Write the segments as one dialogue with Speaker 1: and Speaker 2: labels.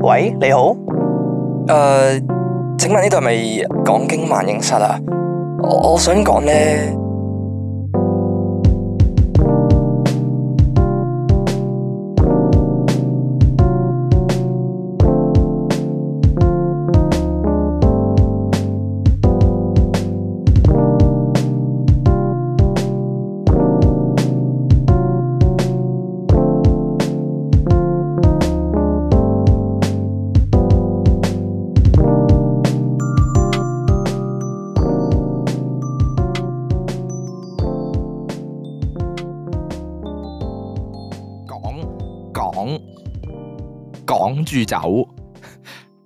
Speaker 1: 喂，你好，
Speaker 2: 誒、請問呢度係咪港經萬應室啊？我我想講咧，
Speaker 3: 講講講住走，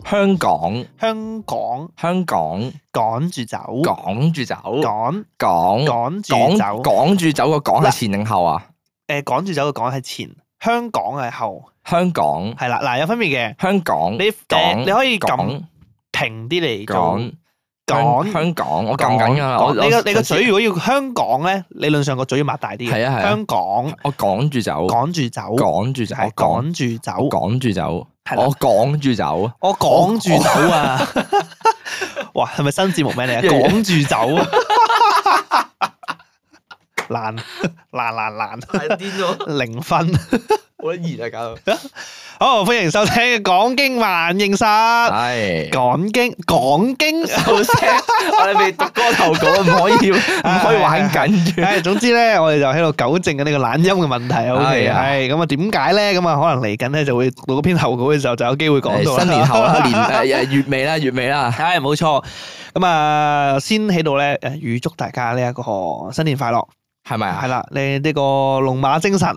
Speaker 3: 香港
Speaker 1: 香港
Speaker 3: 香港
Speaker 1: 趕住走，
Speaker 3: 講住走，
Speaker 1: 趕
Speaker 3: 講
Speaker 1: 趕住
Speaker 3: 講
Speaker 1: 走，
Speaker 3: 講住走個講係
Speaker 1: 嗱
Speaker 3: 前定後啊？
Speaker 1: 誒趕住走嘅趕係前，香港係後，
Speaker 3: 香港
Speaker 1: 係啦，嗱有分別嘅，
Speaker 3: 香港
Speaker 1: 你誒
Speaker 3: 講
Speaker 1: 你可以撳
Speaker 3: 講
Speaker 1: 停啲嚟做
Speaker 3: 講
Speaker 1: 講。
Speaker 3: 香香港，我撳緊㗎啦，
Speaker 1: 講
Speaker 3: 我
Speaker 1: 你個
Speaker 3: 我
Speaker 1: 你個嘴如果要香港咧，理論上個嘴要擘大啲嘅。
Speaker 3: 係啊係啊
Speaker 1: 香港
Speaker 3: 我講住走，
Speaker 1: 趕住走，
Speaker 3: 講住走，
Speaker 1: 係
Speaker 3: 講
Speaker 1: 趕住走，
Speaker 3: 講住走，
Speaker 1: 係啦
Speaker 3: 我講住走，
Speaker 1: 我趕住走啊！ 哇，係咪新節目名嚟啊？
Speaker 3: 一樣
Speaker 1: 趕住走 啊！難難難難，
Speaker 3: 係癲咗，
Speaker 1: 零分。
Speaker 3: 好熱啊搞到，
Speaker 1: 好，歡迎收聽《講經萬應室》。
Speaker 3: 係。
Speaker 1: 講經講經，
Speaker 3: 好聲，我哋未讀 歌投稿，唔可以唔可以玩緊住。
Speaker 1: 唉，總之咧，我哋就喺度糾正緊呢個懶音嘅問題。O K，
Speaker 3: 係啊
Speaker 1: 係咁啊？點解咧？咁啊，可能嚟緊咧就會錄嗰篇投稿嘅時候就有機會講到啦
Speaker 3: 誒新年 後啦， 年誒月尾啦，月尾啦，
Speaker 1: 唉，冇錯。咁啊，先喺度咧，誒，預祝大家呢一個新年快樂，
Speaker 3: 係咪
Speaker 1: 係
Speaker 3: 啊？
Speaker 1: 啦，你呢個龍馬精神，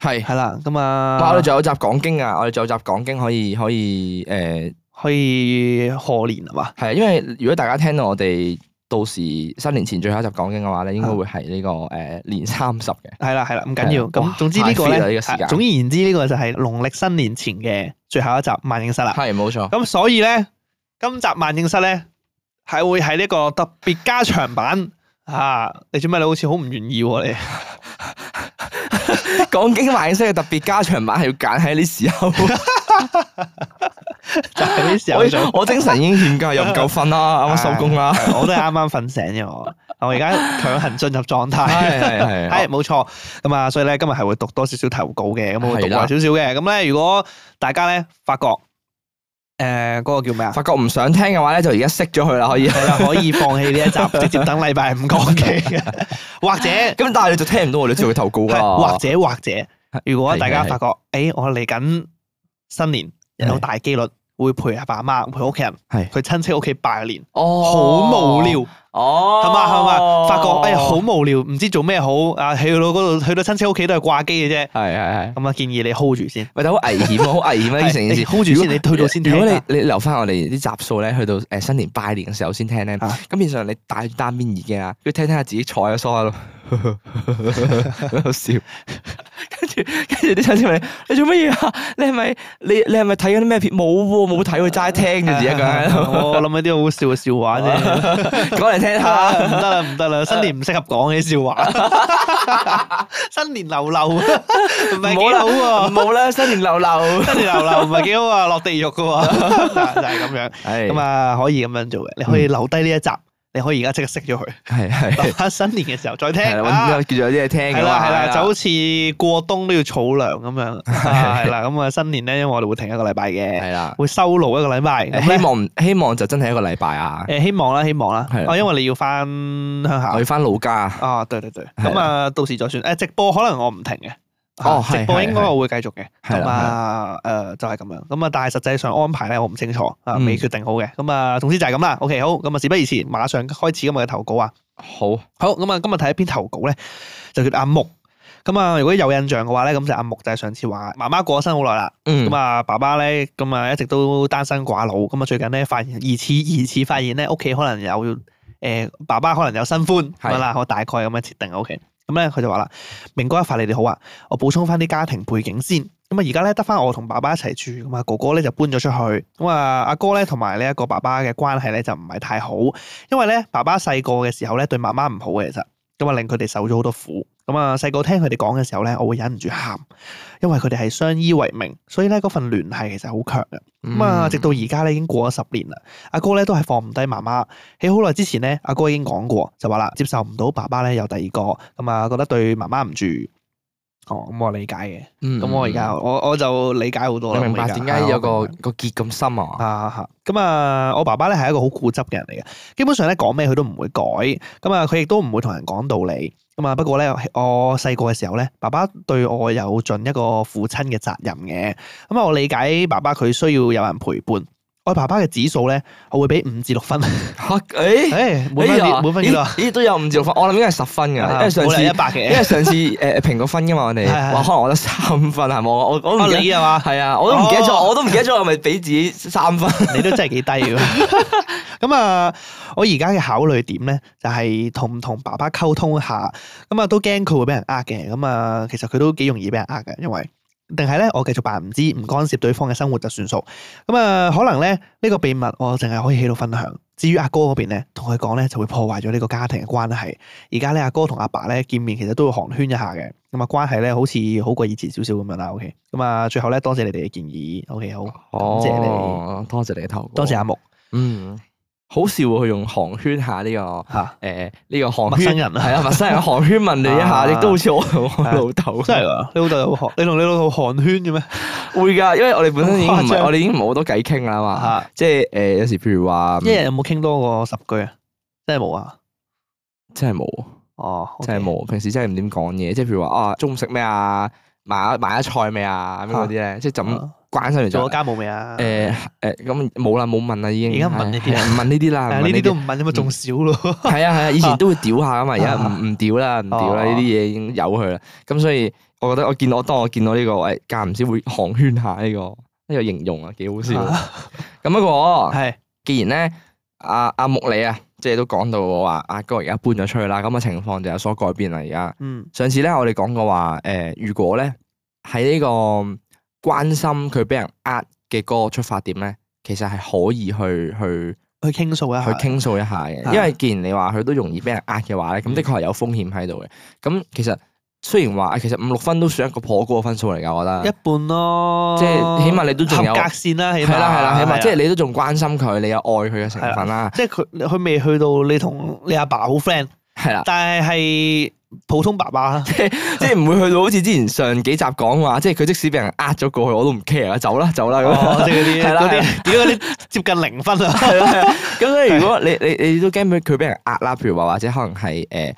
Speaker 3: 係。
Speaker 1: 係啦，咁
Speaker 3: 哇！我
Speaker 1: 啊
Speaker 3: 哋，仲有集講經啊，我哋仲有集講經可以可以誒，
Speaker 1: 可以賀年係啊嘛？
Speaker 3: 係、啊因為如果大家聽到我哋到時新年前最後一集講經嘅話咧，應該會係呢、個誒、年三十嘅。
Speaker 1: 係啦，係啦，唔緊要。
Speaker 3: 係啊啦哇
Speaker 1: 咁總之呢個
Speaker 3: 太 fit 啦呢
Speaker 1: 咧，
Speaker 3: 個時間
Speaker 1: 啊總而言之呢個就係農曆新年前嘅最後一集萬應室啦。
Speaker 3: 係冇錯，
Speaker 1: 咁所以咧，今集萬應室咧係會喺呢個特別加長版啊！你做咩？你好似好唔願意喎你。
Speaker 3: 講經萬應室嘅特別加長版係要揀喺呢時 候，
Speaker 1: 就係呢時候做
Speaker 3: 我。我精神已經欠佳，又唔夠瞓啦，啱啱收工啦，
Speaker 1: 係我都係啱啱瞓醒嘅我，我而家強行進入狀態。
Speaker 3: 係係
Speaker 1: 係
Speaker 3: 係，
Speaker 1: 冇錯，咁啊，所以咧今日係會讀多少少投稿嘅，咁我會讀
Speaker 3: 係啦
Speaker 1: 耐少少嘅。咁啊咧，如果大家咧發覺誒嗰個叫咩啊？
Speaker 3: 發覺哎唔想聽嘅話咧，就而家熄咗佢啦，可以。
Speaker 1: 係啦，可以放棄呢一 集，直接等禮拜五講嘅，或者
Speaker 3: 咁但係你就聽唔到我哋做嘅投稿啊
Speaker 1: 係
Speaker 3: 啦，
Speaker 1: 或者或者，如果大家
Speaker 3: 係係
Speaker 1: 發覺誒我嚟緊新年有
Speaker 3: 係
Speaker 1: 大機率會陪阿爸阿媽陪屋企人，
Speaker 3: 係
Speaker 1: 去親戚屋企拜年，
Speaker 3: 哦
Speaker 1: 好無聊。
Speaker 3: 哦，
Speaker 1: 係嘛係嘛，發覺哎呀好無聊，唔知做咩好啊！去到嗰度，去到親戚屋企都係掛機嘅啫。
Speaker 3: 係係係。
Speaker 1: 咁啊，建議你 hold 住先，
Speaker 3: 喂，但好危險啊！ 好危險啊！呢成件
Speaker 1: 係你
Speaker 3: 事
Speaker 1: hold 住先你退到先聽啊
Speaker 3: 如果你你留翻我哋啲集數咧，去到誒新年拜年嘅時候先聽咧，
Speaker 1: 啊
Speaker 3: 咁變相你戴住單邊耳機啊，跟住聽聽下自己坐喺 梳化度， 喺度笑，跟住跟住啲親戚問你：你做乜嘢啊？你係咪你你係咪睇緊啲咩片？冇喎，冇 睇喎，齋聽住自己一個人喺度
Speaker 1: 我諗起啲好笑嘅笑話 啫。
Speaker 3: 講嚟
Speaker 1: 啊
Speaker 3: 聽下。
Speaker 1: 唔得啦，唔得啦，新年唔適合講嘅 笑話。新年流流，唔係
Speaker 3: 唔好
Speaker 1: 幾
Speaker 3: 啦
Speaker 1: 好喎。
Speaker 3: 冇啦，新年流流。
Speaker 1: 新年流流唔係幾好啊，落地獄噶 喎，就係咁樣。咁
Speaker 3: 咁啊，
Speaker 1: 啊，可以咁樣做嘅，你可以留低呢一集，你可以而家即刻 熄咗佢，
Speaker 3: 係係
Speaker 1: 留翻新年嘅時候再聽
Speaker 3: 係啦，
Speaker 1: 啊
Speaker 3: 揾叫做有啲嘢聽
Speaker 1: 係
Speaker 3: 㗎
Speaker 1: 啦
Speaker 3: 嘛
Speaker 1: 係啦，就好似過冬都要儲糧咁樣， 啊係啦咁啊新年咧，因為我哋會停一個禮拜嘅，
Speaker 3: 係啦。
Speaker 1: 會收爐一個禮拜。咁咧
Speaker 3: 希望希望就真係一個禮拜啊！
Speaker 1: 誒希望啦，希望啦
Speaker 3: 係，啦
Speaker 1: 哦因為你要翻鄉
Speaker 3: 我
Speaker 1: 下
Speaker 3: 要翻老家啊！
Speaker 1: 啊，對對對，
Speaker 3: 係啦
Speaker 1: 咁啊到時再算。誒直播可能我唔停嘅，
Speaker 3: 哦
Speaker 1: 啊直
Speaker 3: 係
Speaker 1: 播
Speaker 3: 係
Speaker 1: 應該我會繼續嘅。
Speaker 3: 係
Speaker 1: 咁
Speaker 3: 啦
Speaker 1: 啊誒就係咁樣，咁啊但係實際上安排咧我唔清楚啊，
Speaker 3: 嗯
Speaker 1: 未決定好嘅。咁啊總之就係咁啦。OK 好，咁啊事不宜遲，馬上開始今日嘅投稿啊！
Speaker 3: 好，
Speaker 1: 好，咁啊，今日睇一篇投稿咧，就叫阿木。咁啊，如果有印象嘅話咧，咁就阿木就係上次話媽媽過咗身好耐啦，
Speaker 3: 嗯
Speaker 1: 咁，啊爸爸咧，咁啊一直都單身寡佬，咁啊最近咧發現疑似疑似發現咧屋企可能有誒呃爸爸可能有新歡咁
Speaker 3: 係
Speaker 1: 樣啦，我大概咁樣設定 OK。咁咧佢就話啦，明哥一發你哋好啊，我補充翻啲家庭背景先。咁啊而家咧得翻我同爸爸一齊住，咁啊哥哥咧就搬咗出去，咁啊阿哥咧同埋呢一個爸爸嘅關係咧就唔係太好。因為咧，爸爸細個嘅時候咧對媽媽唔好嘅，其實咁啊令佢哋受咗好多苦。咁啊細個聽佢哋講嘅時候咧，我會忍唔住喊，因為佢哋係相依為命，所以咧嗰份聯繫其實好強嘅。
Speaker 3: Ừ.
Speaker 1: 咁啊，直到而家咧已經過咗十年啦，阿哥咧都係放唔低媽媽。喺好耐之前咧，阿哥已經講過，就話啦，接受唔到爸爸咧有第二個，咁啊覺得對媽媽唔住。哦，咁我理解嘅，
Speaker 3: 嗯，
Speaker 1: 咁我而家我我就理解好多啦。
Speaker 3: 你明
Speaker 1: 我
Speaker 3: 白
Speaker 1: 而家
Speaker 3: 點解有個
Speaker 1: 啊
Speaker 3: 個結咁深啊？
Speaker 1: 啊哈咁啊，我爸爸咧係一個好固執嘅人嚟嘅，基本上咧講咩佢都唔會改，咁啊佢亦都唔會同人講道理。咁啊不過咧，我細個嘅時候咧，爸爸對我有盡一個父親嘅責任嘅。咁啊我理解爸爸佢需要有人陪伴。我爸爸嘅指數咧，我會俾五至六 分。
Speaker 3: 嚇，誒，
Speaker 1: 誒，每分
Speaker 3: 哎呀
Speaker 1: 幾每分幾多啊？啊
Speaker 3: 咦，咦都有五至六分，我諗應該係十分㗎，
Speaker 1: Dạ.
Speaker 3: 因為上次哎
Speaker 1: 一百
Speaker 3: 因
Speaker 1: 嘅。
Speaker 3: 為上次誒誒評過分㗎嘛，我哋
Speaker 1: 係係係
Speaker 3: 話可能我得三分係咪？我我我都
Speaker 1: 啊
Speaker 3: 唔記
Speaker 1: 你
Speaker 3: 得，
Speaker 1: 啊嘛，
Speaker 3: 係啊，我都唔記得
Speaker 1: 哦
Speaker 3: 咗，我都唔記得咗，我咪俾自己三分。
Speaker 1: 你都真係幾低㗎。咁啊，我而家嘅考慮點咧，就係同唔同爸爸溝通一下。咁啊，都驚佢會俾人呃嘅。咁啊，其實佢都幾容易俾人呃嘅，因為定係咧，我繼續扮唔知，唔干涉對方嘅生活就算數。咁啊，可能咧呢、呢個秘密我淨係可以喺度分享。至於阿呃哥嗰邊咧，同佢講咧就會破壞咗呢個家庭嘅關係。而家咧阿哥同阿爸咧見面其實都會寒暄一下嘅。咁啊，關係咧好似好過以前少少咁樣啦。OK，咁啊，最後咧多謝你哋嘅建議。OK，好，謝你
Speaker 3: 哦，多謝你嘅投稿，
Speaker 1: 多謝阿木
Speaker 3: 嗯，好笑喎佢用寒暄下呢個
Speaker 1: 嚇。
Speaker 3: 誒呢個寒
Speaker 1: 陌生
Speaker 3: 暄。
Speaker 1: 人啊，
Speaker 3: 係啊，陌生人寒暄問你一下，
Speaker 1: 啊
Speaker 3: 亦都好似我同我老豆
Speaker 1: 真係啊噶，你老豆有寒，你同你老豆寒暄嘅咩？
Speaker 3: 會㗎，因為我哋本身已經唔
Speaker 1: 咁誇
Speaker 3: 係，
Speaker 1: 張啊
Speaker 3: 我哋已經冇好多偈傾啦嘛。
Speaker 1: 吓，
Speaker 3: 即係誒，有時譬如話，
Speaker 1: 一日有冇傾多過十句啊？真係冇啊！
Speaker 3: 真係冇，
Speaker 1: 哦，
Speaker 3: 真係。冇。平時真係唔點講嘢，即係譬如話啊，中午食咩啊？買買咗菜未啊？咁樣嗰啲咧，即係就咁
Speaker 1: 啊
Speaker 3: 關心嚟
Speaker 1: 做咗
Speaker 3: 做。
Speaker 1: 家務未啊？誒，
Speaker 3: 誒誒，咁冇啦，冇問啦，已經。
Speaker 1: 而家唔問呢啲啦
Speaker 3: 係啊唔問呢啲啦，唔問
Speaker 1: 呢啲都唔問，咁啊仲少咯。
Speaker 3: 係啊係啊，以前都會屌下噶嘛，而家唔唔屌啦，唔屌啦，
Speaker 1: 啊哦
Speaker 3: 呢啲嘢已經由佢啦。咁所以我覺得我見我當我見到呢個誒間唔少會寒暄下呢個呢個形容啊，幾好笑。咁不 過
Speaker 1: 係
Speaker 3: 既然咧阿阿木你啊，即係都講到我話阿哥而家搬咗出去啦，咁嘅情況就有所改變啦。而家
Speaker 1: 嗯
Speaker 3: 上次咧我哋講過話誒，如果咧喺呢個關心佢俾人呃嘅嗰個出發點咧，其實係可以去去。
Speaker 1: 去傾訴一
Speaker 3: 去
Speaker 1: 下。
Speaker 3: 傾訴一下
Speaker 1: 啊
Speaker 3: 嘅，因為既然你話佢都容易俾人呃嘅話咧，咁的確係有風險喺度嘅。咁其實雖然話，啊其實五六分都算一個頗高嘅分數嚟㗎，我覺
Speaker 1: 一
Speaker 3: 得。
Speaker 1: 半咯，
Speaker 3: 啊即係起碼你都仲有
Speaker 1: 合格線啦，起碼
Speaker 3: 係啦係啦，起
Speaker 1: 係啊
Speaker 3: 碼即係你都仲關心佢，你有愛佢嘅成
Speaker 1: 係啊
Speaker 3: 分啦，
Speaker 1: 即係佢佢未去到你同你阿爸好 friend，
Speaker 3: 係啦，
Speaker 1: 但係係普通爸 爸啦。
Speaker 3: 即係唔會去到好似之前上幾集講話，即係佢即使俾人呃咗過去，我都唔 care 啦，走啦走啦
Speaker 1: 哦，
Speaker 3: 咁。
Speaker 1: 即係嗰啲
Speaker 3: 係啦
Speaker 1: 嗰
Speaker 3: 係
Speaker 1: 啲點解啲接近零分啊？
Speaker 3: 係啦係啦咁所以如果你你你都驚俾佢俾人呃啦，譬如話或者可能係誒。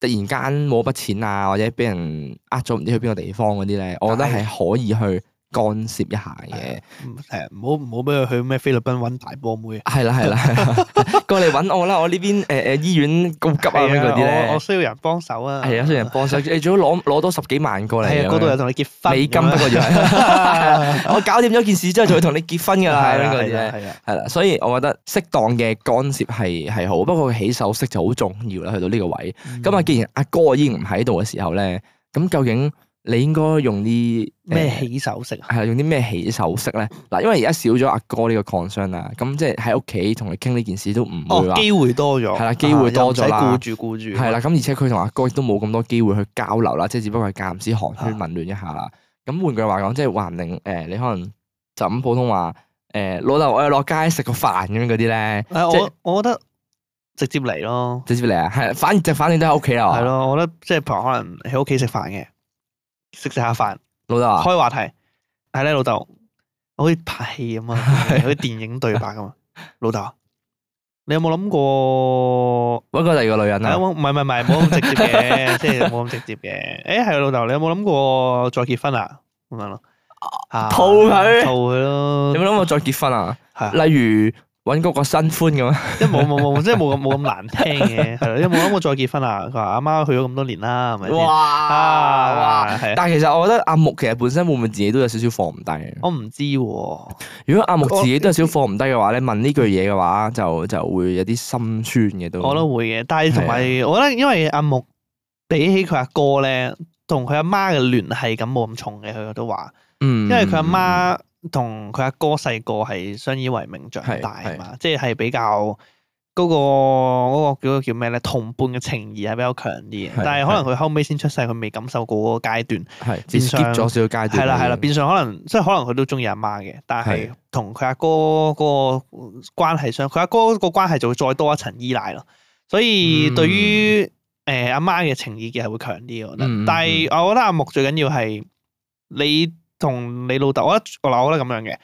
Speaker 3: 突然間冇筆錢啊，或者俾人呃咗唔知去邊個地方嗰啲咧，我覺得係可以去干涉一下嘅。
Speaker 1: 唔嗯係啊唔好唔好俾佢去咩菲律賓揾大波妹。啊
Speaker 3: 係啦係啦係啦， 過嚟揾我啦！我呢邊誒誒醫院告急啊咁樣
Speaker 1: 係
Speaker 3: 嗰啲
Speaker 1: 啊我
Speaker 3: 咧
Speaker 1: 我，需要人幫手啊。
Speaker 3: 係啊，需要人幫手，你最好攞攞多十幾萬過嚟咁
Speaker 1: 係
Speaker 3: 樣，
Speaker 1: 啊，嗰度有同你結婚，
Speaker 3: 美金不過要， 我搞掂咗件事之後就會同你結婚㗎
Speaker 1: 係
Speaker 3: 啦咁樣
Speaker 1: 啊
Speaker 3: 嗰啲咧。
Speaker 1: 係啊，
Speaker 3: 係啦，所以我覺得適當嘅干涉係係好，不過起手式就好重要啦。去到呢個位，
Speaker 1: 嗯
Speaker 3: 咁啊、既然阿哥已經唔喺度嘅時候咧，咁究竟你應該用啲
Speaker 1: 咩起手式啊？
Speaker 3: 係啦，用啲咩起手式咧？嗱，因為而家少咗阿哥呢個 concern 啦，咁即係喺屋企同佢傾呢件事都唔會
Speaker 1: 哦，
Speaker 3: 話
Speaker 1: 機會多咗，
Speaker 3: 係啦機會多咗啦
Speaker 1: 啊又唔使顧住顧住，
Speaker 3: 係啦。咁而且佢同阿哥亦都冇咁多機會去交流啦，即係只不過係
Speaker 1: 啊
Speaker 3: 間唔時寒暄問暖一下啦。咁換句話講，即係話唔定誒，你可能就咁普通話誒、老豆我哋落街食個飯咁樣嗰啲咧，
Speaker 1: 誒。
Speaker 3: 即係
Speaker 1: 我我覺得直接嚟咯，
Speaker 3: 直接嚟啊，係，反正就反正都喺屋企啊啦，
Speaker 1: 係，咯，我覺得即係譬如可能喺屋企食飯嘅，食食下飯，
Speaker 3: 老豆啊，
Speaker 1: 開話題，係咧老豆，好似拍戲 咁啊，好似電影對白咁啊，老豆。你有冇諗過
Speaker 3: 搵個第二個女人
Speaker 1: 係啊
Speaker 3: 啊，
Speaker 1: 冇唔係唔係唔係，冇咁直接嘅，即係冇咁直接嘅。誒，係啊老豆，你有冇諗過再結婚啊？咁樣咯，啊
Speaker 3: 套佢
Speaker 1: 套佢
Speaker 3: 有
Speaker 1: 咯，
Speaker 3: 冇諗過再結婚啊？
Speaker 1: 係啊
Speaker 3: 例如搵嗰個新歡咁啊，
Speaker 1: 即係冇冇冇，即係冇咁冇咁難聽嘅，係啦。你有冇諗過再結婚啊？佢話阿媽去咗咁多年啦，係咪先？
Speaker 3: 哇哇！
Speaker 1: 啊，係啊，
Speaker 3: 但係其實我覺得阿木其實本身會唔會自己都有少少放唔低嘅？
Speaker 1: 我唔知喎，
Speaker 3: 如果阿
Speaker 1: 哦
Speaker 3: 木自己都有少少放唔低嘅話咧，問呢句嘢嘅話就就會有啲心酸嘅都。
Speaker 1: 我都會嘅。但係同埋，我覺得因為阿木比起佢阿哥咧，同佢阿媽嘅聯繫感冇咁重嘅，佢都話。
Speaker 3: 嗯，
Speaker 1: 因為佢阿媽同佢阿哥細個係相依為命長大啊嘛，即係比較嗰個嗰個叫叫咩咧，同伴嘅情誼係比較強啲嘅
Speaker 3: 係，
Speaker 1: 但係可能佢後尾先出世，佢未感受過嗰個階段，
Speaker 3: 嗯係
Speaker 1: 變
Speaker 3: skip
Speaker 1: 相
Speaker 3: 咗少少階段。
Speaker 1: 係啦係啦，變相可能即係可能佢都中意阿媽嘅，但係
Speaker 3: 係
Speaker 1: 同佢阿哥嗰個關係上，佢阿哥個關係就會再多一層依賴咯。所以
Speaker 3: 嗯
Speaker 1: 對於誒阿媽嘅情意結係會強啲嘅，我覺得
Speaker 3: 嗯嗯。
Speaker 1: 但係我覺得阿木最緊要係你同你老豆，我覺得嗱，我覺得咁樣嘅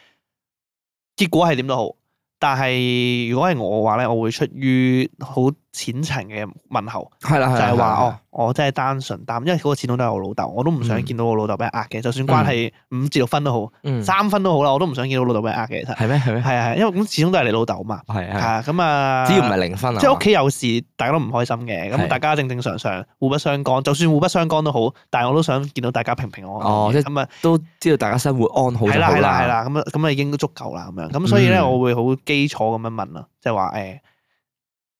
Speaker 1: 結果係點都好。但係如果係我嘅話咧，我會出於好淺層嘅問候。
Speaker 3: 係啦，
Speaker 1: 就
Speaker 3: 係
Speaker 1: 係話
Speaker 3: 啦
Speaker 1: 哦，，我真係單純擔，因為嗰個始終都係我老豆，我都唔想
Speaker 3: 嗯
Speaker 1: 見到我老豆俾人呃嘅，就算關係五至六分都好，
Speaker 3: 嗯
Speaker 1: 三分都好啦，我都唔想見到我老豆俾人呃嘅。其實
Speaker 3: 係咩係咩？
Speaker 1: 係啊係啊，因為咁始終都係你老豆嘛，
Speaker 3: 係
Speaker 1: 係
Speaker 3: 係，
Speaker 1: 啊咁啊，
Speaker 3: 只要唔係零分啊，
Speaker 1: 即係屋企有事，大家都唔開心嘅，
Speaker 3: 係
Speaker 1: 咁大家正正常常互不相干，就算互不相干都好，但係我都想見到大家平平安安嘅。
Speaker 3: 哦即係
Speaker 1: 咁啊，
Speaker 3: 都知道大家生活安好就
Speaker 1: 係啦
Speaker 3: 好
Speaker 1: 係啦係
Speaker 3: 啦。
Speaker 1: 啦，咁啊咁啊已經都足夠啦咁樣，咁所以咧
Speaker 3: 嗯
Speaker 1: 我會好基礎咁樣問啦，即係話誒。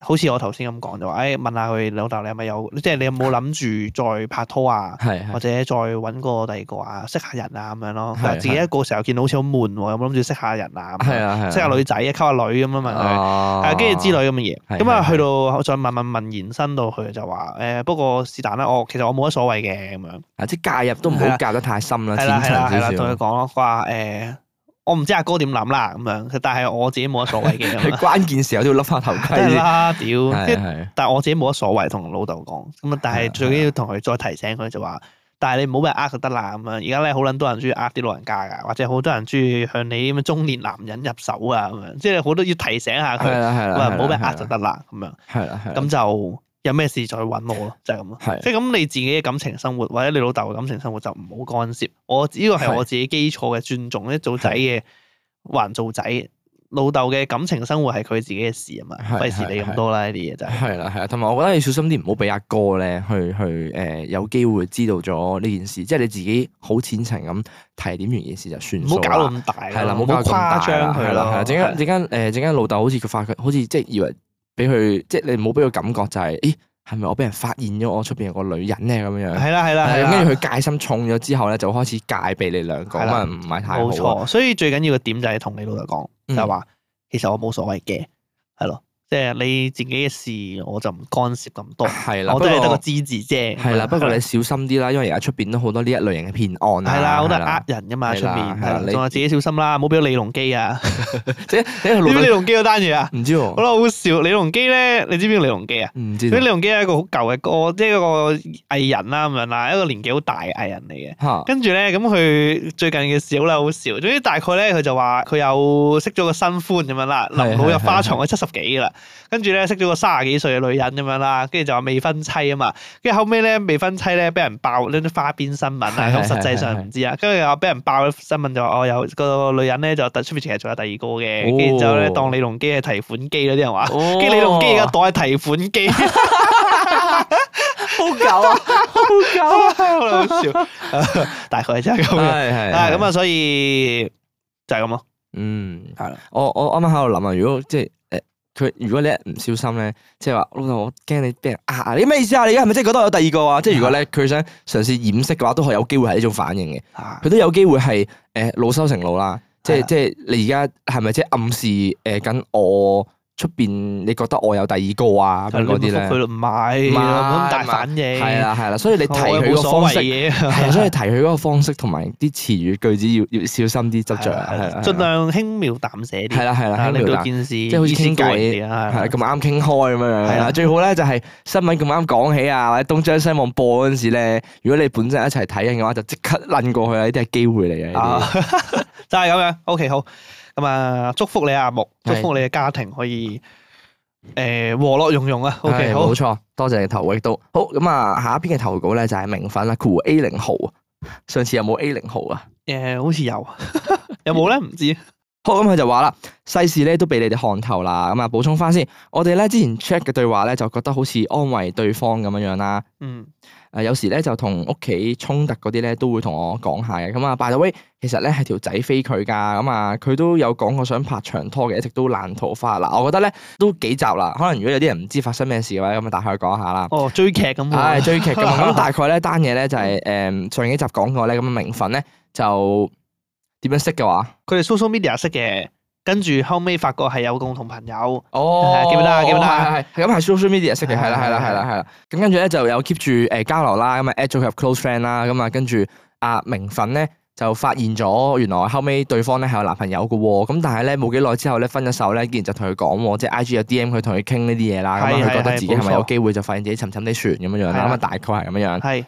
Speaker 1: 好似我頭先咁講就話，誒問下佢老豆你係咪有，即係你有冇諗住再拍拖啊？
Speaker 3: 係
Speaker 1: 或
Speaker 3: 係
Speaker 1: 者再揾個第二個啊，識下人啊咁樣咯。
Speaker 3: 係
Speaker 1: 但係自己
Speaker 3: 係
Speaker 1: 一個時候見到好似好悶喎，有冇諗住識下人啊？咁樣
Speaker 3: 係啊係啊，
Speaker 1: 識下女仔啊，溝下女咁樣問佢，
Speaker 3: 啊
Speaker 1: 係跟住之類咁嘅
Speaker 3: 係
Speaker 1: 嘢。咁啊，
Speaker 3: 係
Speaker 1: 去到再問問問延伸到去就話誒，不過是但啦，我其實我冇乜所謂嘅咁樣。
Speaker 3: 啊，即係介入都唔
Speaker 1: 係
Speaker 3: 好
Speaker 1: 啦
Speaker 3: 介得太深啦，
Speaker 1: 係
Speaker 3: 啊淺
Speaker 1: 啦係啦係啦，
Speaker 3: 層少
Speaker 1: 同佢
Speaker 3: 少。
Speaker 1: 講咯，佢話誒，我唔知阿哥點諗啦咁樣，但係我自己冇乜所謂 嘅咁
Speaker 3: 佢
Speaker 1: 樣。
Speaker 3: 關鍵時候都要笠下頭 盔
Speaker 1: 梗係
Speaker 3: 先。
Speaker 1: 啦，屌！即
Speaker 3: 係啊
Speaker 1: 係
Speaker 3: 係
Speaker 1: 但係我自己冇乜所謂，同老豆講咁啊。但
Speaker 3: 係啊
Speaker 1: 係最緊要同佢再提醒佢就話，但係你唔好俾人呃就得啦咁樣。而家咧好撚多人中意呃啲老人家㗎，或者好多人中意向你咁樣中年男人入手啊咁樣，即係好多要提醒下
Speaker 3: 係啊
Speaker 1: 佢，
Speaker 3: 啦係啦，
Speaker 1: 話唔好俾
Speaker 3: 俾
Speaker 1: 人呃就得啦咁樣。
Speaker 3: 係啊啦係啦。
Speaker 1: 咁就有咩事再揾我咯，就係咁咯。
Speaker 3: 係
Speaker 1: 即係咁你自己嘅感情生活或者你老豆嘅感情生活就唔好干涉。我呢個係我自己基礎嘅尊重，咧做仔嘅還做仔。老豆嘅感情生活係佢自己嘅事啊嘛，費
Speaker 3: 係
Speaker 1: 事你咁多啦呢啲嘢就係。
Speaker 3: 係啦，係啦，同埋我覺得你小心啲，唔好俾阿哥咧去去誒、呃有機會知道咗呢件事，即係你自己好淺層咁提點完件事就算
Speaker 1: 唔好
Speaker 3: 數
Speaker 1: 搞
Speaker 3: 啦
Speaker 1: 到。咁大啦，
Speaker 3: 係啦，唔好
Speaker 1: 唔
Speaker 3: 搞
Speaker 1: 好
Speaker 3: 到咁
Speaker 1: 誇
Speaker 3: 大啦
Speaker 1: 張
Speaker 3: 係
Speaker 1: 佢
Speaker 3: 啦，係
Speaker 1: 啦
Speaker 3: 啦。陣。間陣間誒陣間老豆好似佢發覺，好似即係以為俾佢，即係你唔好俾佢感覺就係、咦係咪我俾人發現咗我出邊有個女人咧咁樣樣？
Speaker 1: 係啦係啦係
Speaker 3: 係
Speaker 1: 啦，
Speaker 3: 啦，跟住佢戒心重咗之後咧，就開始戒備你兩個，
Speaker 1: 係
Speaker 3: 咁
Speaker 1: 啦
Speaker 3: 啊唔係太好啊。
Speaker 1: 冇錯，所以最緊要嘅點就係同你老豆講，就
Speaker 3: 嗯
Speaker 1: 係話其實我冇所謂嘅，係咯，即係你自己嘅事我就唔干涉咁多，
Speaker 3: 係啦，
Speaker 1: 我都
Speaker 3: 不
Speaker 1: 係得
Speaker 3: 過
Speaker 1: 個知字啊啫。
Speaker 3: 係啦，不過你小心啲啦，因為而家出邊都好多呢一類型嘅騙案啊
Speaker 1: 係啦，好多
Speaker 3: 係
Speaker 1: 人呃人噶嘛，
Speaker 3: 係
Speaker 1: 出
Speaker 3: 啦
Speaker 1: 面
Speaker 3: 係啦
Speaker 1: 係
Speaker 3: 你
Speaker 1: 啦仲有自己小心啦，唔好俾到李龍基 啊！
Speaker 3: 即係你喺
Speaker 1: 你知唔知
Speaker 3: 度
Speaker 1: 李龍基嗰單嘢啊？
Speaker 3: 唔知喎
Speaker 1: 好。啦，好笑！李龍基咧，你知唔知李龍基啊？
Speaker 3: 唔哦知
Speaker 1: 咁李龍基係一個好舊嘅歌，即係一個藝人啦咁樣啦，一個年紀好大嘅藝人嚟嘅。
Speaker 3: 吓，
Speaker 1: 跟住咧，咁佢最近嘅事好啦，好笑。總之大概咧，佢就話佢有識咗個新歡咁樣啦，
Speaker 3: 係
Speaker 1: 臨老入花叢，佢七十幾啦。跟住咧，識咗個三十幾歲嘅女人咁樣啦，跟住就話未婚妻啊嘛。跟住後尾咧，未婚妻咧俾人爆呢啲花邊新聞啊，
Speaker 3: 係係
Speaker 1: 咁實際上唔知啊。跟住又話俾人爆咗新聞就話，哦有個女人咧就特出面其實仲有第二個嘅，跟住之後咧
Speaker 3: 哦
Speaker 1: 當李龍基係提款機啦，啲人話。
Speaker 3: 跟
Speaker 1: 跟住李龍基而家
Speaker 3: 哦
Speaker 1: 袋係提款 機，
Speaker 3: 好狗啊，好
Speaker 1: 好笑。 大概係真係咁
Speaker 3: 狗
Speaker 1: 樣。
Speaker 3: 係係
Speaker 1: 啊，咁啊，，所以就係咁咯。
Speaker 3: 嗯，
Speaker 1: 係啦，
Speaker 3: 我我啱啱喺度諗啊，如果即係诶，佢如果你一唔小心咧，即係話老豆，我驚你俾人呃啊，你咩意思啊？你而家係咪即係覺得我有第二個啊？即係如果咧佢想嘗試掩飾嘅話，都係有機會係呢種反應嘅，
Speaker 1: 啊
Speaker 3: 佢都有機會係诶老羞成怒啦，即
Speaker 1: 係啊
Speaker 3: 係
Speaker 1: 啦
Speaker 3: 即係你而家係咪即係暗示诶緊我出边？你覺得我有第二個啊？咁樣
Speaker 1: 你
Speaker 3: 嗰
Speaker 1: 咪
Speaker 3: 啲
Speaker 1: 覆
Speaker 3: 咧
Speaker 1: 佢，咯唔係
Speaker 3: 唔係
Speaker 1: 咁大反應，
Speaker 3: 係啦係啦，所以你提
Speaker 1: 我
Speaker 3: 佢
Speaker 1: 啊冇
Speaker 3: 個
Speaker 1: 所
Speaker 3: 方式
Speaker 1: 謂。嘢，
Speaker 3: 係，所以 提佢嗰個方式同埋啲詞語句子要要小心啲執
Speaker 1: 係
Speaker 3: 着
Speaker 1: 啦
Speaker 3: 啊，
Speaker 1: 係
Speaker 3: 係
Speaker 1: 啦
Speaker 3: 啦，
Speaker 1: 盡量輕描淡寫啲，
Speaker 3: 係啦係啦，
Speaker 1: 啊
Speaker 3: 輕
Speaker 1: 令到
Speaker 3: 描淡寫
Speaker 1: 件事即
Speaker 3: 係好似傾偈
Speaker 1: 啊，
Speaker 3: 係啦，咁啱傾開咁樣樣
Speaker 1: 係
Speaker 3: 啦。
Speaker 1: 啦
Speaker 3: 最好咧就係新聞咁啱講起啊，或者東張西望播嗰陣時咧，如果你本身一齊睇緊嘅話，就即刻撚過去啦，呢啲係機會嚟嘅。
Speaker 1: 啊
Speaker 3: 呢 啲，
Speaker 1: 就係咁樣。OK，好，咁啊，祝福你啊阿木，祝
Speaker 3: 係
Speaker 1: 福你嘅家庭可以誒和樂融融啊。OK，
Speaker 3: 係
Speaker 1: 好
Speaker 3: 冇。錯，多謝你投稿亦都好。咁啊，下一篇嘅投稿咧就係名粉啦，括弧 A 零號。啊上次有冇 A 零號啊？
Speaker 1: 誒，好似 有，有冇咧？唔知。
Speaker 3: 好，咁佢就話啦，世事咧都俾你哋看透啦。咁啊，補充翻先，我哋咧之前 check 嘅對話咧，就覺得好似安慰對方咁樣樣啦。
Speaker 1: 嗯，
Speaker 3: 誒有時咧就同屋企衝突嗰啲咧都會同我講下嘅。咁啊，by the way，其實咧係條仔飛佢㗎。咁啊，佢都有講過想拍長拖嘅，一直都爛桃花。嗱，我覺得咧都幾集啦。可能如果有啲人唔知發生咩事嘅話，咁啊大概講下啦。
Speaker 1: 哦，追劇咁
Speaker 3: 唉，
Speaker 1: 喎。
Speaker 3: 追劇咁啊咁大概咧單嘢咧就係、誒、上幾集講過咧，咁啊名分咧就點樣識嘅話，
Speaker 1: 佢哋 social media 識嘅，跟住後尾發覺係有共同朋友，
Speaker 3: 哦，
Speaker 1: 記唔記得啊記唔記得啊
Speaker 3: 係係係咁係 social media 識嘅，係啦
Speaker 1: 係
Speaker 3: 係啦係啦係啦。咁跟住咧就有 keep 住誒交流啦，咁啊 add 咗佢入 close friend 啦，咁啊跟住阿明粉咧就發現咗原來後尾對方咧係有男朋友嘅喎，咁但係咧冇幾耐之後咧分咗手咧，竟然就同佢講喎，即係 IG 有 DM 佢同佢傾呢啲嘢啦，咁啊
Speaker 1: 係
Speaker 3: 佢
Speaker 1: 係
Speaker 3: 覺得
Speaker 1: 係
Speaker 3: 自己係咪
Speaker 1: 冇錯
Speaker 3: 有機會就發現自己沉沉啲船咁樣樣
Speaker 1: 係
Speaker 3: 啦，
Speaker 1: 啦
Speaker 3: 咁啊大概係咁樣樣。
Speaker 1: 係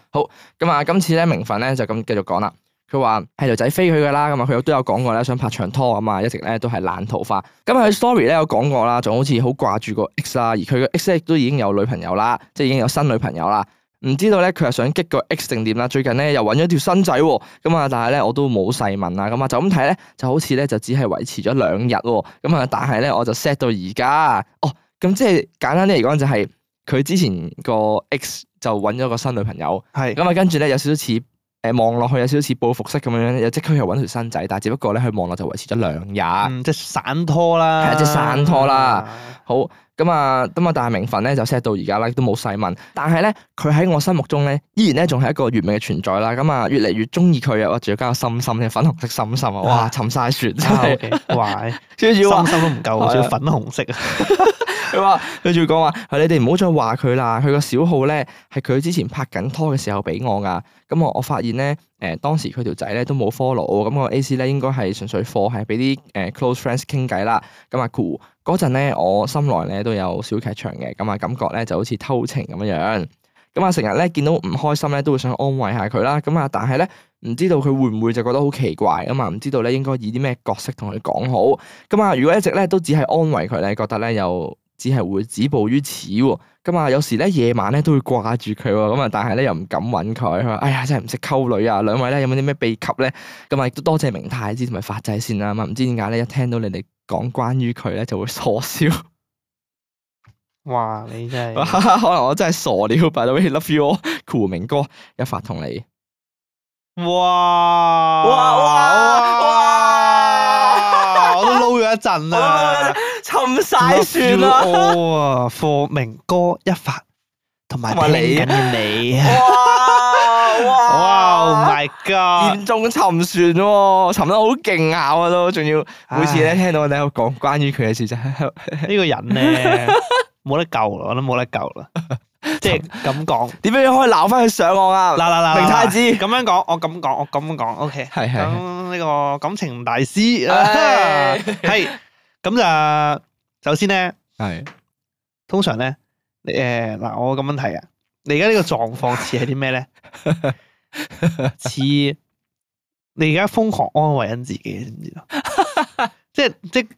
Speaker 3: 咁啊，今次咧明粉咧就咁繼續講啦。佢話係條仔飛佢噶啦，咁啊佢都有講過咧，想拍長拖咁啊，一直咧都係爛桃花。咁啊佢 story 咧有講過啦，仲好似好掛住個 X 啦，而佢個 X 咧亦都已經有女朋友啦，即係已經有新女朋友啦。唔知道咧佢係想激個 X 定點啦？最近咧又揾咗條新仔喎，咁啊但係咧我都冇細問啦，咁啊就咁睇咧就好似咧就只係維持咗兩日喎，咁啊但係咧我就 set 到而家，哦咁即係簡單啲嚟講就係、佢之前個 X 就揾咗個新女朋友。
Speaker 1: 係
Speaker 3: 咁啊，跟住咧有少少似誒望落去有少少似報復式咁樣樣，又即刻又揾條新仔，但係只不過咧佢望落就維持咗兩日。
Speaker 1: 嗯，即係散拖啦，
Speaker 3: 係啊即係散拖啦好咁啊，咁啊，但係名分咧就 set 到而家啦，都冇細問。但係咧，佢喺我心目中咧，依然咧仲係一個完美嘅存在啦。咁啊，越嚟越中意佢啊！哇，仲要加個心心嘅粉紅色心心啊！哇，
Speaker 1: 啊
Speaker 3: 沉晒船真
Speaker 1: 啊
Speaker 3: 係。
Speaker 1: ，OK，哇，
Speaker 3: 跟住話
Speaker 1: 心心都唔夠，仲要粉紅色啊，
Speaker 3: 佢話佢仲要講話，係你哋唔好再話佢啦。佢個小號咧係佢之前拍緊拖嘅時候俾我噶。咁我我發現咧，誒、當時佢條仔咧都冇 follow 我。咁我 A C 咧應該係純粹課係俾啲誒 close friends 傾偈啦。咁啊 cool 嗰陣咧，我心內咧都有小劇場嘅。咁啊感覺咧就好似偷情咁樣樣。咁啊成日咧見到唔開心咧都會想安慰下佢啦。咁啊但係咧。唔知道佢會唔會就覺得好奇怪啊嘛？唔知道咧應該以啲咩角色同佢講好。咁啊，如果一直咧都只係安慰佢咧，覺得咧又只係會止步於此喎。咁啊，有時咧夜晚咧都會掛住佢喎。咁啊，但係咧又唔敢揾佢。佢話：哎呀，真係唔識溝女啊！兩位咧有冇啲咩秘笈咧？咁啊，亦都多謝明太子同埋法仔先啦。咁啊，唔知點解咧一聽到你哋講關於佢咧就會傻笑。
Speaker 1: 哇，你真係
Speaker 3: 可能我真係傻了，by the way，love you all，酷明哥一發同你。
Speaker 1: 哇
Speaker 3: 哇哇哇
Speaker 1: 哇我都撈咗一陣啦，
Speaker 3: 沉
Speaker 1: Love you all 啊，課明哥一發，同埋
Speaker 3: 同埋
Speaker 1: 聽
Speaker 3: 你
Speaker 1: 緊嘅你啊，
Speaker 3: 哇
Speaker 1: 哇，Oh my God！
Speaker 3: 嚴重沉船喎、沉得好勁咬啊都，仲要每次咧聽到我哋喺度講關於佢嘅事就喺度
Speaker 1: 呢個人咧冇得救啦，我都冇得救啦，即係咁講。
Speaker 3: 點樣可以鬧翻佢上岸啊？
Speaker 1: 嗱嗱嗱，
Speaker 3: 明太子
Speaker 1: 咁樣講，我咁講，我咁講，OK。
Speaker 3: 係係係
Speaker 1: 咁呢個感情大師
Speaker 3: 唉
Speaker 1: 係咁就首先咧，
Speaker 3: 係
Speaker 1: 通常咧，誒嗱，我咁樣睇啊，你而家呢個狀況似係啲咩咧？似你而家瘋狂安慰緊自己，知唔知道？即係即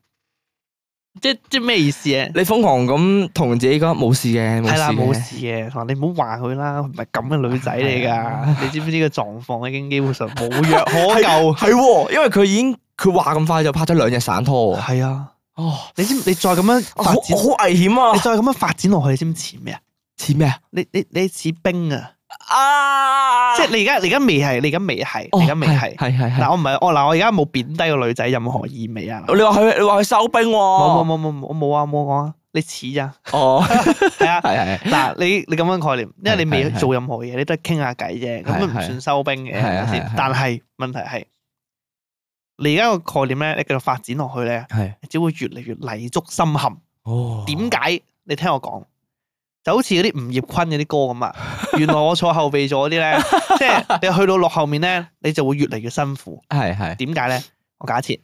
Speaker 1: 即即咩意思啊？
Speaker 3: 你瘋狂咁同自己講冇事嘅，冇
Speaker 1: 係啦，
Speaker 3: 事
Speaker 1: 冇
Speaker 3: 嘅，
Speaker 1: 事嘅，同埋你唔好話佢啦，佢唔係咁嘅女仔嚟噶，你知唔知呢個狀況已經基本上冇藥可救？
Speaker 3: 啊係啊喎，因為佢已經佢話咁快就拍咗兩日散拖喎，
Speaker 1: 係啊，
Speaker 3: 哦，
Speaker 1: 你知唔你再咁樣
Speaker 3: 啊好
Speaker 1: 發
Speaker 3: 好
Speaker 1: 展，
Speaker 3: 危險
Speaker 1: 你
Speaker 3: 啊！
Speaker 1: 再咁樣發展落去，你知唔知似咩啊？
Speaker 3: 似咩啊？
Speaker 1: 你你你似冰啊！
Speaker 3: 啊！
Speaker 1: 即係你而家你而家未係，你而家未係，
Speaker 3: 哦
Speaker 1: 你而家未係。
Speaker 3: 係係
Speaker 1: 嗱，
Speaker 3: 係。
Speaker 1: 我唔係我嗱，我而家冇貶低個女仔任何意味啊！
Speaker 3: 你話佢你話佢收兵喎？
Speaker 1: 冇冇冇冇冇，我冇啊冇講啊，你似咋？
Speaker 3: 哦，
Speaker 1: 係啊。
Speaker 3: 係係
Speaker 1: 嗱，你你咁樣概念，因為你未
Speaker 3: 係係係
Speaker 1: 做任何嘢，你都係傾下偈啫，咁
Speaker 3: 係
Speaker 1: 都唔
Speaker 3: 係
Speaker 1: 算收兵嘅，係
Speaker 3: 係啊
Speaker 1: 咪
Speaker 3: 係
Speaker 1: 先
Speaker 3: 係？
Speaker 1: 但係問題係，你而家個概念咧，你繼續發展落去咧，
Speaker 3: 係
Speaker 1: 你只會越嚟越泥足深陷。
Speaker 3: 哦
Speaker 1: 點解？你聽我講，就好似嗰啲吳業坤嗰啲歌咁 啊。原來我坐後備座嗰啲咧，即係你去到落後面咧，你就會越嚟越辛苦。
Speaker 3: 係係
Speaker 1: 點解咧？我假設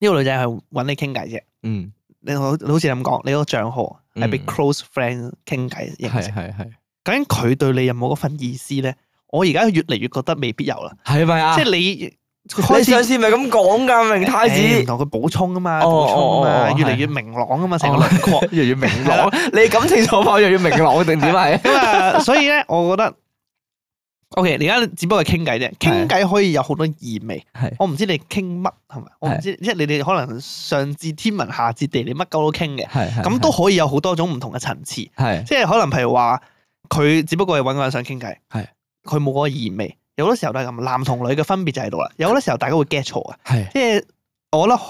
Speaker 1: 呢個女仔係揾你傾偈啫，
Speaker 3: 嗯
Speaker 1: 你好你好似咁講，你嗰個帳號係俾
Speaker 3: 嗯
Speaker 1: close friend 傾偈認識
Speaker 3: 係。係係
Speaker 1: 究竟佢對你有冇嗰份意思咧？我而家越嚟越覺得未必有啦，
Speaker 3: 係咪啊？
Speaker 1: 即係你
Speaker 3: 你
Speaker 1: 開
Speaker 3: 上
Speaker 1: 始
Speaker 3: 次咪咁講㗎，明太
Speaker 1: 誒唔
Speaker 3: 子
Speaker 1: 同佢補充啊嘛，
Speaker 3: 哦
Speaker 1: 補充啊
Speaker 3: 哦哦
Speaker 1: 嘛，
Speaker 3: 哦
Speaker 1: 越嚟越明朗啊嘛，成個輪 廓
Speaker 3: 越嚟越明
Speaker 1: 係
Speaker 3: 朗，你感情狀況越嚟越明朗定點係？
Speaker 1: 咁啊，所以咧，我覺得 OK，而家只不過係傾偈啫，傾
Speaker 3: 係
Speaker 1: 偈可以有好多意味。
Speaker 3: 係
Speaker 1: 我唔知你傾乜係咪，我唔知，即係你哋可能上至天文下至地理乜鳩都傾嘅，
Speaker 3: 係係
Speaker 1: 咁都可以有好多種唔同嘅層次。
Speaker 3: 係
Speaker 1: 即係可能譬如話，佢只不過係揾個人想傾偈，
Speaker 3: 係
Speaker 1: 佢冇嗰個意味。有好多時候都係咁，男同女嘅分別就喺度啦。有好多時候大家會 get 錯嘅，
Speaker 3: 係
Speaker 1: 即係我覺得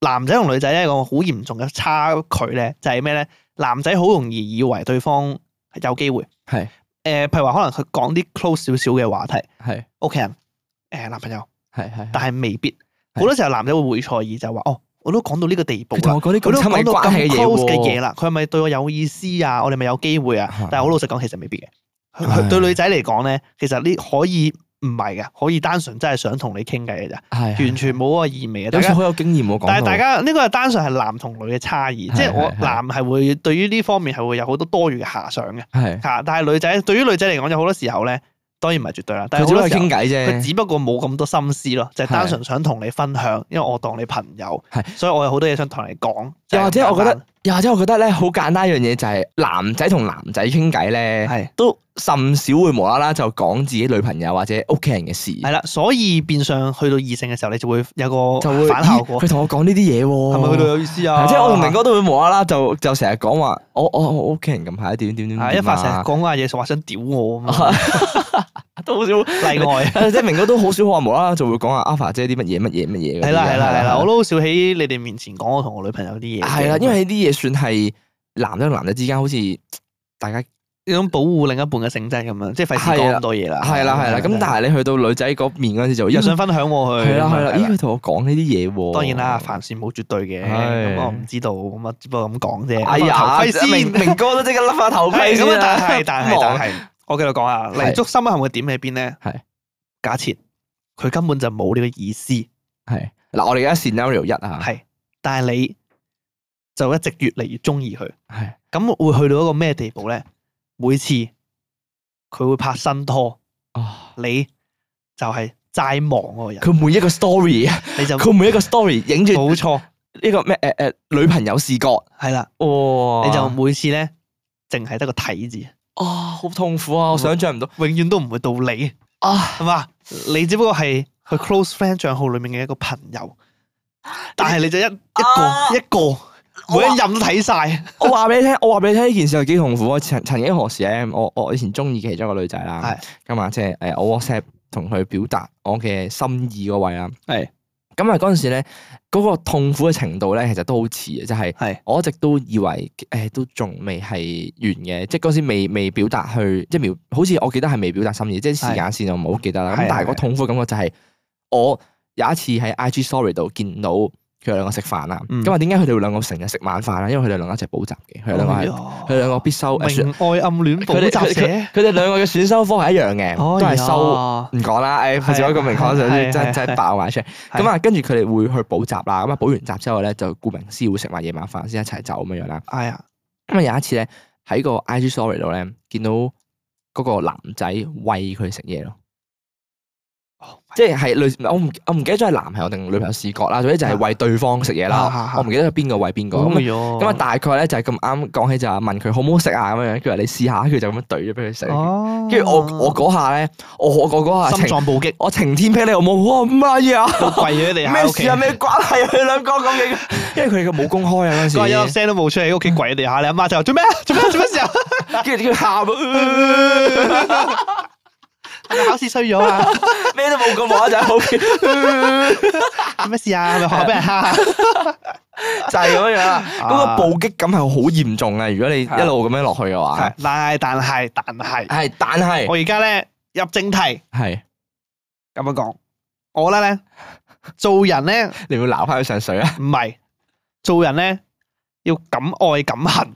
Speaker 1: 男仔同女仔咧個好嚴重嘅差距咧，就係咩咧？男仔好容易以為對方有機會，誒、
Speaker 3: 係
Speaker 1: 譬如話可能佢講啲 close 少少嘅話題，
Speaker 3: 係
Speaker 1: 屋企人、誒、男朋友，
Speaker 3: 係係
Speaker 1: 但係未必。好多時候男仔會會錯意就係話哦，我都講到呢個地步
Speaker 3: 佢同
Speaker 1: 啦，
Speaker 3: 我講
Speaker 1: 佢
Speaker 3: 啲
Speaker 1: 都
Speaker 3: 咁親密
Speaker 1: 講到
Speaker 3: 關係
Speaker 1: 咁
Speaker 3: 嘅
Speaker 1: close 嘅
Speaker 3: 嘢
Speaker 1: 嘢
Speaker 3: 喎，
Speaker 1: 啦，佢係咪對我有意思啊？我哋咪有機會啊
Speaker 3: 係？
Speaker 1: 但係我老實講，其實未必嘅。佢
Speaker 3: 係
Speaker 1: 佢對女仔嚟講咧，其實呢可以唔係嘅，可以單純真係想同你傾偈嘅咋，
Speaker 3: 係
Speaker 1: 完全冇嗰個意味嘅。大
Speaker 3: 有時
Speaker 1: 家
Speaker 3: 好有經驗喎，講
Speaker 1: 但係大
Speaker 3: 家
Speaker 1: 家呢個係單純係男同女嘅差異，
Speaker 3: 係
Speaker 1: 即係我
Speaker 3: 係係
Speaker 1: 男係會對於呢方面係會有好多多餘嘅遐想嘅
Speaker 3: 係
Speaker 1: 嚇，但係女仔對於女仔嚟講有好多時候咧，當然唔係絕對啦，但係
Speaker 3: 佢
Speaker 1: 好
Speaker 3: 只
Speaker 1: 多
Speaker 3: 係
Speaker 1: 時候
Speaker 3: 傾偈
Speaker 1: 佢
Speaker 3: 啫，
Speaker 1: 只不過冇咁多心思咯，就係
Speaker 3: 係
Speaker 1: 單純想同你分享，因為我當你朋友，
Speaker 3: 係
Speaker 1: 所以我有好多嘢想同你講。就
Speaker 3: 又
Speaker 1: 係咁
Speaker 3: 或者我覺
Speaker 1: 簡單
Speaker 3: 得，又或者我覺得咧，好簡單一樣嘢就係男仔同男仔傾偈咧，
Speaker 1: 係
Speaker 3: 都甚少會無啦啦就講自己女朋友或者屋企人嘅事，
Speaker 1: 係啦，所以變相去到異性嘅時候，你就會有
Speaker 3: 就
Speaker 1: 個
Speaker 3: 會
Speaker 1: 反效果
Speaker 3: 咦，佢同我講呢啲嘢喎，
Speaker 1: 係咪去到有意思啊？
Speaker 3: 係即係我同明哥都會無啦啦就就成日講話，我我我屋企人近排點點點
Speaker 1: 係一
Speaker 3: 點
Speaker 1: 發成日
Speaker 3: 啊，
Speaker 1: 講嗰下嘢，話想屌我咁啊
Speaker 3: 都好少，
Speaker 1: 例 外。
Speaker 3: 即係明哥都好少話無啦啦就會講啊阿凡姐啲乜嘢乜嘢乜嘢嗰啲啊，
Speaker 1: 係啦係啦係啦，我都好少喺你哋面前講我同我女朋友啲嘢嘅。
Speaker 3: 係啦，因為呢啲嘢算係男仔同男仔之間好似大家
Speaker 1: 呢種保護另一半嘅性質咁樣，即係費事
Speaker 3: 係
Speaker 1: 講
Speaker 3: 啦
Speaker 1: 咁多嘢啦。
Speaker 3: 係啦係啦，咁但係你去到女仔嗰面嗰陣時就
Speaker 1: 又
Speaker 3: 咦
Speaker 1: 想分享我佢
Speaker 3: 係啦係啦，
Speaker 1: 咁樣
Speaker 3: 咦佢同我講呢啲嘢喎，
Speaker 1: 當然啦，凡事冇絕對嘅，
Speaker 3: 係
Speaker 1: 咁我唔知道，咁啊只不過咁講啫。
Speaker 3: 哎呀，
Speaker 1: 頭盔先，
Speaker 3: 明明哥都即刻甩 翻頭盔
Speaker 1: 係
Speaker 3: 先
Speaker 1: 咁啊！
Speaker 3: 啦
Speaker 1: 但 係但係
Speaker 3: 忙
Speaker 1: 但係，我繼續講啊，
Speaker 3: 係
Speaker 1: 泥足深陷嘅點喺邊咧？
Speaker 3: 係
Speaker 1: 假設佢根本就冇呢個意思，
Speaker 3: 係嗱，我哋而家 scenario 一啊，
Speaker 1: 係，但係你就一直越嚟越中意佢，
Speaker 3: 係
Speaker 1: 咁會去到一個咩地步咧？每次佢會拍新拖，
Speaker 3: 啊，
Speaker 1: 你就係齋忙嗰個人，
Speaker 3: 佢每一個 story
Speaker 1: 你就
Speaker 3: 佢每一個 story 影住
Speaker 1: 冇錯，
Speaker 3: 呢個咩誒誒女朋友視覺，
Speaker 1: 係啦，
Speaker 3: 哇
Speaker 1: 你就每次咧淨係得個睇字，
Speaker 3: 啊好痛苦啊！我想象唔到
Speaker 1: 永遠都唔會到你。
Speaker 3: 啊！
Speaker 1: 係嘛？你只不過係佢 close friend 帳號裏面嘅一個朋友，但係你就一一
Speaker 3: 啊
Speaker 1: 個一個，每
Speaker 3: 我
Speaker 1: 一任都睇晒，
Speaker 3: 我話俾 你聽，我話俾你聽呢件事有幾痛苦啊！曾曾經何時咧，我我以前中意其中一個女仔啦
Speaker 1: 係，
Speaker 3: 咁啊即係誒我 WhatsApp 同佢表達我嘅心意嗰位啦，啊
Speaker 1: 係
Speaker 3: 咁啊嗰陣時咧嗰個痛苦嘅程度咧，其實都好似嘅，就係。
Speaker 1: 係
Speaker 3: 我一直都以為誒、都仲未係完
Speaker 1: 嗯
Speaker 3: 嘅，即係嗰時未未表達去，即係描，好似我記得係未表達心意，即係時間線我唔好記得啦。
Speaker 1: 嗯係
Speaker 3: 咁但係
Speaker 1: 係
Speaker 3: 個痛苦嘅感覺就係、我有一次喺 IG Story 度見到佢哋兩個食飯啦。
Speaker 1: 嗯
Speaker 3: 咁啊點解佢哋會兩個成日食晚飯啦？啊因為佢哋兩個一齊補習嘅，佢哋兩個係佢哋兩個必修誒選
Speaker 1: 哦明愛暗戀補
Speaker 3: 佢哋
Speaker 1: 習社，
Speaker 3: 佢哋兩個嘅選修科係一樣嘅，都係收。唔講啦，誒，費事我一個名講就
Speaker 1: 哦係係
Speaker 3: 真真
Speaker 1: 係
Speaker 3: 真爆埋出嚟。
Speaker 1: 係
Speaker 3: 咁啊，跟住佢哋會去補習啦。咁啊，補完習之後咧，就顧名思義會食埋夜晚飯先一齊走咁樣樣啦。
Speaker 1: 哎呀，
Speaker 3: 咁啊有一次咧喺個 IG story 度咧見到嗰個男仔餵佢食嘢咯，
Speaker 1: Oh
Speaker 3: 即係類似我唔我唔記得咗係男朋友定女朋友視覺啦，總之就係餵對方食嘢
Speaker 1: 啊
Speaker 3: 啦
Speaker 1: 啊啊。
Speaker 3: 我唔記得咗邊個餵邊個咁啊。咁
Speaker 1: 咁
Speaker 3: 啊，大概咧就係咁啱講起就係問佢好唔好食啊咁樣樣，佢話你試下，佢就咁樣懟咗俾佢食。
Speaker 1: 哦
Speaker 3: 跟住我我嗰下咧，我我我嗰下
Speaker 1: 心
Speaker 3: 晴
Speaker 1: 臟暴擊，
Speaker 3: 我晴天霹靂，我冇哇乜嘢啊！
Speaker 1: 我跪咗喺地下
Speaker 3: 咩
Speaker 1: 屋企
Speaker 3: 事啊？，咩關係啊？佢兩個咁嘅，因為佢哋嘅冇公開啊嗰
Speaker 1: 佢話一粒
Speaker 3: 陣時，
Speaker 1: 聲都冇出嚟，屋企跪喺地下，你阿媽就話 做咩啊？做咩啊？做咩事啊？
Speaker 3: 跟住佢喊啊，
Speaker 1: 係咪考試衰咗啊？
Speaker 3: 咩都冇咁話 就係好，
Speaker 1: 做 咩事啊？係咪學校俾人 蝦？
Speaker 3: 就係咁樣樣啦。
Speaker 1: 啊
Speaker 3: 嗰個暴擊感係好嚴重啊！如果你一路咁樣落去嘅話，
Speaker 1: 但係但係但係。
Speaker 3: 係，但係
Speaker 1: 我而家咧入正題
Speaker 3: 係
Speaker 1: 咁樣講，我覺得咧做人咧
Speaker 3: 你會鬧翻佢上水啊？
Speaker 1: 唔係做人咧要敢愛敢恨，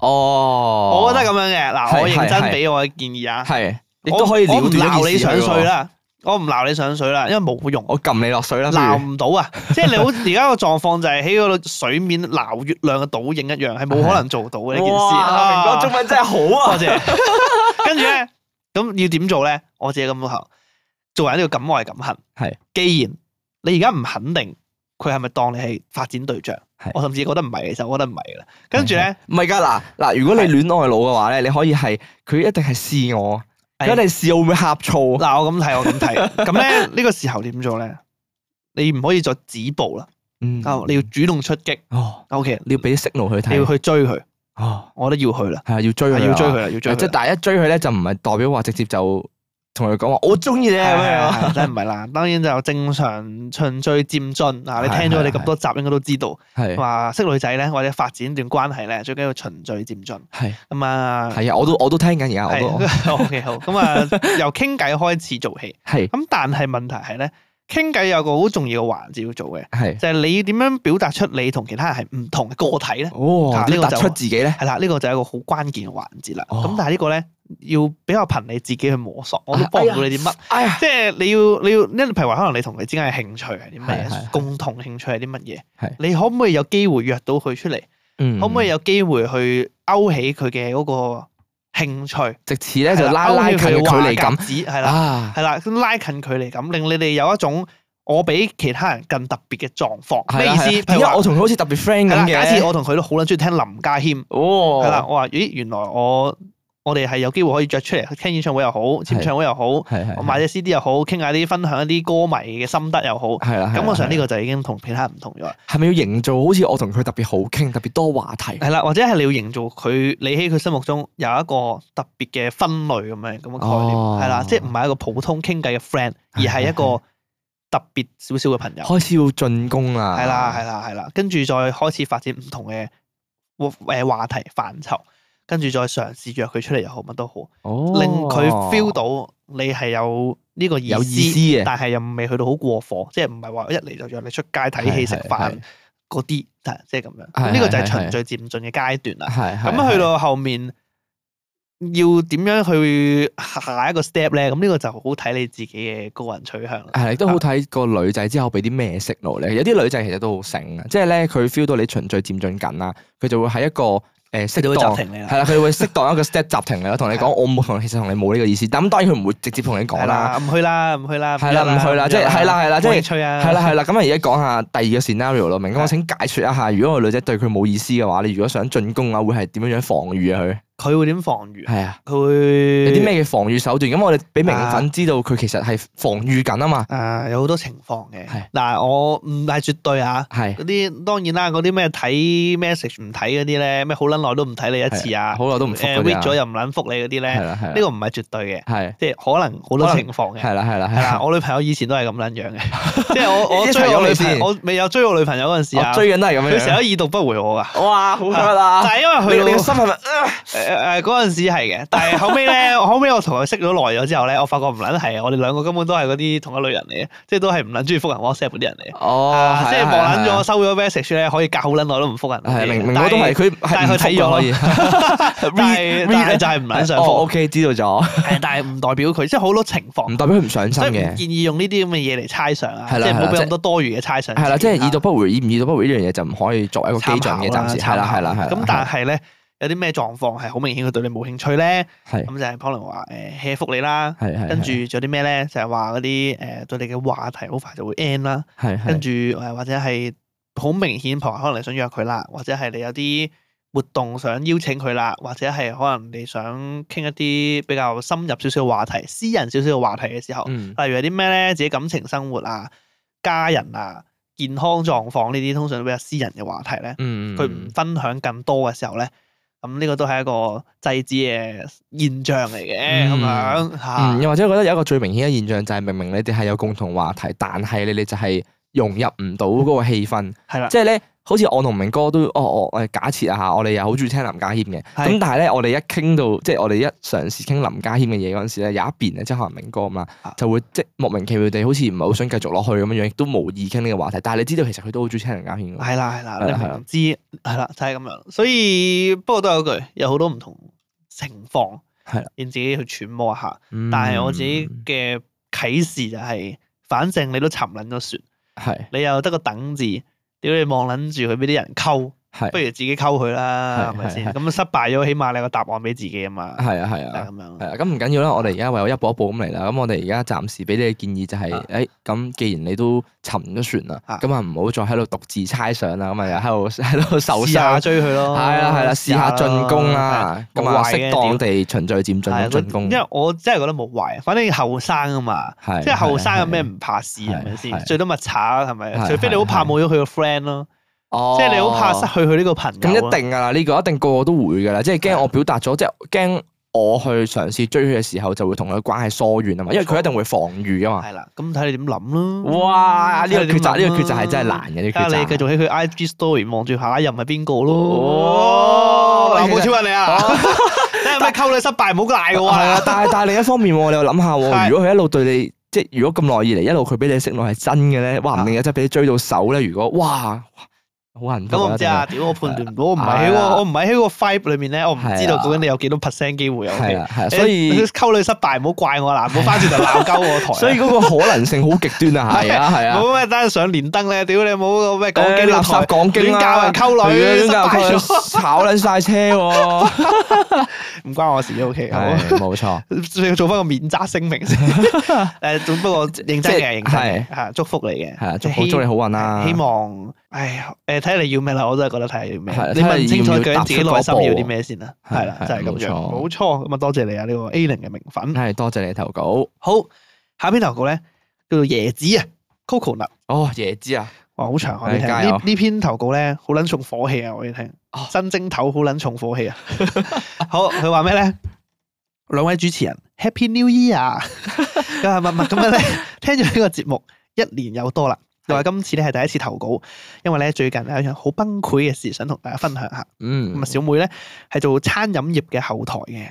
Speaker 3: 哦
Speaker 1: 我覺得咁樣嘅。嗱，
Speaker 3: 係
Speaker 1: 我認
Speaker 3: 係
Speaker 1: 真
Speaker 3: 係
Speaker 1: 俾我嘅建議啊，
Speaker 3: 係，亦
Speaker 1: 我
Speaker 3: 都可以
Speaker 1: 我
Speaker 3: 了
Speaker 1: 唔
Speaker 3: 斷一件
Speaker 1: 鬧你
Speaker 3: 事
Speaker 1: 上
Speaker 3: 㗎喎
Speaker 1: 水，啦，我唔鬧你上水啦，因為冇用。
Speaker 3: 我撳你落水啦。不如
Speaker 1: 鬧唔到啊！即係你好而家個狀況就係喺個水面鬧月亮嘅倒影一樣，係冇可能做到嘅呢件事。
Speaker 3: 哇明
Speaker 1: 啊
Speaker 3: 哥中文真係好
Speaker 1: 多
Speaker 3: 啊！
Speaker 1: 謝。 跟住咧，咁要點做咧？我自己咁講，做人都要敢愛敢恨。
Speaker 3: 係，
Speaker 1: 既然你而家唔肯定佢係咪當你係發展對象
Speaker 3: 係，
Speaker 1: 我甚至覺得唔係，其實我覺得唔係㗎啦。跟住咧，
Speaker 3: 唔係㗎嗱嗱，如果你戀愛腦嘅話咧，你可以係佢一定係試我，
Speaker 1: 係
Speaker 3: 佢一定試我會唔會呷 醋。
Speaker 1: 嗱我咁睇，我咁睇，咁咧呢個時候點做咧？你唔可以再止步啦，
Speaker 3: 嗯
Speaker 1: 啊你要主動出擊。
Speaker 3: 哦。
Speaker 1: O.K.
Speaker 3: 你要俾 signal 佢睇，
Speaker 1: 你要去追佢，
Speaker 3: 哦，
Speaker 1: 我覺得要去啦，
Speaker 3: 係啊，要追佢，
Speaker 1: 係要追佢，啦，要追
Speaker 3: 即係
Speaker 1: 佢啦。
Speaker 3: 但係一追佢咧，就唔係代表話直接就同佢講話我中意你
Speaker 1: 係
Speaker 3: 啊咁
Speaker 1: 係
Speaker 3: 樣，
Speaker 1: 係真係唔係啦，當然就正常循序漸進啊！你聽咗我哋咁多集，應該都知道。
Speaker 3: 係
Speaker 1: 話識女仔咧，或者發展段關係咧，最緊要循序漸進
Speaker 3: 係
Speaker 1: 咁啊。
Speaker 3: 係啊，我都我都聽緊而家，我 都
Speaker 1: 係 OK 好咁啊，由傾偈開始做起。
Speaker 3: 係
Speaker 1: 咁但係問題係咧，傾偈有個好重要嘅環節要做嘅，
Speaker 3: 係
Speaker 1: 就係你點樣表達出你同其他人係唔同嘅個體咧？
Speaker 3: 哦，
Speaker 1: 呢
Speaker 3: 你
Speaker 1: 個
Speaker 3: 突
Speaker 1: 就
Speaker 3: 出自己咧，
Speaker 1: 係啦，呢個就係一個好關鍵嘅環節啦。
Speaker 3: 哦
Speaker 1: 咁但係呢個咧要比較憑你自己去摸索，我都
Speaker 3: 哎
Speaker 1: 幫唔到
Speaker 3: 哎呀
Speaker 1: 你啲乜。
Speaker 3: 哎呀，
Speaker 1: 即係你要你要，因為譬如話可能你同佢之間嘅興趣係啲
Speaker 3: 係係
Speaker 1: 咩
Speaker 3: 係，
Speaker 1: 共同興趣係啲乜嘢
Speaker 3: 係，
Speaker 1: 你可唔可以有機會約到佢出嚟？
Speaker 3: 嗯
Speaker 1: 可唔可以有機會去勾起佢嘅嗰個興趣？
Speaker 3: 直至咧就
Speaker 1: 係
Speaker 3: 拉
Speaker 1: 勾
Speaker 3: 拉
Speaker 1: 起
Speaker 3: 近
Speaker 1: 佢
Speaker 3: 嘅距離感
Speaker 1: 話匣子係啦，
Speaker 3: 啊，
Speaker 1: 係啦，拉近距離感，令你哋有一種我比其他人更特別嘅狀況。
Speaker 3: 係
Speaker 1: 咩
Speaker 3: 啦
Speaker 1: 意思？
Speaker 3: 係
Speaker 1: 譬
Speaker 3: 啦啊點
Speaker 1: 如
Speaker 3: 解
Speaker 1: 話
Speaker 3: 我同佢好似特別
Speaker 1: 係
Speaker 3: friend 咁
Speaker 1: 啦，
Speaker 3: 嘅？
Speaker 1: 假設我同佢都好撚中意聽林家謙，
Speaker 3: 哦，
Speaker 1: 係啦，，我話咦，原來我我哋係有機會可以着出嚟聽演唱會又好，簽
Speaker 3: 係
Speaker 1: 唱會又好。
Speaker 3: 係係，
Speaker 1: 我買隻 CD 又好，傾下啲分享一啲歌迷嘅心得又好，
Speaker 3: 係啦，係啦
Speaker 1: 咁我想呢
Speaker 3: 係啦
Speaker 1: 個就已經同其他人唔同咗啦。
Speaker 3: 係咪要營造好似我同佢特別好傾，特別多話題？
Speaker 1: 係啦，或者係你要營造佢你喺佢心目中有一個特別嘅分類咁樣咁嘅概念，
Speaker 3: 哦
Speaker 1: 係啦，即係唔係一個普通傾偈嘅 friend，而
Speaker 3: 係
Speaker 1: 係一 個特別少少嘅朋友。
Speaker 3: 開始要進攻啦，
Speaker 1: 係啦，係啦，係啦，跟住再開始發展唔同嘅誒話題範疇，跟住再嘗試約佢出嚟又好，乜都好。
Speaker 3: 哦，
Speaker 1: 令佢 feel 到你係有呢個意
Speaker 3: 有
Speaker 1: 思，
Speaker 3: 意思嘅
Speaker 1: 但係又未去到好過火，即係唔係話一嚟就約你出街睇戲食飯嗰啲，但係即係咁樣。
Speaker 3: 係
Speaker 1: 咁呢個就係
Speaker 3: 係
Speaker 1: 循
Speaker 3: 係
Speaker 1: 序漸進嘅階段啦。
Speaker 3: 係係
Speaker 1: 咁去到後面要點樣去下一個 step 咧？咁呢個就好睇你自己嘅個人取向啦。
Speaker 3: 係亦都好睇個女仔之後俾啲咩 signal 咧。有啲女仔其實都好醒啊嘅，即係咧佢 feel 到你循序漸進緊啦，啊佢就會喺一個誒
Speaker 1: 佢就
Speaker 3: 適
Speaker 1: 會暫
Speaker 3: 當
Speaker 1: 停你啦
Speaker 3: 係啦，佢會適當一個 step 暫停你啦，同你
Speaker 1: 係
Speaker 3: 講我冇同，其實同你冇呢個意思。但咁當然佢唔會直接同你講
Speaker 1: 係
Speaker 3: 啦。
Speaker 1: 啦，唔去啦，唔去啦，
Speaker 3: 係啦唔去啦即係係啦係啦即係
Speaker 1: 趣啊，
Speaker 3: 係啦係啦，咁啊而家講下第二個 scenario 咯，明哥，我請解説一下，如果個女仔對佢冇意思嘅話，你如果想進攻啊，會係點樣樣防禦啊？佢
Speaker 1: 佢會點防禦？
Speaker 3: 係啊，
Speaker 1: 佢會
Speaker 3: 有
Speaker 1: 有
Speaker 3: 啲？咩嘅防禦手段？咁我哋俾明粉知道佢其實係防禦緊啊嘛，
Speaker 1: 誒、有好多情況嘅
Speaker 3: 係。
Speaker 1: 嗱，我唔係絕對啊。
Speaker 3: 係
Speaker 1: 嗰啲當然啦，嗰啲咩睇 message 唔睇嗰啲咧，咩好撚耐都唔睇你一次啊，
Speaker 3: 好耐都唔
Speaker 1: 誒
Speaker 3: 復
Speaker 1: read 咗
Speaker 3: 嗰啲啊
Speaker 1: 又唔撚覆你嗰啲咧，
Speaker 3: 係
Speaker 1: 呢
Speaker 3: 啦係
Speaker 1: 個
Speaker 3: 啦，
Speaker 1: 唔係絕對嘅，
Speaker 3: 係
Speaker 1: 即係可能好多情況嘅。
Speaker 3: 係啦係 啦
Speaker 1: 係
Speaker 3: 係
Speaker 1: 啦，
Speaker 3: 啦，
Speaker 1: 我女朋友以前都係咁撚 樣嘅，即係我我
Speaker 3: 一齊
Speaker 1: 追我
Speaker 3: 咗
Speaker 1: 女
Speaker 3: 你
Speaker 1: 朋
Speaker 3: 先
Speaker 1: 友，我未有追我女朋友嗰陣時啊
Speaker 3: 我，追緊都係咁
Speaker 1: 佢
Speaker 3: 樣
Speaker 1: 成
Speaker 3: 樣。
Speaker 1: 日已讀不回我噶，
Speaker 3: 哇，好香
Speaker 1: 就
Speaker 3: 啦！
Speaker 1: 係呃因為
Speaker 3: 你
Speaker 1: 佢
Speaker 3: 你
Speaker 1: 老
Speaker 3: 個心係咪？
Speaker 1: 誒誒嗰陣時係嘅，但係後尾咧， 後尾我同佢識咗耐咗之後咧，我發覺唔撚係，我哋兩個根本都係嗰啲同一類人嚟嘅，即係都係唔撚中意覆人 WhatsApp 嗰啲人嚟嘅。
Speaker 3: 哦
Speaker 1: 啊，即係
Speaker 3: 係
Speaker 1: 望
Speaker 3: 係
Speaker 1: 撚咗收咗 message 咧，可以隔好撚耐都唔覆人嗰啲
Speaker 3: 係啊
Speaker 1: 嘅。
Speaker 3: 明明
Speaker 1: 但
Speaker 3: 我都係佢
Speaker 1: 但係
Speaker 3: 係唔
Speaker 1: 佢睇
Speaker 3: 睇
Speaker 1: 咗
Speaker 3: 咗
Speaker 1: 咯
Speaker 3: 可以
Speaker 1: 但係但係
Speaker 3: read read 咧
Speaker 1: 就係唔撚想
Speaker 3: 哦
Speaker 1: 覆，
Speaker 3: OK 知道咗，
Speaker 1: 係但係唔代表佢，即係好多情
Speaker 3: 唔
Speaker 1: 況，
Speaker 3: 代表佢唔上心
Speaker 1: 所以唔
Speaker 3: 嘅。
Speaker 1: 建議用呢啲咁嘅嘢嚟猜想啊，
Speaker 3: 係
Speaker 1: 即
Speaker 3: 啦
Speaker 1: 係唔
Speaker 3: 係
Speaker 1: 好
Speaker 3: 啦
Speaker 1: 俾
Speaker 3: 即
Speaker 1: 咁
Speaker 3: 係
Speaker 1: 多多餘嘅猜想自己
Speaker 3: 係
Speaker 1: 啊。
Speaker 3: 啦，即係已讀不回，已唔已讀不回呢樣嘢就唔可以作為一個基
Speaker 1: 參
Speaker 3: 準
Speaker 1: 考
Speaker 3: 嘅，
Speaker 1: 啦
Speaker 3: 暫時係啦係啦係啦。
Speaker 1: 咁但係咧，有啲咩狀況係好明顯佢對你冇興趣咧？
Speaker 3: 係
Speaker 1: 咁就係可能話誒 hea 覆你啦。
Speaker 3: 嗯係係
Speaker 1: 跟住仲有啲咩咧？就係話嗰啲誒對你嘅話題好快就會 end 啦。
Speaker 3: 係
Speaker 1: 跟
Speaker 3: 係
Speaker 1: 住誒或者係好明顯，譬如話可能你想約佢啦，或者係你有啲活動想邀請佢啦，或者係可能你想傾一啲比較深入少少嘅話題、私人少少嘅話題嘅時候，
Speaker 3: 嗯
Speaker 1: 例如係啲咩咧？自己感情生活啊、家人啊、健康狀況呢啲，通常都比較私人嘅話題咧，
Speaker 3: 嗯
Speaker 1: 佢唔分享更多嘅時候咧。咁呢個都係一個制止嘅現象嚟嘅，咁
Speaker 3: 嗯
Speaker 1: 樣
Speaker 3: 嗯，
Speaker 1: 嚇，
Speaker 3: 又或者我覺得有一個最明顯嘅現象就係明明你哋係有共同話題，但係你哋就係融入唔到嗰個氣氛，
Speaker 1: 係啦，
Speaker 3: 即係咧。好似我同明哥都，哦我誒假設啊嚇，我哋又好中意聽林家謙嘅，
Speaker 1: 係
Speaker 3: 咁但係咧，我哋一傾到即係我哋一嘗試傾林家謙嘅嘢嗰陣時咧，有一邊咧即係可能明哥咁啦
Speaker 1: 啊，
Speaker 3: 就會即係莫名其妙地好似唔係好想繼續落去咁樣樣，亦都無意傾呢個話題。但係你知道其實佢都好中意聽林家謙嘅，
Speaker 1: 係啦係啦，
Speaker 3: 係
Speaker 1: 你
Speaker 3: 啦
Speaker 1: 明
Speaker 3: 係啦
Speaker 1: 明知係啦，就係咁樣。所以不過都有句，有好多唔同情況，
Speaker 3: 係啦，
Speaker 1: 你自己去揣摩一下。
Speaker 3: 嗯
Speaker 1: 但係我自己嘅啟示就係、反正你都沉撚咗船，
Speaker 3: 係
Speaker 1: 你又得個等字，屌你望撚住佢俾啲人溝，
Speaker 3: 係
Speaker 1: 不如自己溝佢啦，
Speaker 3: 係
Speaker 1: 係咪先？
Speaker 3: 係
Speaker 1: 咁失敗咗，起碼你有個答案俾自己啊嘛，
Speaker 3: 係啊係
Speaker 1: 就
Speaker 3: 啊
Speaker 1: 係。咁樣
Speaker 3: 系
Speaker 1: 啦。
Speaker 3: 啦，咁唔緊要啦，我哋而家唯有一步一步咁嚟啦。咁我哋而家暫時俾你嘅建議就係、
Speaker 1: 啊
Speaker 3: 誒咁、既然你都沉咗船啦，
Speaker 1: 啊
Speaker 3: 咁啊唔好再喺度獨自猜想啦，咁啊又喺度喺度受
Speaker 1: 試下
Speaker 3: 傷。
Speaker 1: 追佢咯，
Speaker 3: 係啦係啦，試下進攻啦，
Speaker 1: 係
Speaker 3: 咁啊
Speaker 1: 冇壞嘅
Speaker 3: 適當地循序漸進
Speaker 1: 係啊
Speaker 3: 咁進攻。
Speaker 1: 因為我真係覺得冇壞，反正後生啊嘛。
Speaker 3: 係
Speaker 1: 即係後生有咩？
Speaker 3: 係係
Speaker 1: 唔怕事係咪
Speaker 3: 係
Speaker 1: 先？
Speaker 3: 係
Speaker 1: 最多咪查係咪？
Speaker 3: 係
Speaker 1: 除非你好怕冇咗佢個 friend 咯，
Speaker 3: 哦
Speaker 1: 即係你好怕失啊去佢呢個朋友。
Speaker 3: 咁一。定噶啦，呢個一定個個都會噶啦，即係
Speaker 1: 係
Speaker 3: 驚我表達咗，即係驚我去嘗試追佢嘅時候就會同佢關係疏遠啊嘛，因為佢一定會防禦啊嘛。
Speaker 1: 係啦，咁睇你點諗咯。
Speaker 3: 哇！呢個
Speaker 1: 睇你點
Speaker 3: 抉擇，呢
Speaker 1: 諗
Speaker 3: 個抉擇係
Speaker 1: 啦
Speaker 3: 真係難嘅，呢個
Speaker 1: 睇下
Speaker 3: 抉
Speaker 1: 你
Speaker 3: 擇
Speaker 1: 繼。續喺佢 IG story 望住下一任係邊個咯
Speaker 3: 哦。
Speaker 1: 嗱，
Speaker 3: 其
Speaker 1: 冇
Speaker 3: 實
Speaker 1: 超人你啊！ 睇下咩溝女失敗，唔好賴我
Speaker 3: 係
Speaker 1: 啊
Speaker 3: 啊！，但係但係另一方面喎，你又諗下
Speaker 1: 係
Speaker 3: 喎，如果佢一路對你即係如果咁耐以嚟一路佢俾你嘅承諾係真嘅咧，哇唔定有真係俾你追到手咧。如果哇好幸福
Speaker 1: 咁我唔知啊，
Speaker 3: 一定
Speaker 1: 屌我判斷唔到，我唔係喺
Speaker 3: 係
Speaker 1: 個
Speaker 3: 啊
Speaker 1: 我唔係喺個 five 裏面咧，我唔知
Speaker 3: 係
Speaker 1: 道
Speaker 3: 啊
Speaker 1: 究竟你有幾多 percent 機會啊。
Speaker 3: 係
Speaker 1: OK
Speaker 3: 啊係啊，所
Speaker 1: 你
Speaker 3: 以
Speaker 1: 溝女失敗唔好怪我啦，唔好翻轉頭鬧鳩我台啊。
Speaker 3: 所以嗰個可能性好極端啊，係啊 係啊。
Speaker 1: 冇咩單上連登咧，屌你冇個咩講
Speaker 3: 誒
Speaker 1: 經
Speaker 3: 垃圾講經
Speaker 1: 亂教
Speaker 3: 啊
Speaker 1: 人溝
Speaker 3: 係
Speaker 1: 女，
Speaker 3: 啊
Speaker 1: 失
Speaker 3: 亂教
Speaker 1: 敗
Speaker 3: 佢
Speaker 1: 咗，
Speaker 3: 炒撚晒車喎，
Speaker 1: 唔關我事 OK 好
Speaker 3: 係冇錯。
Speaker 1: 你要做翻個免責聲明 先。誒，總不過認真
Speaker 3: 即
Speaker 1: 嘅，
Speaker 3: 係
Speaker 1: 認真嘅
Speaker 3: 係
Speaker 1: 係祝福你嘅，
Speaker 3: 係啊，
Speaker 1: 即
Speaker 3: 祝
Speaker 1: 係
Speaker 3: 好
Speaker 1: 希
Speaker 3: 祝你好運啦！
Speaker 1: 希望，唉呀，誒，睇下你要咩啦，我真係覺得睇下你要咩
Speaker 3: 係。
Speaker 1: 你
Speaker 3: 睇下
Speaker 1: 問清楚
Speaker 3: 要唔
Speaker 1: 究
Speaker 3: 要
Speaker 1: 竟自己內
Speaker 3: 踏出
Speaker 1: 心
Speaker 3: 嗰一
Speaker 1: 要
Speaker 3: 步啊
Speaker 1: 啲咩先啦，
Speaker 3: 係
Speaker 1: 係啦，
Speaker 3: 係
Speaker 1: 就係咁樣，冇
Speaker 3: 冇
Speaker 1: 錯。咁啊，多謝你啊，呢個 A 零嘅名粉。
Speaker 3: 係多謝你投稿。
Speaker 1: 好，下篇投稿咧叫做椰子啊，Coconut，
Speaker 3: 哦，椰子啊，
Speaker 1: 哇，好長我俾你聽。
Speaker 3: 係加油
Speaker 1: 呢呢篇投稿咧好撚重火氣啊，我俾你聽
Speaker 3: 哦。
Speaker 1: 新蒸頭好撚重火氣 啊！好，佢話咩咧？兩位主持人 Happy New Year 啊！咁啊，默默咁樣 咧，聽咗呢個節目一年有多啦。又話今次咧係第一次投稿，因為咧最近有一樣好崩潰嘅事想同大家分享下。咁
Speaker 3: 嗯
Speaker 1: 啊，，小妹咧係做餐飲業嘅後台嘅。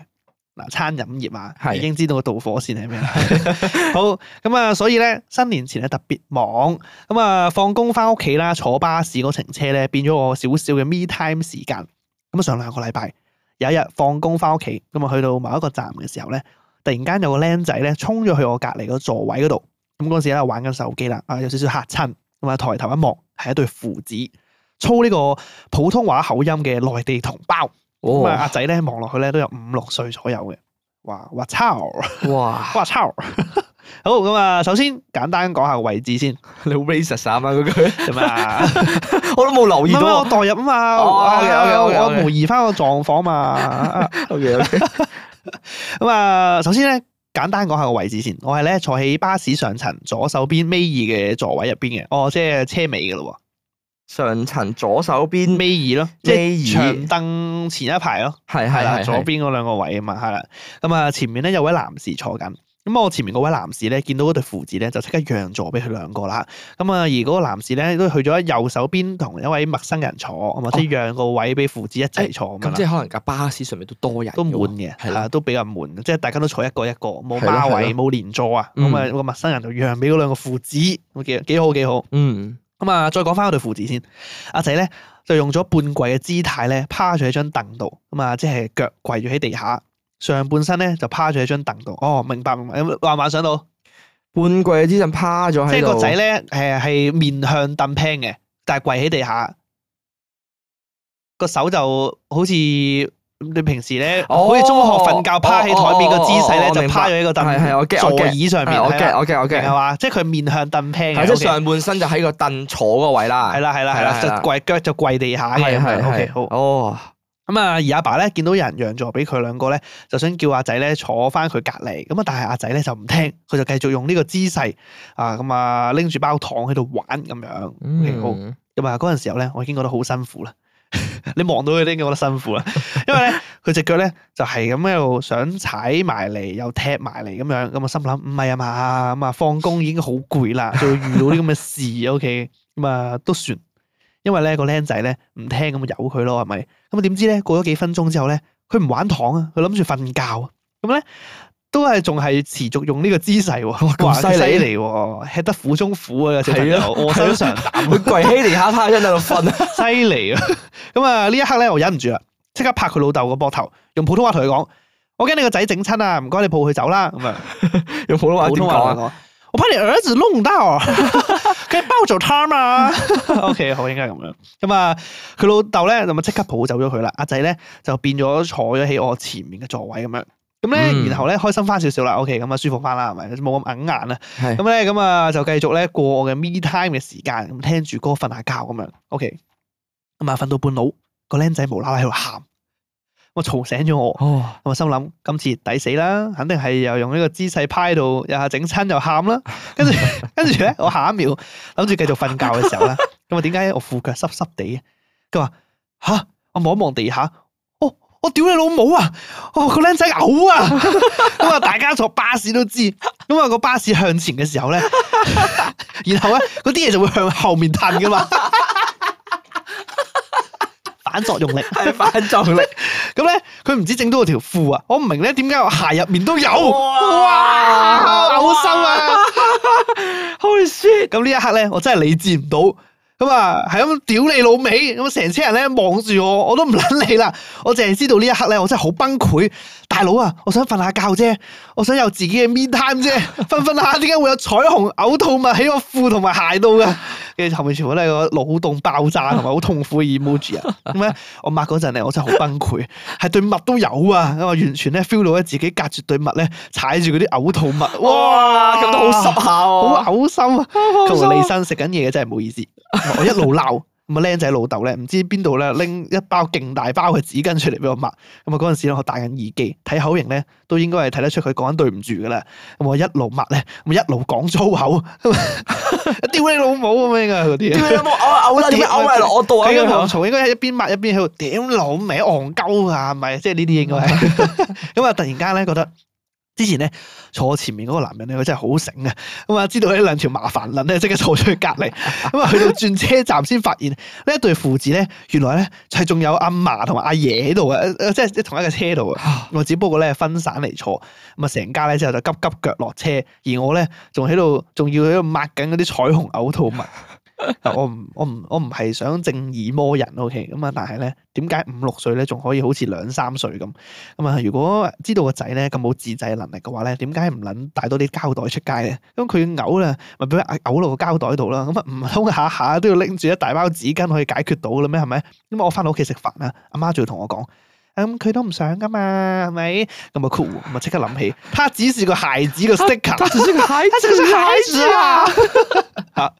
Speaker 1: 嗱，餐飲業啊，
Speaker 3: 係
Speaker 1: 已經知道個導火線係咩啦。 好咁啊，所以咧新年前咧特別忙，咁啊放工翻屋企啦，坐巴士嗰程車咧變咗我少少嘅 me time 時間。咁啊，上兩個禮拜有一日放工翻屋企，咁啊去到某一個站嘅時候咧，突然間有個僆仔咧衝咗去我隔離個座位嗰度，咁嗰陣時喺度玩緊手機啦，啊有少少嚇親，咁啊抬頭一望係一對父子，操呢個普通話口音嘅內地同胞。咁啊，
Speaker 3: 哇
Speaker 1: 阿仔咧望落去咧都有五六歲左右嘅。哇！哇操！
Speaker 3: 哇，
Speaker 1: 哇操！ 好咁啊，首先簡單講下個位置先，
Speaker 3: 你好 racist 啊啱啱嗰句，
Speaker 1: 咁啊，
Speaker 3: 我都冇留
Speaker 1: 唔
Speaker 3: 意
Speaker 1: 係唔係
Speaker 3: 到
Speaker 1: 我。代入啊嘛，
Speaker 3: 哦
Speaker 1: 我
Speaker 3: OK，OK，OK，OK
Speaker 1: 我模擬翻個狀況嘛。 啊
Speaker 3: O K O K，
Speaker 1: 咁啊，首先咧簡單講下個位置先，我係咧坐喺巴士上層左手邊尾二嘅座位入邊嘅，哦，即係車尾嘅咯
Speaker 3: 上層左手
Speaker 1: 喎，
Speaker 3: 邊
Speaker 1: 尾二咯，即係
Speaker 3: 嗯尾二
Speaker 1: 長凳前一排咯。
Speaker 3: 係
Speaker 1: 係
Speaker 3: 係
Speaker 1: 啦，
Speaker 3: 啦，
Speaker 1: 左
Speaker 3: 左邊
Speaker 1: 邊嗰兩個位啊嘛，係啦。咁啊，前面咧有位男士坐緊。咁啊我前面嗰位男士咧，見到嗰對父子咧，就即刻讓座俾佢兩個啦。咁啊，而嗰個男士咧，都去咗右手邊同一位陌生人坐，咁啊，即係讓個位俾父子一齊坐咁
Speaker 3: 哦咁
Speaker 1: 樣
Speaker 3: 即
Speaker 1: 啦。
Speaker 3: 係可能架巴士上面都多人嘅喎，
Speaker 1: 都滿嘅，係
Speaker 3: 係
Speaker 1: 啦，
Speaker 3: 啦，
Speaker 1: 都比較滿，即係大家都坐一個一個，冇
Speaker 3: 係咯
Speaker 1: 孖
Speaker 3: 係咯
Speaker 1: 位，冇連座啊。咁啊，
Speaker 3: 嗯
Speaker 1: 個陌生人就讓俾嗰兩個父子，咁幾幾好幾好。
Speaker 3: 嗯，
Speaker 1: 咁啊，再講翻嗰對父子先。阿仔咧就用咗半跪嘅姿態咧，趴咗喺張凳度。咁啊，即係腳跪咗喺地下，上半身咧就趴咗喺張凳度。哦，明白明白，有冇幻唔幻想到？
Speaker 3: 半跪之陣趴咗
Speaker 1: 即
Speaker 3: 喺
Speaker 1: 係
Speaker 3: 度，
Speaker 1: 個仔咧，誒係面向凳平嘅，但係跪喺地下，個手就好似你平時咧，
Speaker 3: 哦
Speaker 1: 好似中學瞓覺趴喺台面個姿勢咧，
Speaker 3: 哦哦哦哦
Speaker 1: 就趴咗喺個凳
Speaker 3: 係係我 get，我
Speaker 1: 座
Speaker 3: get
Speaker 1: 椅上面，
Speaker 3: 係我
Speaker 1: 係啦
Speaker 3: get 我 get 我
Speaker 1: 係
Speaker 3: get，
Speaker 1: 嘛？即係佢面向凳平嘅
Speaker 3: 啊係即係
Speaker 1: OK
Speaker 3: 上半身就喺個凳坐個位啦，
Speaker 1: 係啦係啦係啦，
Speaker 3: 啊係啦
Speaker 1: 就跪腳就跪地下嘅
Speaker 3: 係係係
Speaker 1: o k 好。
Speaker 3: 哦，
Speaker 1: 咁啊，而阿爸咧見到有人讓座俾佢兩個咧，就想叫阿仔咧坐翻佢隔離。咁啊，但係阿仔咧就唔聽，佢就繼續用呢個姿勢啊，咁啊拎住包糖喺度玩咁樣。OK，好。
Speaker 3: 嗯
Speaker 1: 咁啊，嗰陣時候咧，我已經覺得好辛苦啦。你望到佢已經覺得辛苦啦，因為咧佢只腳咧就係咁喺度想踩埋嚟，又踢埋嚟咁樣，咁我心諗唔係啊嘛，咁啊放工已經好攰啦，仲要遇到啲咁嘅事，OK，咁啊都算，因為咧個僆仔咧唔聽咁咪由佢咯，係咪？咁啊點知咧過咗幾分鐘之後咧，佢唔玩糖啊，佢諗住瞓覺啊，咁咧都係仲係持續用呢個姿勢喎，哇
Speaker 3: 咁犀利
Speaker 1: 喎，吃得苦中苦啊，小朋友，
Speaker 3: 係啊
Speaker 1: 臥薪嘗膽 啊
Speaker 3: 佢跪喺地下趴喺度瞓，
Speaker 1: 犀利啊！咁啊，呢一刻咧，我忍唔住啦，即刻拍佢老豆個膊頭，用普通話同佢講：我驚你個仔整親啊，唔該你抱佢走啦。咁啊，
Speaker 3: 用普通話
Speaker 1: 普
Speaker 3: 點
Speaker 1: 通
Speaker 3: 講
Speaker 1: 話同佢
Speaker 3: 啊？
Speaker 1: 講：我怕你兒子弄到啊， 佢包咗他嘛。OK，好，應該係咁樣。咁啊，佢老豆咧咁啊，即刻抱走咗佢啦。阿仔咧就變咗坐咗喺我前面嘅座位咁樣。咁咧，
Speaker 3: 嗯
Speaker 1: 然後咧開心翻少少啦，OK，咁啊舒服翻啦，係咪？冇咁硬硬啦。
Speaker 3: 係
Speaker 1: 咁咧，咁啊就繼續咧過我嘅 me time 嘅時間，咁聽住歌瞓下覺咁樣。OK，咁啊瞓到半路，個僆仔無啦啦喺度喊，我嘈醒咗我。
Speaker 3: 哦，
Speaker 1: 咁啊心諗今次抵死啦，肯定係又用呢個姿勢趴喺度，又係整親又喊啦。 跟住跟住咧，我下一秒諗住繼續瞓覺嘅時候咧，咁啊點解我褲腳濕濕地嘅？佢話吓，我望一望地下，哦，我屌你老母啊！哦，個僆仔嘔 啊！咁啊，大家坐巴士都知，咁啊個巴士向前嘅時候咧， 然後咧嗰啲嘢就會向後面褪噶嘛。反作用力。
Speaker 3: 係反作力。
Speaker 1: 咁咧，佢唔止整到我條褲啊，我唔明咧點解我鞋入面都有，哇，
Speaker 3: 哇
Speaker 1: 嘔心啊！
Speaker 3: Holy shit！
Speaker 1: 咁呢一刻咧，我真係理智唔到，咁啊，係咁屌你老味，咁成車人咧望住我，我都唔撚你啦，我淨係知道呢一刻咧，我真係好崩潰。大佬啊，我想瞓下覺啫，我想有自己嘅 me time 啫， 瞓瞓下點解會有彩虹嘔吐物喺我褲同埋鞋度噶？跟住後面全部都係個腦洞爆炸同埋好痛苦嘅 emoji 啊！咁咧，我抹嗰陣咧，我真係好崩潰，係對襪都有啊，我完全咧 feel 到咧自己隔住對襪咧踩住嗰啲嘔吐物，哇！
Speaker 3: 哇，咁都好濕下喎。
Speaker 1: 好嘔心啊！
Speaker 3: 嘔
Speaker 1: 同
Speaker 3: 心啊
Speaker 1: 埋李生食緊嘢嘅真係唔好意思，我一路鬧。咁啊，僆仔老豆咧，唔知邊度咧拎一包勁大包嘅紙巾出嚟俾我抹。咁啊，嗰陣時咧我戴緊耳機，睇口型咧都應該係睇得出佢講緊對唔住噶啦。咁我一路抹咧，咁一路講粗口，啊屌你老母咁樣噶嗰啲
Speaker 3: 屌。你有冇嘔啊嘔啦，點解嘔埋落我度啊？
Speaker 1: 佢嘅
Speaker 3: 咁
Speaker 1: 唐
Speaker 3: 樣
Speaker 1: 曹應該係一邊抹一邊喺度屌老味戇鳩啊，係咪？即係呢啲應該係 咁啊！突然間咧覺得。之前咧坐我前面嗰個男人咧，佢真係好醒啊！咁啊，知道呢兩條麻煩撚咧，即刻坐咗去隔 離。咁啊，去到轉車站先發現呢一對父子咧，原來咧係仲有阿嫲同埋阿爺喺度啊！呃即係同一個車度啊！我只不過咧分散嚟坐，咁啊成家咧之後就急急腳落車，而我咧仲喺度，仲要喺度抹緊嗰啲彩虹嘔吐物。嗱我唔我唔我唔係想正義魔人，OK 咁啊，但係咧點解五六歲咧仲可以好似兩三歲咁咁啊？如果知道個仔咧咁冇自制能力嘅話咧，點解唔撚帶多啲膠袋出街咧？咁佢嘔啦，咪俾佢嘔落個膠袋度啦。咁啊唔通下下都要拎住一大包紙巾可以解決到啦咩？係咪？咁啊我翻到屋企食飯啊，阿媽仲要同我講。咁佢都唔想噶嘛，係咪？咁啊酷，咁啊即刻諗起，他只是個孩子嘅 sticker，
Speaker 3: 只是個孩
Speaker 1: 他只是個孩子啊！ 吓，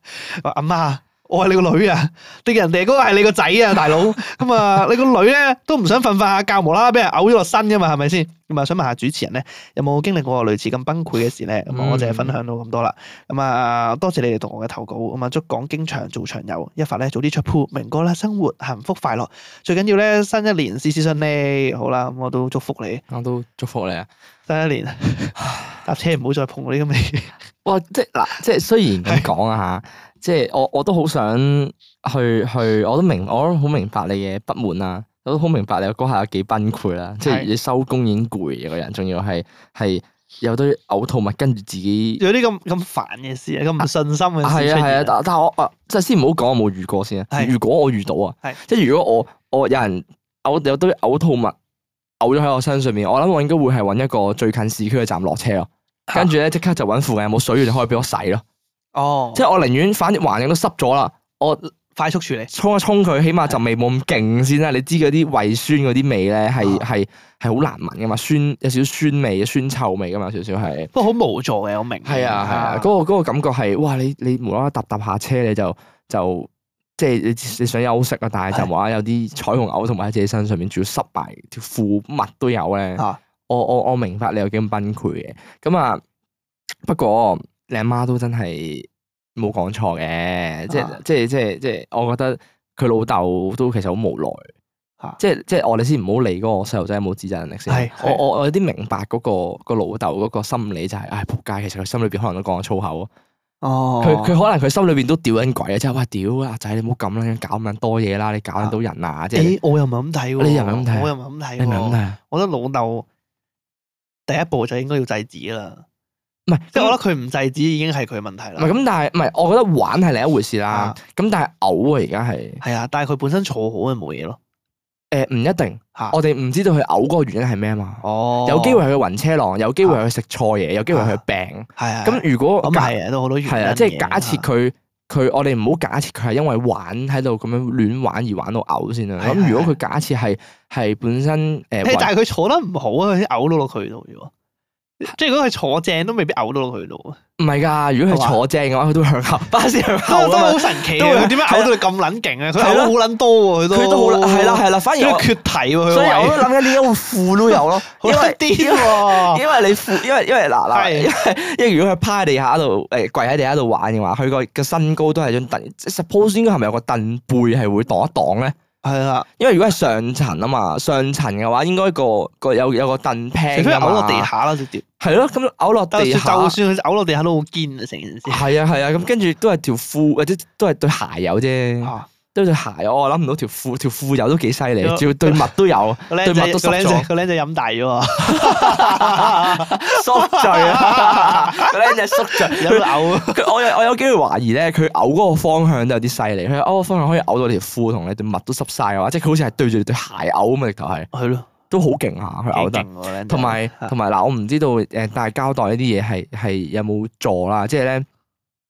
Speaker 1: 我啊阿媽，我係你個女啊，定人哋嗰個係你個仔啊，大 佬。咁啊，你個女咧都唔想瞓瞓下覺，無啦啦俾人嘔咗落身噶嘛，係咪先？咁啊，想問下主持人咧，有冇經歷過類似咁崩潰嘅事咧？咁啊，我就係分享到咁多啦。咁啊，多謝你哋同我嘅投稿。咁啊，祝港經長做長有，一發咧早啲出鋪，明哥啦，生活幸福快樂。最緊要咧，新一年事事順利。好啦，咁我都祝福你，
Speaker 3: 我都祝福你啊！
Speaker 1: 新一 年搭車唔好再碰嗰啲咁嘅嘢。
Speaker 3: 哇！即係嗱， 即係雖然咁講啊嚇，即係我我都好想去去，我都明，我都好明白你嘅不滿啦，我都好明白你嗰下有幾崩潰啦。即係
Speaker 1: 係
Speaker 3: 你收工已經攰嘅個人，仲要係係有堆嘔吐物跟住自己。
Speaker 1: 有啲咁咁煩嘅事啊，咁唔信心嘅事
Speaker 3: 係
Speaker 1: 出
Speaker 3: 啊係啊，
Speaker 1: 現啊，
Speaker 3: 但但我啊，即係先唔好講我冇遇過先啊。
Speaker 1: 係
Speaker 3: 如果我遇到啊
Speaker 1: 係，
Speaker 3: 即係如果我我有人嘔有堆嘔吐物嘔咗喺我身上面，我諗我應該會係揾一個最近市區嘅站落車咯，
Speaker 1: 啊
Speaker 3: 跟住咧即刻就揾附近有冇水源可以俾我洗咯。
Speaker 1: 哦，
Speaker 3: 即係我寧願反正環境都濕咗啦，我
Speaker 1: 快速處理，
Speaker 3: 沖一沖佢，起碼就味冇咁勁先啦。你知嗰啲胃酸嗰啲味咧，係
Speaker 1: 啊
Speaker 3: 係係好難聞噶嘛，酸有少少酸味、酸臭味噶嘛，少少係。
Speaker 1: 不過好無助嘅，我明。
Speaker 3: 係啊係啊，嗰、個嗰個感覺係哇！你你無啦啦搭搭下車你就就即係你你想休息啊，但係就
Speaker 1: 係
Speaker 3: 無啦啦有啲彩虹嘔同埋喺自己身上面，仲要濕埋條褲襪都有咧。
Speaker 1: 啊
Speaker 3: 我我我明白你有幾咁崩潰嘅，咁啊不過你阿媽都真係冇講錯嘅，即
Speaker 1: 啊
Speaker 3: 係即係即係即係，我覺得佢老豆都其實好無奈。
Speaker 1: 啊
Speaker 3: 即係即係我哋先唔好理嗰個細路仔有冇自制能力
Speaker 1: 係
Speaker 3: 先。我
Speaker 1: 係
Speaker 3: 我我有啲明白嗰、個個老豆嗰個心理就係、唉仆街，其實佢心裏邊可能都講咗粗口。啊
Speaker 1: 哦，
Speaker 3: 佢佢、可能佢心裏邊都屌緊鬼啊，即係哇屌阿仔你唔好咁啦，搞咁撚多嘢啦，你搞撚到人啊！即
Speaker 1: 誒，
Speaker 3: 係
Speaker 1: 我又唔係咁睇喎，
Speaker 3: 你又唔係咁睇啊
Speaker 1: 我又唔係咁睇
Speaker 3: 你明唔明
Speaker 1: 喎。
Speaker 3: 啊？
Speaker 1: 我覺得老豆第一步就應該要制止啦，
Speaker 3: 唔係
Speaker 1: 即係我覺得佢唔制止已經係佢問題
Speaker 3: 唔係
Speaker 1: 啦。
Speaker 3: 咁，但係唔係，我覺得玩係另一回事啦
Speaker 1: 啊。
Speaker 3: 咁、但係嘔啊，而家係
Speaker 1: 係啊，但係佢本身坐好嘅冇嘢咯。
Speaker 3: 誒唔一定，
Speaker 1: 嚇
Speaker 3: 我哋唔知道佢嘔嗰個原因係咩啊嘛。
Speaker 1: 哦
Speaker 3: 哦有機會係佢暈車浪，有機會係佢食錯嘢，有機會係佢病。
Speaker 1: 係啊，
Speaker 3: 咁如果
Speaker 1: 咁
Speaker 3: 假
Speaker 1: 係啊，都好多原因
Speaker 3: 係啊，即係
Speaker 1: 嘅
Speaker 3: 假設佢佢，我哋唔好假設佢係因為玩喺度咁樣亂玩而玩到嘔先啦。
Speaker 1: 係
Speaker 3: 咁如
Speaker 1: 係
Speaker 3: 果佢假設係係本身誒
Speaker 1: 誒，
Speaker 3: 暈
Speaker 1: 但係佢坐得唔好啊，佢先嘔到落佢度嘅喎。即係如果佢坐正都未必嘔到落佢度啊。
Speaker 3: 唔係㗎，如果
Speaker 1: 係嘛
Speaker 3: 佢坐正嘅話，佢都會向後，巴士向後
Speaker 1: 都都
Speaker 3: 啊
Speaker 1: 好
Speaker 3: 嘛。
Speaker 1: 神奇
Speaker 3: 都會
Speaker 1: 啊！佢點解
Speaker 3: 係
Speaker 1: 嘔
Speaker 3: 啦
Speaker 1: 到你咁撚勁啊？佢
Speaker 3: 係
Speaker 1: 嘔
Speaker 3: 啦
Speaker 1: 好撚多喎，佢都
Speaker 3: 佢都好係啦係啦，反而
Speaker 1: 佢
Speaker 3: 我
Speaker 1: 缺題喎，佢
Speaker 3: 所以我
Speaker 1: 位
Speaker 3: 都諗緊點解會負都有咯，
Speaker 1: 好
Speaker 3: 因為
Speaker 1: 撚癲喎，
Speaker 3: 因為你負，因為因為嗱嗱，
Speaker 1: 係
Speaker 3: 因為因為如果佢趴喺地下度，誒跪喺地下度玩嘅話，佢個個身高都係張凳即係，suppose 應該係咪有個凳背係會擋一擋咧？
Speaker 1: 係啦，
Speaker 3: 因為如果係上層啊嘛，上層嘅話應該個個有有個凳平
Speaker 1: 除非
Speaker 3: 㗎
Speaker 1: 嘔
Speaker 3: 嘛
Speaker 1: 落地，下啦，直接。
Speaker 3: 係咯，咁嘔落
Speaker 1: 但係
Speaker 3: 啊地
Speaker 1: 就
Speaker 3: 下，
Speaker 1: 算佢嘔落地下都好堅啊，成件事。
Speaker 3: 係啊係啊，咁跟住都係條褲或者都係對鞋有啫，
Speaker 1: 啊
Speaker 3: 對對鞋，我諗唔到條褲條褲有都幾犀利，
Speaker 1: 有
Speaker 3: 仲要對襪 都有
Speaker 1: 個僆仔
Speaker 3: 對襪
Speaker 1: 個
Speaker 3: 都
Speaker 1: 僆
Speaker 3: 濕
Speaker 1: 仔
Speaker 3: 咗，
Speaker 1: 個僆仔飲大咗啊 喎，
Speaker 3: 縮嘴啊！ 個僆仔縮嘴，
Speaker 1: 飲到嘔。
Speaker 3: 佢我有我有機會懷疑咧，佢嘔嗰個方向都有啲犀利。佢嘔嗰個方向可以嘔到你條褲同你對襪都濕晒嘅話，即係佢好似係對住你對鞋嘔咁啊！直頭係
Speaker 1: 係咯，
Speaker 3: 都好勁下，佢嘔
Speaker 1: 幾
Speaker 3: 得
Speaker 1: 勁。喎僆仔。
Speaker 3: 同埋
Speaker 1: 啊
Speaker 3: 同埋嗱，我唔知道誒戴膠袋呢啲嘢係係有冇助啦，即係咧。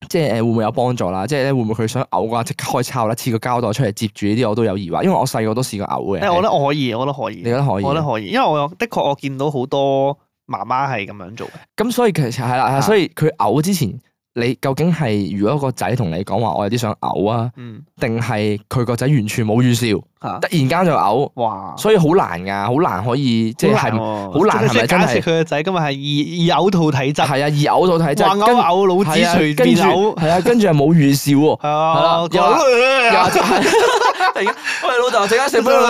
Speaker 3: 即係誒會唔會有幫助啦？即係咧會唔會佢想嘔嘅話，即刻開抄啦，黐個膠袋出嚟接住呢啲我都有疑惑，因為我細個都試過嘔嘅。
Speaker 1: 但係我覺得可以，我覺得可以，
Speaker 3: 你覺得可以
Speaker 1: 我覺得可以，因為我的確我見到好多媽媽係咁樣做嘅。
Speaker 3: 咁所以其實係
Speaker 1: 啊
Speaker 3: 啦，係啦所以佢嘔之前，你究竟係如果個仔同你講話我有啲想嘔啊，
Speaker 1: 嗯，
Speaker 3: 定係佢個仔完全冇預兆，
Speaker 1: 嚇
Speaker 3: 突，然間就嘔，
Speaker 1: 哇！
Speaker 3: 所以好難㗎，好難可以即係係
Speaker 1: 好
Speaker 3: 好難係咪真
Speaker 1: 假
Speaker 3: 係
Speaker 1: 設佢個仔今日係易易嘔吐體質，
Speaker 3: 係啊，易嘔到睇真
Speaker 1: 話
Speaker 3: 係
Speaker 1: 嘔
Speaker 3: 跟
Speaker 1: 嘔老子
Speaker 3: 係啊
Speaker 1: 隨
Speaker 3: 跟
Speaker 1: 便
Speaker 3: 住
Speaker 1: 嘔，
Speaker 3: 係啊，跟住係冇預兆 喎。
Speaker 1: 係啊，
Speaker 3: 又話
Speaker 1: 講
Speaker 3: 又或者係突然間，喂老豆，陣間食 杯啦。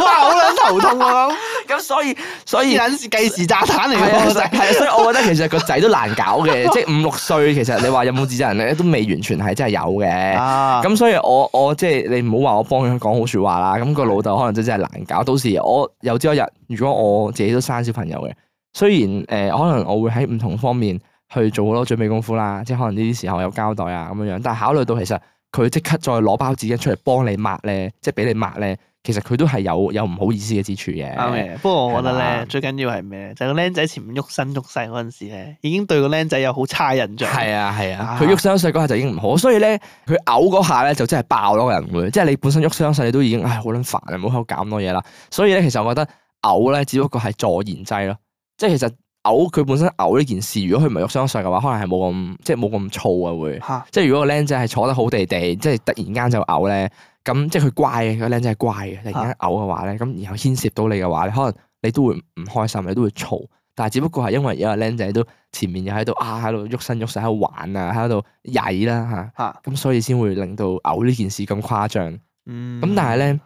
Speaker 1: 哇，好撚頭痛啊！
Speaker 3: 咁所以所以
Speaker 1: 啲撚是計時炸彈嚟
Speaker 3: 係
Speaker 1: 嘅，
Speaker 3: 啊，其
Speaker 1: 個
Speaker 3: 實
Speaker 1: 仔
Speaker 3: 係啊，所以我覺得其實個仔都難搞嘅，即係五六歲，其實你話有冇自制能力咧，都未完全係真係有嘅。
Speaker 1: 啊，
Speaker 3: 咁所以我我即係你唔好話我幫佢講好説話啦，咁、個老豆可能真真係難搞。到時我有朝一日，如果我自己都生小朋友嘅，雖然誒、呃可能我會喺唔同方面去做好多準備功夫啦，即係可能呢啲時候有交代啊咁樣樣，但係考慮到其實佢即刻再攞包紙巾出嚟幫你抹咧，即係俾你抹咧，其實佢都係有有唔好意思嘅之處嘅。
Speaker 1: 啱嘅。不過我覺得
Speaker 3: 係
Speaker 1: 咧
Speaker 3: 嘛，
Speaker 1: 最緊要係咩？就係個僆仔前面喐身喐勢嗰陣時咧，已經對個僆仔有好差印象。
Speaker 3: 係啊係啊
Speaker 1: 啊，
Speaker 3: 佢喐傷勢嗰下就已經唔好，所以咧佢嘔嗰下咧就真係爆咯個人會，即係你本身喐傷勢你都已經唉好撚煩啊，唔好喺度搞咁多嘢啦。所以咧其實我覺得嘔咧只不過係助燃劑咯，即係其實嘔佢本身嘔呢件事，如果佢唔係喐傷勢嘅話，可能係冇咁即係冇咁燥啊會。
Speaker 1: 嚇，
Speaker 3: 即係如果個僆仔係坐得好地地，即係突然間就嘔咧，咁即係佢乖嘅，個僆仔係乖嘅，突然間嘔嘅話咧，咁然後牽涉到你嘅話咧，可能你都會唔開心，你都會嘈。但係只不過係因為有個僆仔都前面又喺度啊，喺度喐身喐勢，喺度玩啊，喺度曳啦
Speaker 1: 嚇
Speaker 3: 嚇，咁所以先會令到嘔呢件事咁誇張。咁
Speaker 1: 嗯
Speaker 3: 但係咧，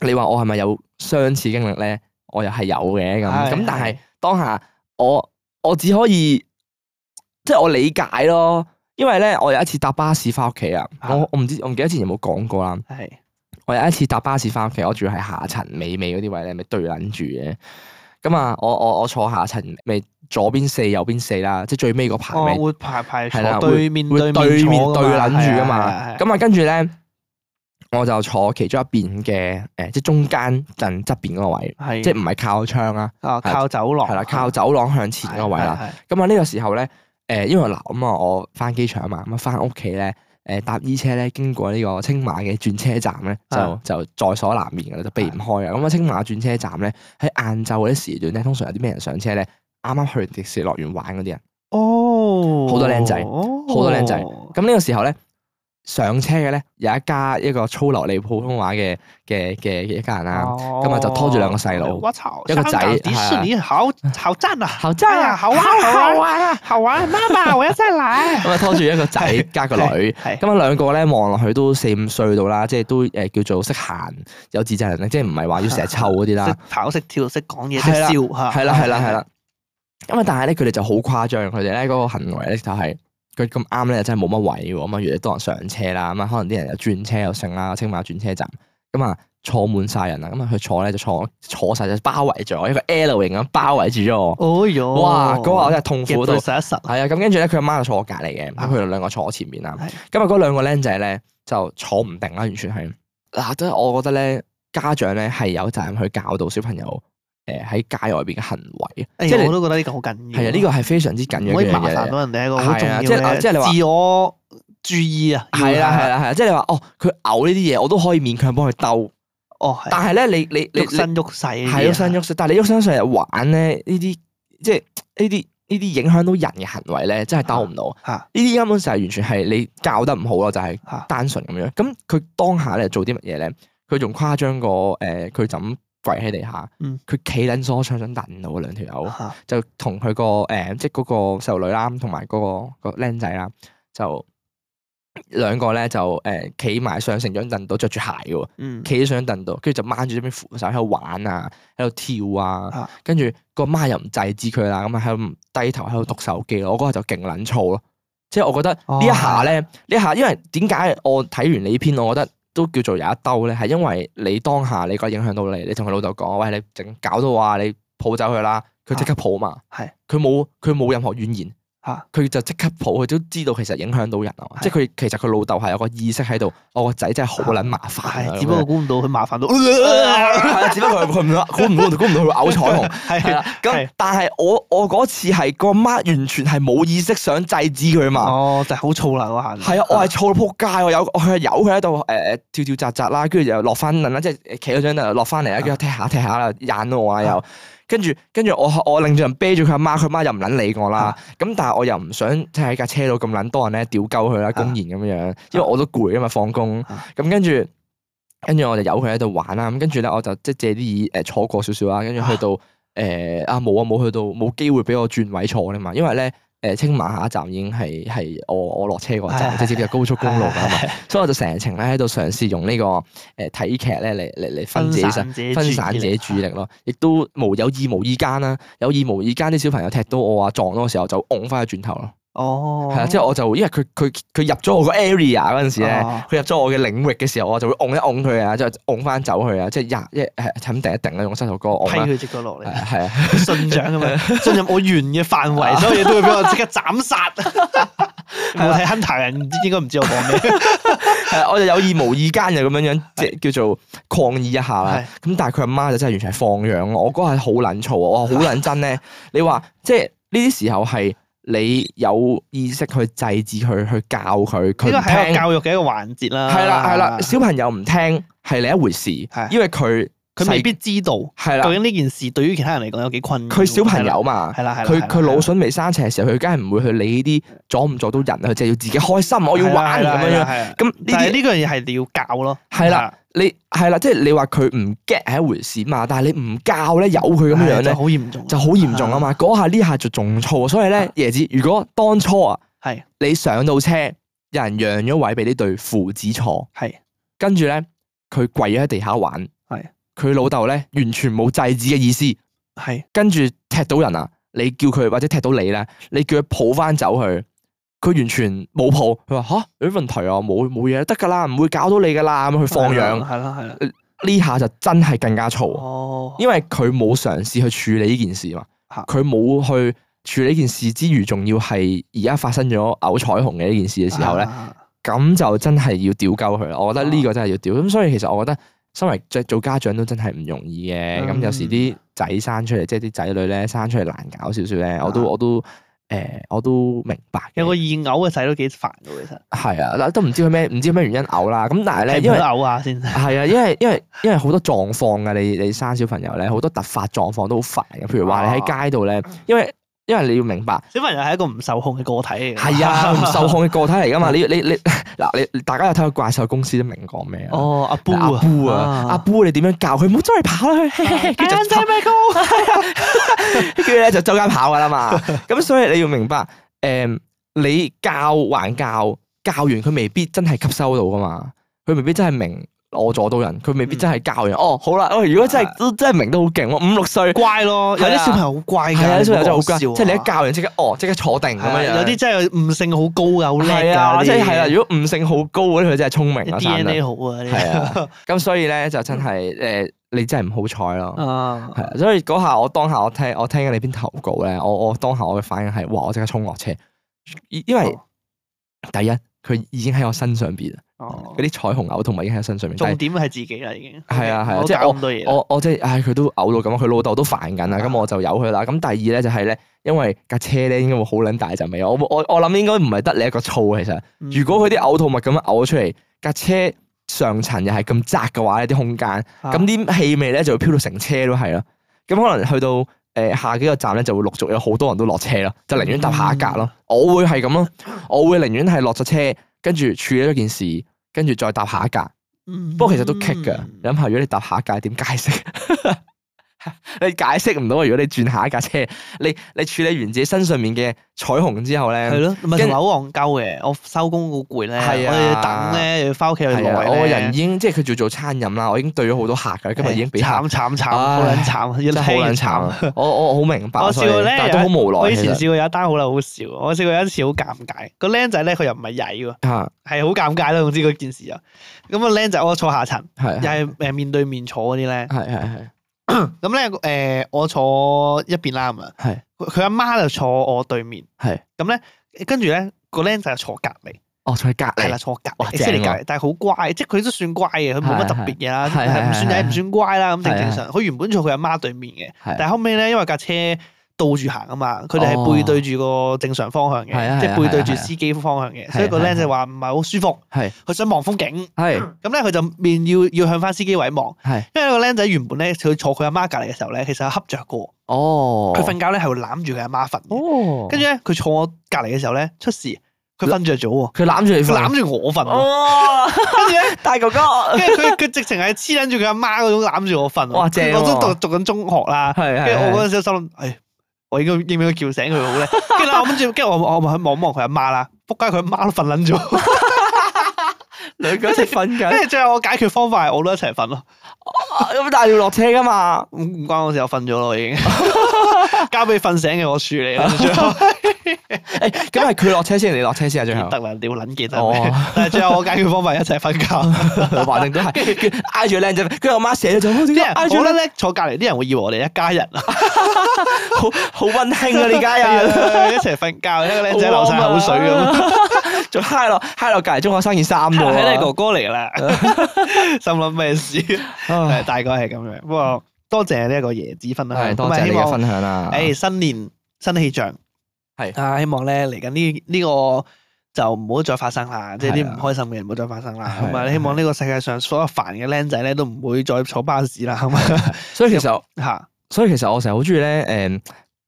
Speaker 3: 你話我係咪有相似經歷咧？我又係有嘅咁，咁但係。當下我我只可以即係我理解咯，因為咧我有一次搭巴士翻屋企啊，
Speaker 1: 啊
Speaker 3: 我我唔知我唔記得之前有冇講過啦。
Speaker 1: 係
Speaker 3: 我有一次搭巴士翻屋企，我住喺下層尾尾嗰啲位咧，咪對撚住嘅。咁啊，我我我坐下層咪左邊四右邊四啦，即係最尾嗰排
Speaker 1: 我
Speaker 3: 咪
Speaker 1: 會排排
Speaker 3: 係啦
Speaker 1: 坐對面
Speaker 3: 會
Speaker 1: 哦對
Speaker 3: 對面
Speaker 1: 坐
Speaker 3: 對
Speaker 1: 㗎嘛
Speaker 3: 撚住
Speaker 1: 係啊係
Speaker 3: 噶嘛。
Speaker 1: 啊
Speaker 3: 咁啊，跟住咧我就坐其中一邊嘅誒，即係中間近側邊嗰個位，
Speaker 1: 係
Speaker 3: 即係唔係靠窗啦，
Speaker 1: 啊靠走廊
Speaker 3: 係啦，靠走廊向前嗰個位啦。
Speaker 1: 係。係係
Speaker 3: 咁啊呢個時候咧，誒、因為嗱咁啊，我翻機場啊嘛，咁啊翻屋企咧，誒、搭 E 車咧，經過呢個青馬嘅轉車站咧，
Speaker 1: 啊
Speaker 3: 就就在所難免噶啦，就避唔開啊。咁啊，青馬轉車站咧，喺晏晝嗰啲時段咧，通常有啲咩人上車咧？啱啱去迪士尼樂園玩嗰啲人，
Speaker 1: 哦，
Speaker 3: 好多僆仔
Speaker 1: 好
Speaker 3: 好多僆仔咁呢個時候咧，上車嘅咧有一家一個粗流利普通話嘅嘅嘅嘅一家人啦，咁啊就拖住兩個細路
Speaker 1: 哦哎我操，
Speaker 3: 一個仔
Speaker 1: 香港迪士尼好好讚啊！
Speaker 3: 好真
Speaker 1: 哎
Speaker 3: 啊，
Speaker 1: 呀好
Speaker 3: 好
Speaker 1: 玩
Speaker 3: 玩
Speaker 1: 好
Speaker 3: 好玩啊！
Speaker 1: 好 玩，媽媽，我要再來。
Speaker 3: 咁啊拖住 一個仔加個女。
Speaker 1: 係
Speaker 3: 咁啊，兩個咧望落去都四五歲到啦，即係都誒叫做識行，有自制能力，即係唔係話要成日湊嗰 啲
Speaker 1: 識
Speaker 3: 啦。
Speaker 1: 跑識跳識講嘢識
Speaker 3: 啊係啦
Speaker 1: 笑嚇，
Speaker 3: 係啦，係啦，係啦。咁啊，但係咧，佢哋就好誇張，佢哋咧嗰個行為咧就係佢咁啱咧，真係冇乜位喎。咁啊，越嚟越多人上車啦，咁啊，可能啲人又轉車又剩啦，青馬轉車站咁啊，坐滿晒人啦。咁啊，佢坐咧就坐坐晒，就包圍咗我一個 L 型咁包圍住咗我。
Speaker 1: 哦哟，
Speaker 3: 哇！嗰下我真係痛苦
Speaker 1: 夾
Speaker 3: 到
Speaker 1: 到實一實，
Speaker 3: 係啊。咁跟住咧，佢阿媽就坐我隔離嘅，咁佢哋兩個坐我前面啦。
Speaker 1: 啊係
Speaker 3: 今日嗰兩個僆仔咧就坐唔定啦，完全係嗱，即係我覺得咧，家長咧係有責任去教導小朋友誒喺街外邊嘅行為，
Speaker 1: 哎
Speaker 3: 即係
Speaker 1: 呀
Speaker 3: 你
Speaker 1: 我都覺得呢個好緊要。
Speaker 3: 係啊，呢個係非常之緊
Speaker 1: 嗯唔
Speaker 3: 要
Speaker 1: 可
Speaker 3: 嘅
Speaker 1: 以
Speaker 3: 一
Speaker 1: 麻
Speaker 3: 樣
Speaker 1: 煩
Speaker 3: 嘢。
Speaker 1: 到人哋一個好重要
Speaker 3: 係啊
Speaker 1: 嘅，
Speaker 3: 即係你話
Speaker 1: 自我注意啊。要
Speaker 3: 係啦係
Speaker 1: 係，
Speaker 3: 啦係啦，即係你話哦，佢嘔呢啲嘢，我都可以勉強幫佢兜，
Speaker 1: 哦係，
Speaker 3: 但係咧，你你你
Speaker 1: 喐身喐勢
Speaker 3: 你
Speaker 1: 呢啲啊，
Speaker 3: 係喐身喐勢，但係你喐身上嚟玩咧，呢啲即係呢啲呢啲影響到人嘅行為咧，真係兜唔到。
Speaker 1: 嚇
Speaker 3: 呢啲根本就係完全係你教得唔好咯，就係、
Speaker 1: 嚇
Speaker 3: 單純咁樣。咁佢當下咧做啲乜嘢咧？佢仲誇張過誒，佢、就咁跪喺地下
Speaker 1: 嗯，
Speaker 3: 佢企撚咗槍想掟我兩條友，
Speaker 1: 嚇
Speaker 3: 就同佢個誒即係嗰個細路女啦，同埋嗰個個僆仔啦，就兩個咧就誒企埋上成張凳度，着住鞋嘅喎，
Speaker 1: 嗯
Speaker 3: 企咗上張凳度，跟住就掹住啲咩扶手喺度玩啊，喺度跳啊，
Speaker 1: 嚇
Speaker 3: 跟住個媽又唔制止佢啦，咁啊喺度低頭喺度讀手機咯。我嗰下就勁
Speaker 1: 哦
Speaker 3: 撚燥咯，即係我覺得呢一下咧，呢一下因為點解我睇完你篇，我覺得都叫做有一兜咧，係因為你當下你覺得影響到你，你同佢老豆講，喂，你整搞到話你抱走佢啦，佢即刻抱嘛，
Speaker 1: 啊係
Speaker 3: 佢冇佢冇任何怨言，
Speaker 1: 嚇
Speaker 3: 佢就即刻抱，佢都知道其實影響到人啊嘛，
Speaker 1: 係
Speaker 3: 即係佢其實佢老豆係有個意識喺度，我個仔真係好撚麻煩啊，
Speaker 1: 係，
Speaker 3: 咁
Speaker 1: 只不過
Speaker 3: 樣
Speaker 1: 估唔到佢麻 煩到，
Speaker 3: 只不過佢佢唔估唔到估唔 到佢會嘔彩虹。系
Speaker 1: 係
Speaker 3: 啦，咁
Speaker 1: 係
Speaker 3: 但係我我嗰次係個媽完全係冇意識想制止佢嘛，
Speaker 1: 哦，就係好燥啦嗰下，
Speaker 3: 係啊，我係燥到仆街，我有我係由佢喺度诶跳跳扎扎啦，跟住又落翻啦，即係企咗張凳落翻嚟啦，啊
Speaker 1: 啊
Speaker 3: 跟住踢下踢下啦，引到我啦啊又，跟住跟住我我拧住人啤住佢阿媽，佢阿媽又唔撚理我
Speaker 1: 啊
Speaker 3: 啦，咁但係我又唔想即係喺架車度咁撚多人咧屌鳩佢啦，公然咁樣，因為我都攰啊嘛放工
Speaker 1: 啊，
Speaker 3: 咁跟住。跟住我就由佢喺度玩啦，咁跟住咧我就即係借啲意誒坐過少少啦，跟住去到誒啊冇啊冇去到冇機會俾我轉位坐啦嘛，因為咧誒青馬下一站已經係係我我落車嗰站，
Speaker 1: 係
Speaker 3: 直接就高速公路㗎嘛
Speaker 1: 係，
Speaker 3: 所以我就成程咧喺度嘗試用呢個誒睇劇咧嚟嚟嚟分自己身。
Speaker 1: 分自己
Speaker 3: 分散自己注意力咯，亦都無有意無意間啦，有意無意間啲小朋友踢到我啊撞到嘅時候就拱翻佢轉頭咯，
Speaker 1: 哦，
Speaker 3: 係啊，即係我就因為佢佢佢入咗我個 area 嗰陣時咧，
Speaker 1: 哦
Speaker 3: 佢入咗我嘅領域嘅時候，我就會拱一拱佢啊，即係拱翻走佢啊，即係呀一係咁定一定啊啦，用膝頭哥拱
Speaker 1: 批
Speaker 3: 啦，
Speaker 1: 佢隻腳落嚟，
Speaker 3: 係啊係啊。
Speaker 1: 信長咁 樣，進入我圓嘅範圍，所有嘢都會俾我即刻斬殺。我睇 hunter 人應該唔知我講咩，
Speaker 3: 係啊，我就有意無意間就咁樣樣，即係叫做抗議一下啦
Speaker 1: 係。
Speaker 3: 咁但係佢阿媽就真係完全係放養我，我嗰下係好撚燥啊，我好撚 真咧。你話即係呢啲時候係你有意識去制止佢，去教佢，佢
Speaker 1: 呢
Speaker 3: 唔
Speaker 1: 個係一個
Speaker 3: 聽。
Speaker 1: 教育嘅啊一個環節啦。
Speaker 3: 係啦係啦，小朋友唔聽係另一回事，因為佢
Speaker 1: 佢未必知道
Speaker 3: 係啦
Speaker 1: 究，竟呢件事對於其他人嚟講有幾困擾。
Speaker 3: 佢小朋友嘛。
Speaker 1: 係啦係啦，
Speaker 3: 佢
Speaker 1: 係啦
Speaker 3: 佢腦筍未生齊嘅時候，佢梗係唔會去理呢啲阻唔阻到人，啊佢就係要自己開心，哦我要玩咁樣樣。
Speaker 1: 樣。
Speaker 3: 咁呢
Speaker 1: 但
Speaker 3: 啲
Speaker 1: 係呢樣嘢係你要教咯。
Speaker 3: 係啦，你係啦，即係你話佢唔 get 係一回事嘛，但係你唔教咧，由佢
Speaker 1: 係
Speaker 3: 咁
Speaker 1: 啦，
Speaker 3: 樣樣
Speaker 1: 就
Speaker 3: 咧，
Speaker 1: 好嚴重，
Speaker 3: 就好嚴重啊嘛！嗰下呢下就仲燥，啊所以咧，
Speaker 1: 啊
Speaker 3: 椰子，如果當初啊，
Speaker 1: 係
Speaker 3: 你上到車，有人讓咗位俾呢對父子坐，
Speaker 1: 係
Speaker 3: 跟住咧佢跪咗喺地下玩，
Speaker 1: 係
Speaker 3: 佢老豆咧完全冇制止嘅意思，
Speaker 1: 係
Speaker 3: 跟住踢到人啊！你叫佢或者踢到你咧，你叫佢抱翻走佢，佢完全冇抱，佢話吓有啲問題啊，冇冇嘢得㗎啦，唔會搞到你㗎啦，咁樣去放養。
Speaker 1: 係啦係啦。
Speaker 3: 呢下就真係更加嘈，
Speaker 1: 哦，
Speaker 3: 因為佢冇嘗試去處理呢件事嘛
Speaker 1: 嚇，
Speaker 3: 佢冇去處理呢件事之餘，仲要係而家發生咗嘔彩虹嘅呢件事嘅時候咧，
Speaker 1: 啊
Speaker 3: 咁就真係要屌鳩佢啦。我覺得呢個真係要屌，咁所以其實我覺得身為即係做家長都真係唔容易嘅。咁
Speaker 1: 嗯
Speaker 3: 有時啲仔生出嚟，即係啲仔女咧生出嚟難搞少少咧，我都
Speaker 1: 啊
Speaker 3: 我都誒我都明白嘅。
Speaker 1: 有個易嘔嘅仔都幾煩嘅，其實。
Speaker 3: 係啊，都唔知佢咩唔知佢咩原因嘔啦。咁但係
Speaker 1: 係
Speaker 3: 咧，因
Speaker 1: 唔
Speaker 3: 為
Speaker 1: 好嘔下先。
Speaker 3: 係啊，因為因為因為好多狀況㗎，你你生小朋友咧，好多突發狀況都好煩嘅。譬如
Speaker 1: 啊
Speaker 3: 話你喺街度咧，因為因為你要 明白，
Speaker 1: 小朋友係一個唔受控嘅個體嚟嘅。
Speaker 3: 係啊，唔受控嘅個體嚟㗎嘛。你要你你嗱，你大家有睇過怪獸公司都明講咩啊？
Speaker 1: 哦，阿
Speaker 3: 阿
Speaker 1: Boo
Speaker 3: 布啊，阿布，你點樣教佢？唔好周圍跑啦，佢
Speaker 1: 啊
Speaker 3: 跟住就
Speaker 1: 仔咪高。
Speaker 3: 跟住咧就周街跑㗎 啦嘛。咁所以你要明白，誒，你教還教，教完佢未必真係吸收到㗎嘛，佢未必真係明。我阻到人，佢未必真係
Speaker 1: 嗯
Speaker 3: 教人。哦，好啦，哦，如果真係
Speaker 1: 啊
Speaker 3: 都真係明得好勁喎，五六歲
Speaker 1: 乖咯，有
Speaker 3: 係啊
Speaker 1: 啲小朋友好乖㗎，
Speaker 3: 係啊，啲小朋友真係好
Speaker 1: 搞
Speaker 3: 乖，
Speaker 1: 笑啊
Speaker 3: 即係你一教人即刻哦，即刻坐定咁
Speaker 1: 係啊
Speaker 3: 樣樣。
Speaker 1: 有啲真係悟性好高㗎，好叻
Speaker 3: 係
Speaker 1: 㗎，
Speaker 3: 啊，即係係啦。
Speaker 1: 啲
Speaker 3: 如果悟性好高嗰啲，佢真係聰明啊，真
Speaker 1: DNA
Speaker 3: 係。
Speaker 1: 好啊，
Speaker 3: 係
Speaker 1: 呢
Speaker 3: 啊，咁所以咧就真
Speaker 1: 嗯
Speaker 3: 係誒，你真係唔好彩
Speaker 1: 啲
Speaker 3: 咯。
Speaker 1: 啊
Speaker 3: 係啊，所以嗰下我當下我聽我聽緊你篇投稿咧，我我當下我嘅反應係哇，我即刻衝落車，因因為
Speaker 1: 哦
Speaker 3: 第一佢已經喺我身上邊啦，
Speaker 1: 哦
Speaker 3: 嗰啲彩虹嘔同埋已經喺我身上邊。
Speaker 1: 重點係自己啦，已經
Speaker 3: 係啊係啊
Speaker 1: 唔好
Speaker 3: 即係
Speaker 1: 搞咁多嘢啦。啊
Speaker 3: 我我即係，唉，佢都嘔到咁，佢老豆都煩緊啦，啊咁我就由佢啦。咁第二咧就係咧，因為架車咧應該會好撚大陣味，我我我諗應該唔係得你一個燥其實。
Speaker 1: 嗯
Speaker 3: 如果佢啲嘔吐物咁樣嘔出嚟，架車上層又係咁窄嘅話咧，啲空間
Speaker 1: 啊
Speaker 3: 咁啲氣味咧就會飄到成車都係咯。咁可能去到誒、呃下幾個站咧，就會陸續有好多人都落車啦，就寧願搭
Speaker 1: 嗯
Speaker 3: 下一格咯。我會係咁咯，我會寧願係落咗車，跟住處理咗件事，跟住再搭下一格。
Speaker 1: 嗯
Speaker 3: 不過其實都棘㗎，
Speaker 1: 嗯
Speaker 3: 你諗下，如果你搭下一屆點解釋？ 你解釋唔到啊！如果你轉下一架車，你你處理完自己身上面嘅彩虹之後咧，
Speaker 1: 係咯，咪同
Speaker 3: 跟
Speaker 1: 埋好戇鳩嘅。我收工好攰咧，
Speaker 3: 係啊
Speaker 1: 我又要等咧，又要翻屋企又
Speaker 3: 係啊
Speaker 1: 耐
Speaker 3: 我個人已經即係佢做做餐飲啦，我已經對咗好多客㗎，今日已經俾客
Speaker 1: 慘慘慘，好
Speaker 3: 唉
Speaker 1: 撚慘，
Speaker 3: 真係好撚慘
Speaker 1: 慘。
Speaker 3: 啊！ 我我我好明白，
Speaker 1: 我
Speaker 3: 所以
Speaker 1: 試過咧
Speaker 3: 但係都好無
Speaker 1: 我
Speaker 3: 奈
Speaker 1: 以
Speaker 3: 其
Speaker 1: 前
Speaker 3: 實
Speaker 1: 試過有一單好啦，好笑。我試過有一次好尷尬，個僆仔咧佢又唔係曳喎，
Speaker 3: 嚇
Speaker 1: 係好尷尬啦。總之嗰件事就咁個僆仔我坐下層，
Speaker 3: 係
Speaker 1: 又
Speaker 3: 係
Speaker 1: 係誒面對面坐嗰啲咧。
Speaker 3: 係係
Speaker 1: 咁咧誒我坐一邊啦咁啊，
Speaker 3: 係
Speaker 1: 佢佢阿媽就坐我對面，
Speaker 3: 係
Speaker 1: 咁咧跟住咧個僆仔就坐隔離，
Speaker 3: 哦，坐喺隔
Speaker 1: 係啦
Speaker 3: 離
Speaker 1: 坐隔
Speaker 3: 哇
Speaker 1: 離，即係
Speaker 3: 正
Speaker 1: 隔
Speaker 3: 喎
Speaker 1: 離，但係好乖，即係佢都算乖嘅，佢冇乜特別嘢啦，
Speaker 3: 係係係
Speaker 1: 係唔算曳
Speaker 3: 係
Speaker 1: 唔算乖啦，咁正
Speaker 3: 係係
Speaker 1: 正常。佢原本坐佢阿媽對面嘅。
Speaker 3: 係
Speaker 1: 但係後尾咧，因為架車倒住行啊嘛，佢哋係背對住個正常方向
Speaker 3: 係啊
Speaker 1: 嘅，即
Speaker 3: 係啊
Speaker 1: 係背對
Speaker 3: 係
Speaker 1: 住
Speaker 3: 啊
Speaker 1: 司機方向
Speaker 3: 係
Speaker 1: 嘅，
Speaker 3: 啊
Speaker 1: 所以個僆仔話唔係好舒服，
Speaker 3: 係
Speaker 1: 佢想望風景，
Speaker 3: 係
Speaker 1: 咁咧佢就面要要向翻司機位望，
Speaker 3: 係
Speaker 1: 因為個僆仔原本咧佢坐佢阿媽隔離嘅時候咧，其實係恰着過，
Speaker 3: 哦，
Speaker 1: 佢瞓覺咧係會攬住佢阿媽瞓嘅，
Speaker 3: 哦，
Speaker 1: 跟住咧佢坐我隔離嘅時候咧出事，佢瞓着咗喎，
Speaker 3: 佢攬住你
Speaker 1: 佢攬
Speaker 3: 瞓，
Speaker 1: 住我瞓喎，
Speaker 3: 哦，
Speaker 1: 跟住咧。
Speaker 3: 大哥哥，
Speaker 1: 跟住佢佢直情係黐撚住佢阿媽嗰種攬住我瞓啊喎，
Speaker 3: 哇正喎
Speaker 1: 我都讀讀緊中學啦，
Speaker 3: 係係
Speaker 1: 跟住我嗰陣時心諗，唉，我應該應唔應該叫醒佢好 咧？跟住啦，我諗住，跟住我我咪去望望佢阿媽啦，仆街佢阿媽都瞓撚咗，
Speaker 3: 兩個一齊瞓緊
Speaker 1: 跟，住最後我解決方法係我都一齊瞓咯，
Speaker 3: 咁但係要落車㗎嘛，
Speaker 1: 唔唔關我事，我瞓咗咯 已經，交俾瞓醒嘅我處理啦，最後
Speaker 3: 誒咁係佢落車先，定你落車先啊，最後
Speaker 1: 得。啦，屌撚記得
Speaker 3: 哦
Speaker 1: 咩，但係最後我解決方法係一齊瞓 覺。
Speaker 3: 話定都係，跟住挨住靚仔，跟住我媽寫咗就，
Speaker 1: 啲
Speaker 3: 啲
Speaker 1: 人
Speaker 3: 挨
Speaker 1: 我
Speaker 3: 住
Speaker 1: 覺得
Speaker 3: 咧，
Speaker 1: 咧坐隔離啲人會以為我哋一家人啊，
Speaker 3: 好好温馨啊！呢家人，啊
Speaker 1: 一齊瞓覺，一個靚仔流晒口水咁。
Speaker 3: 咁，仲嗨落嗨落隔離中學生件衫度啊，
Speaker 1: 係你哥哥嚟 噶啦，心諗咩事？係
Speaker 3: 唉
Speaker 1: 大概係咁樣。不過多謝呢一個椰子分
Speaker 3: 係
Speaker 1: 享，
Speaker 3: 多
Speaker 1: 咁啊
Speaker 3: 謝你
Speaker 1: 希
Speaker 3: 嘅
Speaker 1: 望哎
Speaker 3: 分享啦。
Speaker 1: 誒新年新氣象
Speaker 3: 係
Speaker 1: 啊，希望咧嚟緊呢呢個。就唔好再發生啦，即係啲
Speaker 3: 係
Speaker 1: 唔
Speaker 3: 啊
Speaker 1: 開心嘅嘢唔好再發生啦。
Speaker 3: 係
Speaker 1: 咁啊，
Speaker 3: 係
Speaker 1: 希望呢個世界上所有煩嘅僆仔咧都唔會再坐巴士啦，係嘛
Speaker 3: 所以其實，
Speaker 1: 嚇？
Speaker 3: 所以其實我成日好中意咧，誒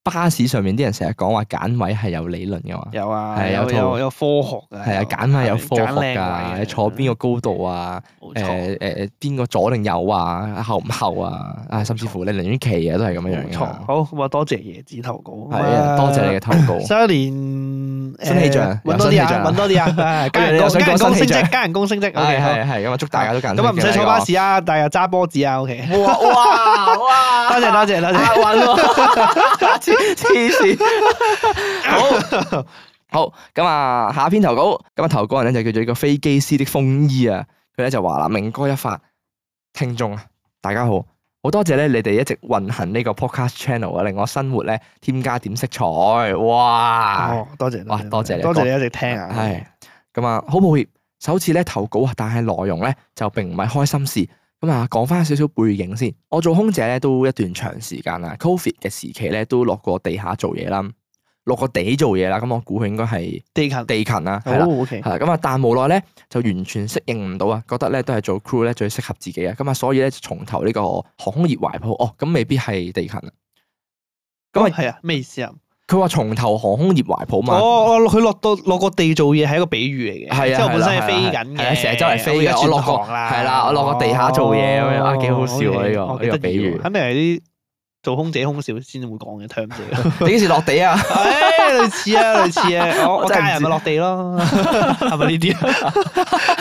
Speaker 3: 巴士上面啲人成日講話揀位係有理論嘅嘛，
Speaker 1: 有啊，
Speaker 3: 係有
Speaker 1: 有
Speaker 3: 套
Speaker 1: 有有科學㗎，
Speaker 3: 係啊，揀位有科
Speaker 1: 揀靚位
Speaker 3: 學
Speaker 1: 嘅
Speaker 3: 㗎，你坐邊個高度啊？
Speaker 1: 冇錯
Speaker 3: 誒誒誒，邊個左定右啊？後唔後啊？啊，甚至乎你寧願企啊，都係咁樣樣
Speaker 1: 冇
Speaker 3: 嘅。
Speaker 1: 錯。好咁啊，多謝椰子投稿。
Speaker 3: 係啊，多謝你嘅投 稿。
Speaker 1: 新一年
Speaker 3: 新氣象
Speaker 1: 誒
Speaker 3: 有
Speaker 1: 揾多啲
Speaker 3: 新氣
Speaker 1: 啊，
Speaker 3: 象
Speaker 1: 揾多啲 啊，加人
Speaker 3: 我以為你又
Speaker 1: 工
Speaker 3: 想
Speaker 1: 加人
Speaker 3: 講
Speaker 1: 工升
Speaker 3: 新氣象
Speaker 1: 職，加人工升職
Speaker 3: 係
Speaker 1: ，OK 好
Speaker 3: 係係咁啊！祝大家都揀
Speaker 1: 咁啊唔使坐巴士啊，但係揸波子啊，OK。哇哇哇！多謝多謝多謝，
Speaker 3: 運喎，黐黐線。好好咁啊，下一篇投稿咁啊，投稿人咧就叫做呢個飛機師的風衣啊。佢咧就話啦，明哥一發聽眾啊，大家好，好多謝咧你哋一直運行呢個 podcast channel 啊，令我生活咧添加點色彩。哇！
Speaker 1: 哦多謝
Speaker 3: 哇多謝你
Speaker 1: 多謝你一直聽啊，
Speaker 3: 係咁啊，好抱歉，首次咧投稿啊，但係內容咧就並唔係開心事。咁啊，講翻少少背景先，我做空姐咧都一段長時間啦，Covid 嘅時期咧都落過地下做嘢啦，落過地做嘢啦。咁我估佢應該係
Speaker 1: 地勤
Speaker 3: 地勤啦，係啦
Speaker 1: 好。OK
Speaker 3: 係啦咁啊，但無奈咧就完全適應唔到啊，覺得咧都係做 crew 咧最適合自己啊，咁啊，所以咧就從頭呢個航空業懷抱，哦，咁未必係地勤啊。咁
Speaker 1: 咁
Speaker 3: 啊，
Speaker 1: 係啊咩意思啊？
Speaker 3: 佢話從頭航空業懷抱嘛，
Speaker 1: 我我佢落到落個地做嘢係一個比喻嚟嘅，
Speaker 3: 係啊
Speaker 1: 即係我本身係飛
Speaker 3: 係啦
Speaker 1: 緊
Speaker 3: 係啦啊
Speaker 1: 嘅，
Speaker 3: 成日周圍飛嘅
Speaker 1: 而家
Speaker 3: 我落
Speaker 1: 轉
Speaker 3: 過
Speaker 1: 行啦，
Speaker 3: 係啦我落過地下做嘢咁樣啊幾好笑啊呢個
Speaker 1: 哦
Speaker 3: 呢
Speaker 1: 幾得意
Speaker 3: 個比喻
Speaker 1: 喎肯定係啲做空姐空少先會講嘅 term 嚟嘅。
Speaker 3: 你幾時落地 啊？
Speaker 1: 誒，類似啊，類似啊，我我
Speaker 3: 真係唔
Speaker 1: 家人
Speaker 3: 知
Speaker 1: 咪落地 咯，
Speaker 3: À,
Speaker 1: 係咪呢啲啊？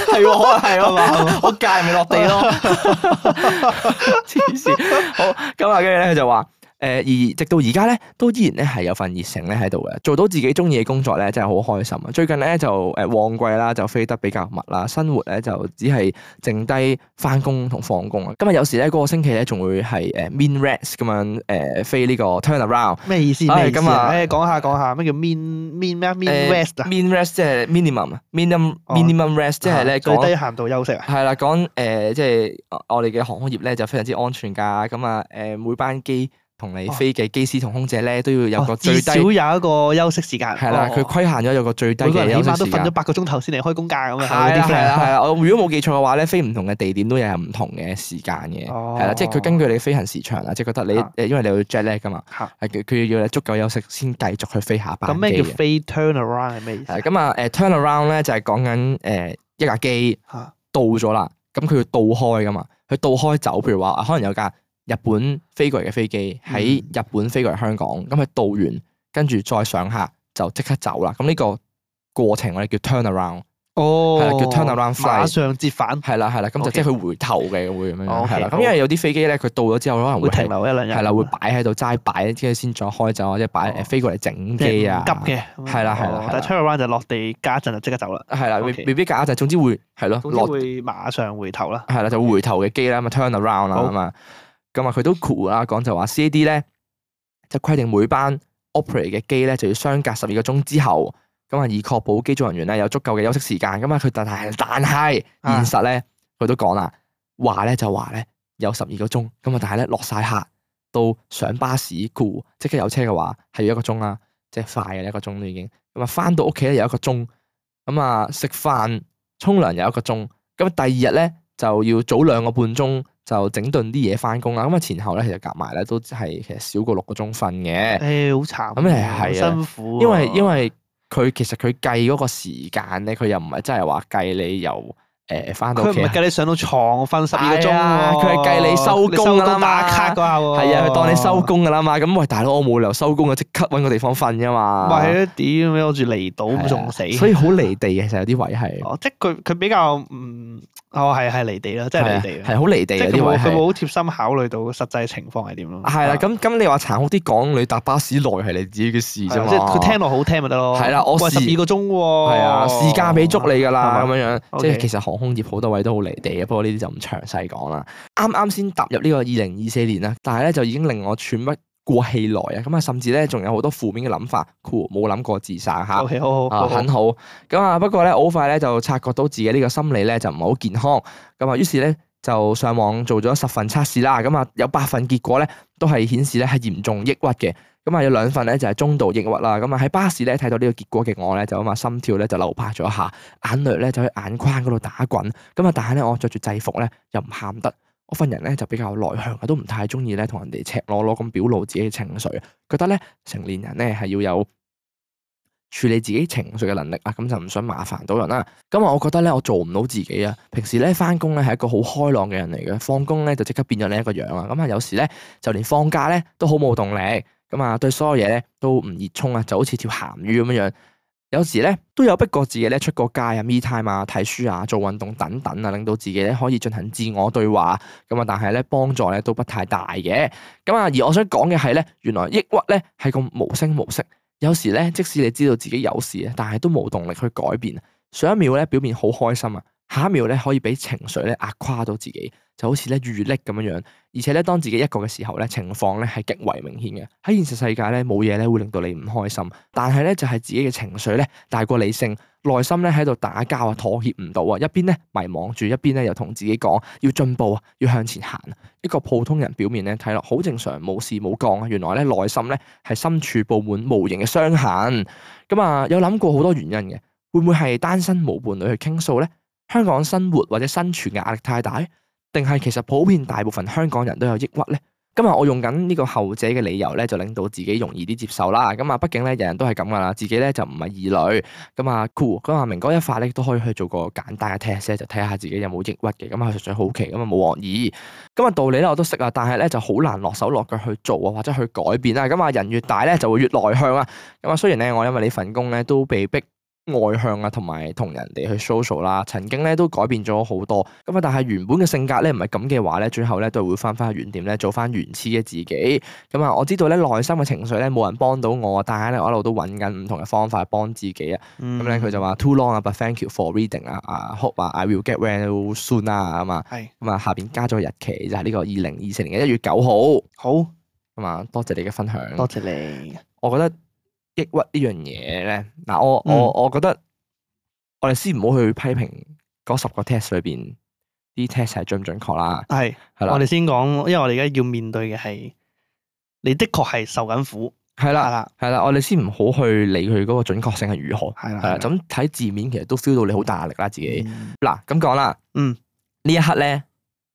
Speaker 3: 係喎，可能係
Speaker 1: 係哦啊嘛係
Speaker 3: 喎，我界咪落地咯， 黐線。好，咁啊，跟住咧佢就話。誒而直到而家咧，都依然咧係有份熱誠咧喺度嘅，做到自己中意嘅工作咧，真係好開心啊！最近咧就誒旺季啦，就飛得比較密啦，生活咧就只係剩低翻工同放工啊。今日有時咧嗰個星期咧仲會係誒 mean rats 咁樣誒飛呢個 turn around，
Speaker 1: 咩意思？
Speaker 3: 唉
Speaker 1: 咩意思
Speaker 3: 咁啊
Speaker 1: 啊？誒，講下講下，咩叫 mean mean 咩啊？mean rest 啊
Speaker 3: m e a n rest 即係 minimum 啊 minimum
Speaker 1: 哦
Speaker 3: minimum rest，即係咧
Speaker 1: 最
Speaker 3: 講
Speaker 1: 低限度休息啊。
Speaker 3: 係啦，講誒、呃即係我我哋嘅航空業咧就非常之安全㗎。咁啊誒，每班機同你
Speaker 1: 哦
Speaker 3: 飛嘅機師同空姐咧都要有個
Speaker 1: 哦
Speaker 3: 最
Speaker 1: 至
Speaker 3: 低
Speaker 1: 少有一個休息時間。
Speaker 3: 係啦，
Speaker 1: 哦
Speaker 3: 佢規限咗有個最低
Speaker 1: 每個
Speaker 3: 嘅
Speaker 1: 人起
Speaker 3: 休
Speaker 1: 碼
Speaker 3: 息
Speaker 1: 都
Speaker 3: 時
Speaker 1: 瞓咗
Speaker 3: 間。
Speaker 1: 八個鐘頭先嚟開工假咁啊。
Speaker 3: 係
Speaker 1: 有
Speaker 3: 啦
Speaker 1: 啲
Speaker 3: 係
Speaker 1: friend
Speaker 3: 啦係啦，我如果冇記錯嘅話咧，飛唔同嘅地點都有唔同嘅時間嘅，
Speaker 1: 哦
Speaker 3: 係啦，即係佢根據你飛行時長啦，即係覺得你
Speaker 1: 啊
Speaker 3: 誒，因為你要 jet lag 㗎嘛，
Speaker 1: 嚇
Speaker 3: 係佢佢要你足夠休息先繼續去飛下一班
Speaker 1: 咁咩叫
Speaker 3: 機嘅
Speaker 1: 飛 turn around 係咩意思啊
Speaker 3: 係？咁啊誒 turn around 咧就係講緊誒一架機。
Speaker 1: 嚇
Speaker 3: 到咗啦，咁佢要倒開噶嘛，佢倒開走，譬如話啊可能有架日本飛過嚟嘅飛機喺
Speaker 1: 嗯
Speaker 3: 日本飛過嚟香港，咁佢到完跟住再上客就即刻走啦。咁呢個過程我哋叫 turn around，
Speaker 1: 哦
Speaker 3: 係啦叫 turnaround flight
Speaker 1: 馬上折返，
Speaker 3: 係啦係啦，咁就
Speaker 1: OK
Speaker 3: 即係佢回頭嘅會咁樣樣
Speaker 1: OK，
Speaker 3: 係啦。咁
Speaker 1: 好
Speaker 3: 因為有啲飛機咧，佢到咗之後可能會
Speaker 1: 會停
Speaker 3: 係
Speaker 1: 留一兩日。
Speaker 3: 係啦，會擺喺度齋擺，跟住先再開走，或者擺
Speaker 1: 哦
Speaker 3: 誒飛過嚟整
Speaker 1: 即係
Speaker 3: 機
Speaker 1: 唔
Speaker 3: 啊。
Speaker 1: 急嘅，
Speaker 3: 係啦係啦
Speaker 1: 哦
Speaker 3: 係啦
Speaker 1: 但係 turn around 就落地加一陣就即刻走啦，
Speaker 3: 係啦，未
Speaker 1: OK
Speaker 3: 未必假，就總之會係咯
Speaker 1: 總之
Speaker 3: 落
Speaker 1: 會馬上回頭啦。
Speaker 3: 係啦，就回頭嘅機啦，咁啊 turn around 啦
Speaker 1: 好
Speaker 3: 咁啊，咁啊佢都酷啦，講就話 CAD 咧就規定每班 operate 嘅機咧就要相隔十二個鐘之後，咁啊以確保機組人員咧有足夠嘅休息時間。咁啊佢但係但係
Speaker 1: 啊
Speaker 3: 現實咧，佢都講啦，話咧就話咧有十二個鐘，咁啊但係咧落晒客到上巴士酷即刻有車嘅話係要一個鐘啦，即係快嘅一個鐘都已經。咁啊翻到屋企咧有一個鐘，咁啊食飯沖涼有一個鐘，咁啊第二日咧就要早兩個半鐘就整頓啲嘢翻工啦。咁啊前後咧其實夾埋咧都係其實少過六個鐘瞓
Speaker 1: 誒，
Speaker 3: 嘅。
Speaker 1: 好慘，
Speaker 3: 咁你係
Speaker 1: 好
Speaker 3: 係啊
Speaker 1: 辛苦喎。
Speaker 3: 因為因為佢其實佢計嗰個時間咧，佢又唔係真係話計你由誒翻到
Speaker 1: 佢
Speaker 3: 屋
Speaker 1: 唔
Speaker 3: 企，
Speaker 1: 係計你上到床瞓十二個鐘
Speaker 3: 係啊
Speaker 1: 喎，
Speaker 3: 佢係計你收工㗎啦嘛
Speaker 1: 打卡嗰下喎。
Speaker 3: 係啊，佢當你收。工噶啦嘛。咁喂，大佬，我冇理由收工啊，即刻揾個地方瞓噶嘛。
Speaker 1: 咪係咯，屌你我住離島
Speaker 3: 係啊
Speaker 1: 咁仲死。
Speaker 3: 所以好離地嘅，其實有啲位係，
Speaker 1: 哦，即係佢佢比較嗯，哦係係離地啦，即係離地啦，
Speaker 3: 係好離地
Speaker 1: 即
Speaker 3: 嘅
Speaker 1: 係
Speaker 3: 有
Speaker 1: 佢
Speaker 3: 啲位
Speaker 1: 冇佢
Speaker 3: 係。
Speaker 1: 冇好貼心考慮到實際情況係點咯。
Speaker 3: 係啦，
Speaker 1: 啊
Speaker 3: 咁咁你話殘酷啲講，你搭巴士耐係你自己嘅事啫
Speaker 1: 係啊
Speaker 3: 嘛。
Speaker 1: 即係佢聽落好聽咪得咯。
Speaker 3: 係啦我
Speaker 1: 喂
Speaker 3: 時
Speaker 1: 十二個鐘喎。
Speaker 3: 係啊，市價俾足你㗎啦，
Speaker 1: 係嘛
Speaker 3: 咁樣樣，
Speaker 1: OK
Speaker 3: 即係其實航空業好多位都好離地嘅，不過呢啲就唔詳細講啦。啱啱先踏入呢個二零二四年啦，但係咧就已經令我喘不過氣來啊！咁啊，甚至咧仲有好多負面嘅諗法，酷冇諗過自殺嚇。
Speaker 1: O K，好好
Speaker 3: 啊，
Speaker 1: 好好
Speaker 3: 很。好。咁啊，不過咧，我好快咧就察覺到自己呢個心理咧就唔係好健康。咁啊，於是咧就上網做咗十份測試啦。咁啊，有八份結果咧都係顯示咧係嚴重抑鬱嘅。咁啊，有兩份咧就係中度抑鬱啦。咁啊，喺巴士咧睇到呢個結果嘅我咧就咁啊，心跳咧就漏拍咗一下，眼淚咧就喺眼眶嗰度打滾。咁啊，但係咧我着住制服咧又唔喊得。我份人咧就比較內向，我都唔太中意咧同人哋赤裸裸咁表露自己嘅情緒，覺得咧成年人咧係要有處理自己情緒嘅能力啊，咁就唔想麻煩到人啦。咁啊，我覺得咧，我做唔到自己啊。平時咧翻工咧係一個好開朗嘅人嚟嘅，放工咧就即刻變咗另一個樣啊。咁啊，有時咧就連放假咧都好冇動力，咁啊對所有嘢咧都唔熱衷啊，就好似條鹹魚咁樣樣。有時咧都有逼過自己咧出過街啊、me time 啊、睇書啊、做運動等等啊，令到自己咧可以進行自我對話。咁啊，但係咧幫助咧都不太大嘅。咁啊，而我想講嘅係咧，原來抑鬱咧係咁無聲無息。有時咧，即使你知道自己有事啊，但係都冇動力去改變。上一秒咧表面好開心啊，下一秒咧可以俾情緒咧壓垮到自己，就好似咧遇溺咁樣樣。而且咧，當自己一個嘅時候咧，情況咧係極為明顯嘅。喺現實世界咧，冇嘢咧會令到你唔開心，但係咧就係自己嘅情緒咧大過理性，內心咧喺度打交啊，妥協唔到啊，一邊咧迷茫住，一邊咧又同自己講要進步啊，要向前行啊。一個普通人表面咧睇落好正常，冇事冇降啊，原來咧內心咧係深處佈滿無形嘅傷痕。咁啊，有諗過好多原因嘅，會唔會係單身無伴侶去傾訴咧？香港生活或者生存嘅壓力太大，定係其實普遍大部分香港人都有抑鬱咧？今日我用緊呢個後者嘅理由咧，就令到自己容易啲接受啦。咁啊，畢竟咧人人都係咁噶啦，自己咧就唔係異類。咁啊，cool。咁啊，明哥一發咧都可以去做個簡單嘅 test 咧，就睇下自己有冇抑鬱嘅。咁啊，純粹好奇，咁啊冇惡意。咁啊道理咧我都識啊，但係咧就好難落手落腳去做啊，或者去改變啦。咁啊人越大咧就會越內向啊。咁啊雖然咧我因為呢份工咧都被逼外向啊，同埋同人哋去 social 啦，曾經咧都改變咗好多。咁啊但係原本嘅性格咧唔係咁嘅話咧，最後咧都係會翻返去原點咧，做翻原始嘅自己。咁啊我知道咧內心嘅情緒咧冇人幫到我啊，但係咧我一路都揾緊唔同嘅方法去幫自己啊。咁
Speaker 1: 咁
Speaker 3: 咧佢就話 too long 啊，but thank you for reading 啊，啊 hope 啊，I will get well soon 啊，咁啊。
Speaker 1: 係
Speaker 3: 咁啊，下邊加咗日期就係呢個二零二四年嘅一月九號。
Speaker 1: 好
Speaker 3: 咁啊，多謝你嘅分享。
Speaker 1: 多謝你。
Speaker 3: 我覺得抑鬱呢樣嘢咧，嗱，我
Speaker 1: 嗯
Speaker 3: 我我覺得我哋先唔好去批評嗰十個 test 裏邊啲 test 係準唔準確啦，
Speaker 1: 係
Speaker 3: 係
Speaker 1: 我
Speaker 3: 啦，
Speaker 1: 哋先講，因為我哋而家要面對嘅係你的確係受緊苦，
Speaker 3: 係
Speaker 1: 係
Speaker 3: 啦，
Speaker 1: 啦，
Speaker 3: 係啦，我哋先唔好去理佢嗰個準確性係如何，
Speaker 1: 係啦
Speaker 3: 係啦，
Speaker 1: 係
Speaker 3: 咁睇字面其實都 feel 到你好大壓力啦，自己。
Speaker 1: 嗯
Speaker 3: 嗱咁講啦，
Speaker 1: 嗯，
Speaker 3: 呢一刻咧，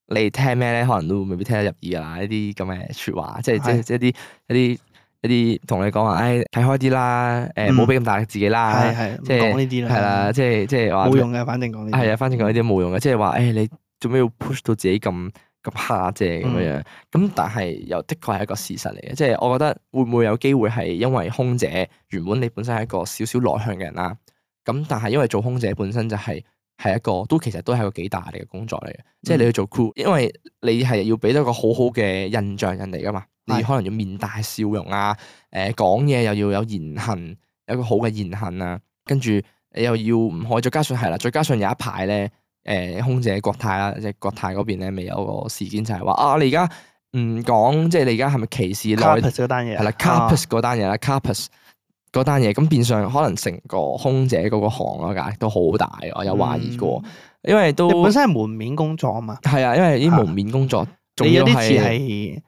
Speaker 3: 你聽咩咧？可能都未必聽得入耳噶啦，呢啲咁嘅说話，即係即係
Speaker 1: 係
Speaker 3: 即係一啲一啲一啲同你講話，唉，睇開啲啦，誒，
Speaker 1: 嗯
Speaker 3: 冇俾咁大力自己
Speaker 1: 係
Speaker 3: 啦，
Speaker 1: 係唔
Speaker 3: 啊即係
Speaker 1: 講呢啲啦，
Speaker 3: 係啦，即係即係話
Speaker 1: 冇用嘅，反正講呢啲
Speaker 3: 啊係啊，反正講呢啲冇用嘅，即係話，誒，你做咩要 push 到自己咁咁蝦啫咁樣
Speaker 1: 嗯
Speaker 3: 樣。咁但係又的確係一個事實嚟嘅，即係我覺得會唔會有機會係因為空姐原本你本身係一個少少內向嘅人啦，咁但係因為做空姐本身就係、係一個都其實都係一個幾大壓力嘅工作嚟嘅，即係
Speaker 1: 嗯
Speaker 3: 你去做 crew，因為你係要俾到一個好好嘅印象人哋噶嘛，你
Speaker 1: 係
Speaker 3: 可能要面帶笑容啊，誒講嘢又要有言行，有一個好嘅言行啊，跟住你又要唔可以，再加上係啦，再加上有一排咧，誒、空姐國泰啦，即係國泰嗰邊咧，咪有個事件就係話啊，你而家唔講，即係你而家係咪歧視內
Speaker 1: Carpus 啊嗰單嘢
Speaker 3: 係啦 c a r p u s 嗰單嘢啦 c a r p u s 嗰單嘢，咁變相可能成個空姐嗰個行嗰個壓力都好大，我有懷疑過，因為
Speaker 1: 嗯
Speaker 3: 都
Speaker 1: 你本身係門面工作啊嘛，
Speaker 3: 係啊，因為啲蒙面工作，仲
Speaker 1: 你有
Speaker 3: 要
Speaker 1: 啲似
Speaker 3: 係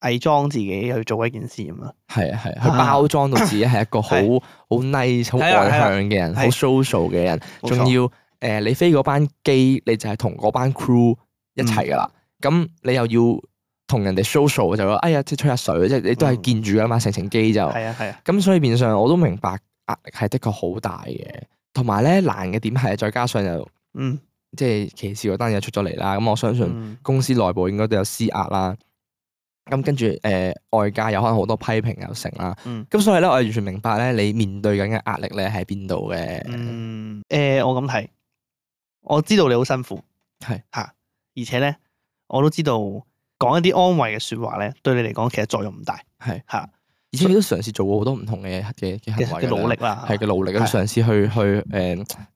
Speaker 1: 係偽裝自己去做一件事咁啊，
Speaker 3: 係啊係啊，佢包裝到自己係一個好
Speaker 1: 係
Speaker 3: 好 nice、好
Speaker 1: 係啊
Speaker 3: 外
Speaker 1: 係啊
Speaker 3: 向嘅人，
Speaker 1: 係
Speaker 3: 好 social 嘅人，
Speaker 1: 冇
Speaker 3: 仲
Speaker 1: 錯
Speaker 3: 要誒你飛嗰班機，你就係同嗰班 crew 一齊噶啦，
Speaker 1: 嗯
Speaker 3: 咁你又要同人哋 social 就話，哎呀，即係吹下水，即係你都係
Speaker 1: 嗯
Speaker 3: 見住噶嘛，成程機就。
Speaker 1: 係啊係啊，
Speaker 3: 咁所以變相我都明白壓力係的確好大嘅，同埋咧難嘅點係再加上又
Speaker 1: 嗯，
Speaker 3: 即係歧視嗰單嘢出咗嚟啦，咁我相信
Speaker 1: 嗯
Speaker 3: 公司內部應該都有施壓啦。咁跟住誒、呃外界有可能好多批評又成啦，
Speaker 1: 嗯
Speaker 3: 咁所以咧我係完全明白咧你面對緊嘅壓力咧喺邊度嘅，
Speaker 1: 嗯，誒、我咁睇，我知道你好辛苦，
Speaker 3: 係
Speaker 1: 嚇、而且咧，我都知道講一啲安慰嘅説話咧，對你嚟講其實作用唔大，
Speaker 3: 係
Speaker 1: 嚇、
Speaker 3: 而且你都嘗試做過好多唔同嘅嘅嘅
Speaker 1: 嘅
Speaker 3: 行為
Speaker 1: 嘅努力啦，
Speaker 3: 係嘅努力，咁
Speaker 1: 係
Speaker 3: 嘗試去去誒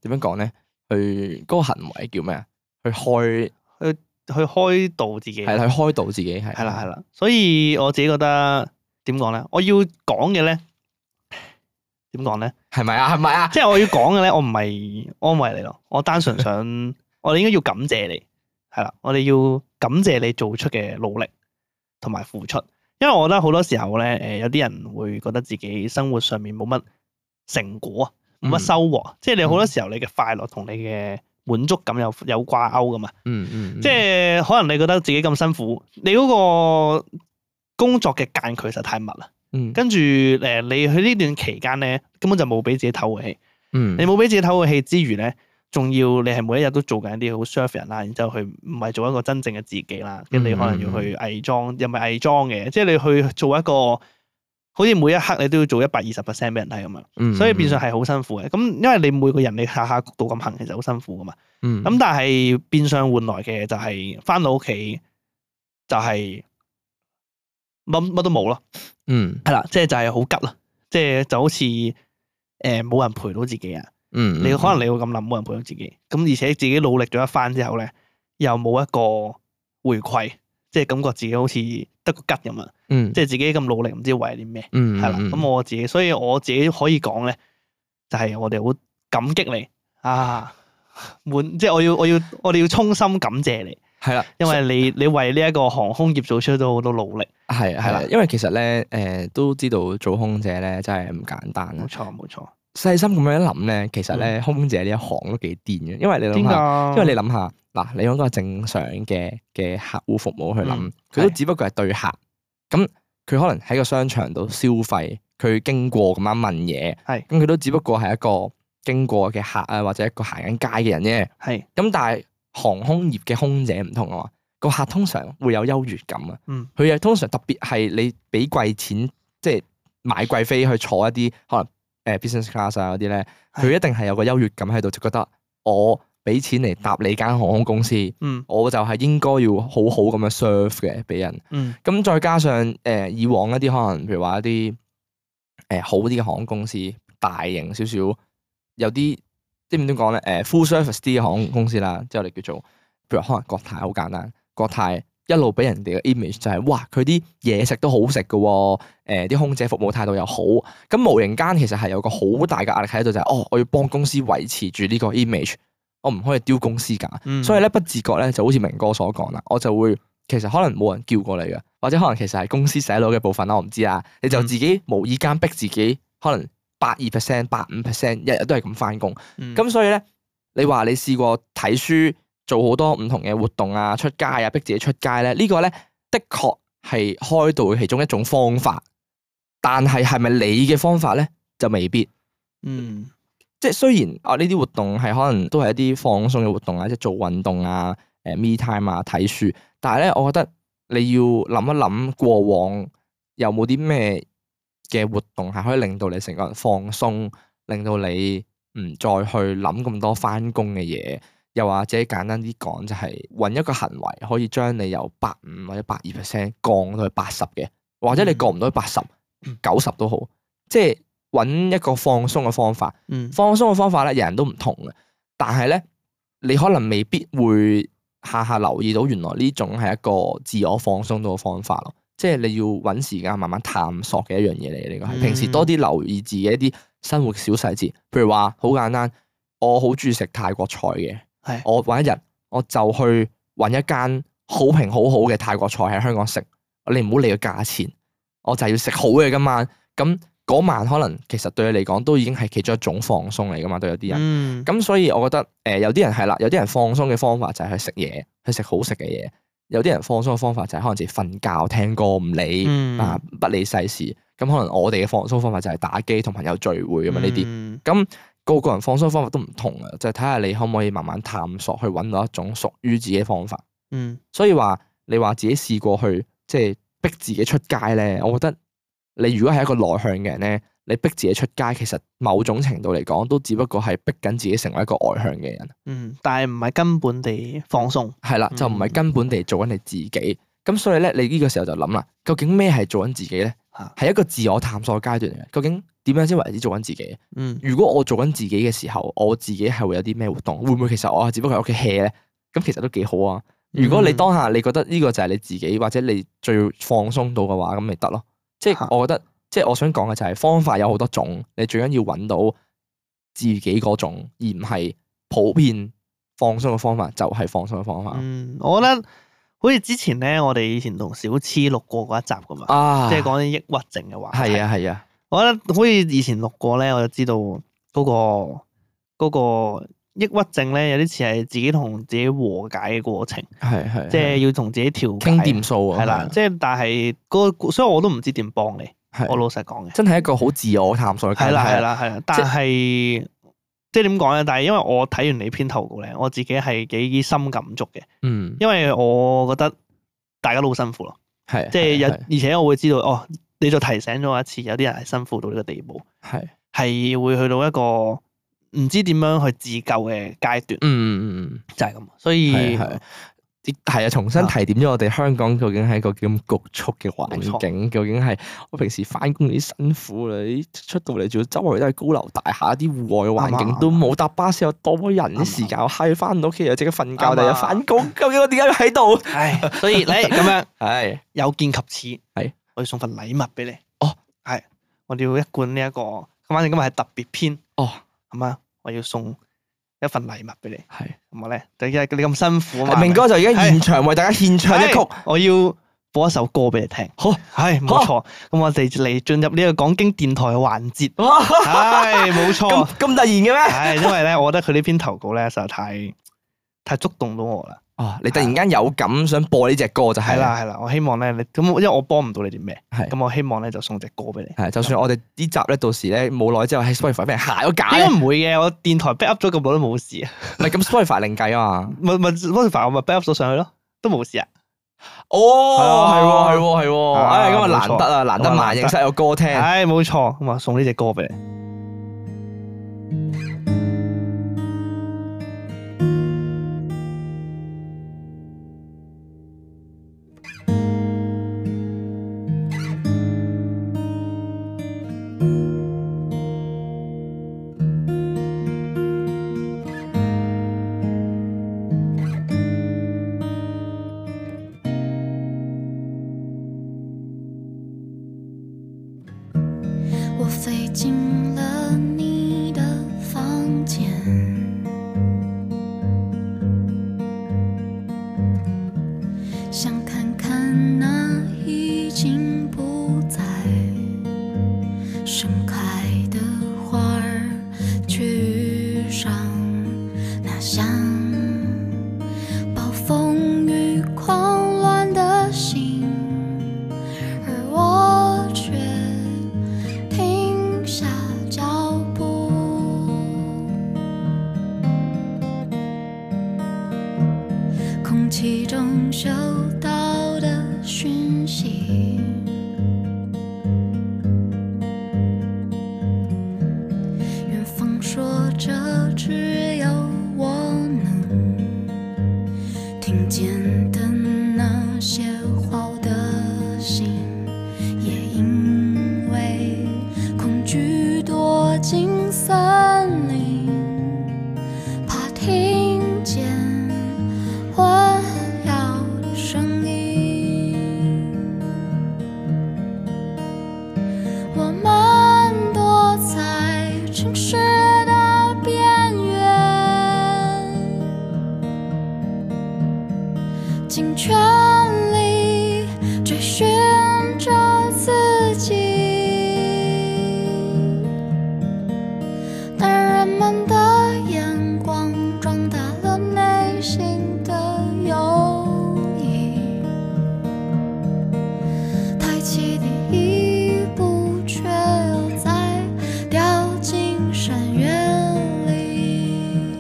Speaker 3: 點、樣講咧？去嗰、個行為叫咩啊？去開
Speaker 1: 去開導自己，
Speaker 3: 係啦，去開導自己係
Speaker 1: 係啦，係啦，所以我自己覺得點講咧，我要講嘅咧，點講咧，
Speaker 3: 係咪啊？係咪 啊？
Speaker 1: 即係我要講嘅咧，我唔係安慰你咯，我單純想，我哋應該要感謝你，係啦，我哋要感謝你做出嘅努力同埋付出，因為我覺得好多時候咧，誒、有啲人會覺得自己生活上面冇乜成果啊，冇乜收穫啊，即係你好多時候你嘅快樂同你嘅滿足感有有掛鈎噶嘛。
Speaker 3: 嗯嗯，
Speaker 1: 即係可能你覺得自己咁辛苦，你嗰個工作嘅間距實在太密啦。
Speaker 3: 嗯
Speaker 1: 跟住誒，呃你喺呢段期間咧，根本就冇俾自己唞過氣。
Speaker 3: 嗯
Speaker 1: 你冇俾自己唞過氣之餘咧，仲要你係每一日都做緊一啲好 serve 人啦，然之後佢唔係做一個真正嘅自己啦，跟住你可能
Speaker 3: 嗯
Speaker 1: 要去偽裝，又唔係偽裝嘅，即係你去做一個。好似每一刻你都要做一百二十 percent 俾人睇咁樣，
Speaker 3: 嗯
Speaker 1: 所以變相係好辛苦嘅。咁因為你每個人你下下焗到咁行，其實好辛苦噶嘛。
Speaker 3: 嗯
Speaker 1: 咁但係變相換來嘅就係翻到屋企就係乜乜都冇咯，
Speaker 3: 嗯
Speaker 1: 係啦，即係就係好急啦，即係就好似誒冇人陪到自己啊，
Speaker 3: 嗯，
Speaker 1: 你可能你會咁諗冇人陪到自己，咁而且自己努力咗一番之後咧，又冇一個回饋，即係感覺自己好似得個吉咁啊，
Speaker 3: 嗯
Speaker 1: 即係自己咁努力唔知為啲咩。
Speaker 3: 嗯
Speaker 1: 係啦。咁我自己，所以我自己可以講咧，就係、我哋好感激你啊！滿即係我要我要我哋要衷心感謝你，
Speaker 3: 係啦，
Speaker 1: 因為你你為呢一個航空業做出咗好多努力。
Speaker 3: 係係啦，因為其實咧誒都知道做空姐咧真係唔簡單啦
Speaker 1: 冇。錯冇錯，
Speaker 3: 細心咁樣諗咧，其實咧空姐呢一行都幾癲嘅，因為你
Speaker 1: 嗯點
Speaker 3: 諗
Speaker 1: 解？
Speaker 3: 下，
Speaker 1: 啊
Speaker 3: 啊因為你諗下嗱，你用一個正常嘅嘅客戶服務去諗
Speaker 1: 嗯，
Speaker 3: 佢都
Speaker 1: 係
Speaker 3: 只不過係對客，咁佢可能喺個商場度消費，佢經過咁樣問嘢，
Speaker 1: 係
Speaker 3: 咁佢都只不過係一個經過嘅客啊，或者一個行緊街嘅人啫。
Speaker 1: 係
Speaker 3: 咁但係航空業嘅空姐唔同啊嘛，個客通常會有優越感啊。
Speaker 1: 嗯
Speaker 3: 佢又通常特別係你俾貴錢，即係買貴飛去坐一啲可能誒、呃 business class 啊嗰啲咧，
Speaker 1: 係
Speaker 3: 佢一定係有個優越感喺度，就覺得我俾錢嚟搭你間航空公司，
Speaker 1: 嗯
Speaker 3: 我就係應該要好好咁樣 serve 嘅俾人。
Speaker 1: 嗯
Speaker 3: 咁再加上誒、呃以往一啲可能譬如話一啲誒、呃好啲嘅航空公司，大型少少，有啲即係點講咧？誒、full service 啲嘅航空公司啦，即係我哋叫做譬如可能國泰好簡單，國泰一路俾人哋嘅 image 就係、哇佢啲嘢食都好食嘅喎，呃啲、空姐服務態度又好，咁無形間其實係有個好大嘅壓力喺度，就係、哦我要幫公司維持住呢個 image，我唔可以丟公司架。
Speaker 1: 嗯
Speaker 3: 所以咧不自覺咧就好似明哥所講啦，我就會其實可能冇人叫過你嘅，或者可能其實係公司洗腦嘅部分啦，我唔知啊。你就
Speaker 1: 嗯
Speaker 3: 自己無意間逼自己，可能八二 percent、八五 percent，日日都係咁翻工。
Speaker 1: 嗯
Speaker 3: 咁、所以咧，你話你試過睇書、做好多唔同嘅活動啊、出街啊、逼自己出街咧，呢、個咧的確係開導嘅其中一種方法，但係係咪你嘅方法咧就未必。
Speaker 1: 嗯
Speaker 3: 即係雖然啊呢啲活動係可能都係一啲放鬆嘅活動啊，即係做運動啊、誒、me time 啊、睇書，但係咧，我覺得你要諗一諗過往有冇啲咩嘅活動係可以令到你成個人放鬆，令到你唔再去諗咁多翻工嘅嘢。又或者簡單啲講，就係揾一個行為可以將你由百五或者百二 percent 降到去八十嘅，或者你
Speaker 1: 嗯
Speaker 3: 降唔到去八十、
Speaker 1: 嗯
Speaker 3: 九十都好，即係揾一個放鬆嘅方法。
Speaker 1: 嗯
Speaker 3: 放鬆嘅方法咧，人人都唔同嘅，但係咧，你可能未必會下下留意到原來呢種係一個自我放鬆到嘅方法咯。即係你要揾時間慢慢探索嘅一樣嘢嚟，呢個係
Speaker 1: 嗯
Speaker 3: 平時多啲留意自己一啲生活小細節，譬如話好簡單，我好中意食泰國菜嘅，
Speaker 1: 係
Speaker 3: 我揾一日我就去揾一間好評好好嘅泰國菜喺香港食，你唔好理個價錢，我就係要食好嘅今晚。咁嗰晚可能其實對你嚟講都已經係其中一種放鬆嚟噶嘛，對有啲人。
Speaker 1: 嗯
Speaker 3: 咁、所以我覺得誒、呃有啲人係啦，有啲人放鬆嘅方法就係去食嘢，去食好食嘅嘢；有啲人放鬆嘅方法就係可能自己瞓覺、聽歌唔理、
Speaker 1: 嗯
Speaker 3: 啊，不理世事。咁可能我哋嘅放鬆方法就係打機同朋友聚會咁樣呢啲。
Speaker 1: 啲
Speaker 3: 咁個個人放鬆方法都唔同嘅，就係睇下你可唔可以慢慢探索去揾到一種屬於自己嘅方法。
Speaker 1: 嗯
Speaker 3: 所以話你話自己試過去即係逼自己出街咧，我覺得你如果係一個內向嘅人咧，你逼自己出街，其實某種程度嚟講都只不過係逼緊自己成為一個外向嘅人，
Speaker 1: 嗯，但係唔係根本地放鬆，
Speaker 3: 係啦，
Speaker 1: 嗯
Speaker 3: 就唔係根本地做緊你自己。咁所以咧，你呢個時候就諗啦，究竟咩係做緊自己咧
Speaker 1: 啊？
Speaker 3: 係一個自我探索嘅階段嚟嘅，究竟點樣先為之做緊自己？
Speaker 1: 嗯
Speaker 3: 如果我做緊自己嘅時候，我自己係會有啲咩活動？會唔會其實我係只不過喺屋企 hea 咧？咁其實都幾好啊！如果你
Speaker 1: 嗯
Speaker 3: 當下你覺得呢個就係你自己，或者你最放鬆到嘅話，咁咪得咯。即係
Speaker 1: 嚇
Speaker 3: 我覺得，即係我想講嘅就係方法有好多種，你最緊要揾到自己嗰種，而唔係普遍放鬆嘅方法就係放鬆嘅方法、
Speaker 1: 嗯，我覺得好似之前咧，我哋以前同小黐錄過嗰一集咁嘛，
Speaker 3: 啊！
Speaker 1: 即係講啲抑鬱症嘅話題。
Speaker 3: 係啊係啊，
Speaker 1: 我覺得好似以前錄過咧，我就知道嗰、個嗰、個抑鬱症咧，有啲似係自己同自己和解嘅過程，
Speaker 3: 係係，啊
Speaker 1: 即係要同自己調解。
Speaker 3: 傾掂數啊，
Speaker 1: 係啦，即係但係嗰個，所以我都唔知點幫你。我
Speaker 3: 係
Speaker 1: 老實講嘅，
Speaker 3: 真係一個好自我探索嘅
Speaker 1: 係
Speaker 3: 階
Speaker 1: 啦係
Speaker 3: 段。
Speaker 1: 啦係啦，啊但係即係點講咧？但係因為我睇完你篇投稿咧，我自己係幾深感觸嘅，
Speaker 3: 嗯，
Speaker 1: 因為我覺得大家都好辛苦咯。
Speaker 3: 係
Speaker 1: 即係有，
Speaker 3: 係
Speaker 1: 而且我會知道哦，你就提醒咗我一次，有啲人係辛苦到呢個地步，
Speaker 3: 係
Speaker 1: 係會去到一個唔知點樣去自救嘅階段，
Speaker 3: 嗯嗯嗯。
Speaker 1: 就係咁。所以
Speaker 3: 係係啲係啊，重新提點咗我哋香港究竟係一個幾咁局促嘅環
Speaker 1: 冇
Speaker 3: 境，究竟係我平時翻工幾辛苦啦，啊你出到嚟仲要周圍都係高樓大廈，啲戶外嘅環
Speaker 1: 啱
Speaker 3: 境
Speaker 1: 啊
Speaker 3: 都冇，搭巴士又多人，
Speaker 1: 啱啊
Speaker 3: 啲時間又閪，翻到屋企又即刻瞓
Speaker 1: 啱啊
Speaker 3: 覺，第二日翻工，究竟我點解要喺度？
Speaker 1: 唉，所以你哎咁樣
Speaker 3: 係
Speaker 1: 有見及此，
Speaker 3: 係
Speaker 1: 我要送份禮物俾你。
Speaker 3: 哦，
Speaker 1: 係，我哋要一罐呢一個，咁反正今日係特別篇，
Speaker 3: 哦，
Speaker 1: 咁啊，我要送一份禮物俾你，
Speaker 3: 係
Speaker 1: 咁我咧，你你咁辛苦啊嘛，
Speaker 3: 明哥就而家
Speaker 1: 係
Speaker 3: 現場為大家獻唱一曲，
Speaker 1: 係我要播一首歌俾你聽。
Speaker 3: 好，。
Speaker 1: 係冇錯。咁我哋嚟進入呢個講經電台嘅環節
Speaker 3: 哇
Speaker 1: 係冇
Speaker 3: 咁
Speaker 1: 錯。
Speaker 3: 咁突然嘅 咩？
Speaker 1: 係因為咧，我覺得佢呢篇投稿咧實在太太觸動到我啦。
Speaker 3: 哦，你突然間有感想播呢只歌就係
Speaker 1: 係，啦係啦，我希望咧你咁，因為我幫唔到你啲咩，
Speaker 3: 係
Speaker 1: 咁我希望咧就送隻歌俾你。
Speaker 3: 係，就算我哋呢集咧，到時咧冇耐之後喺 Spotify 俾人下咗架
Speaker 1: 應
Speaker 3: 咧
Speaker 1: 該唔會嘅，我電台 back up 咗咁耐都冇事啊。
Speaker 3: 唔係咁 Spotify 另計啊嘛。
Speaker 1: 咪咪 Spotify 我咪 back up 咗上去咯，都冇事啊。
Speaker 3: 哦，
Speaker 1: 係啊
Speaker 3: 係喎，係喎，係喎。
Speaker 1: 啊
Speaker 3: 唉，今日
Speaker 1: 冇錯
Speaker 3: 難得啊，難得萬應室有歌聽。
Speaker 1: 唉，冇錯，咁啊送呢隻歌俾你。
Speaker 4: 我飞进了你的房间，想看看那已经不再盛开的花儿，却遇上那像暴风雨狂乱的心，而我却。停下脚步，空气中嗅起第一步，却又再掉进深渊里。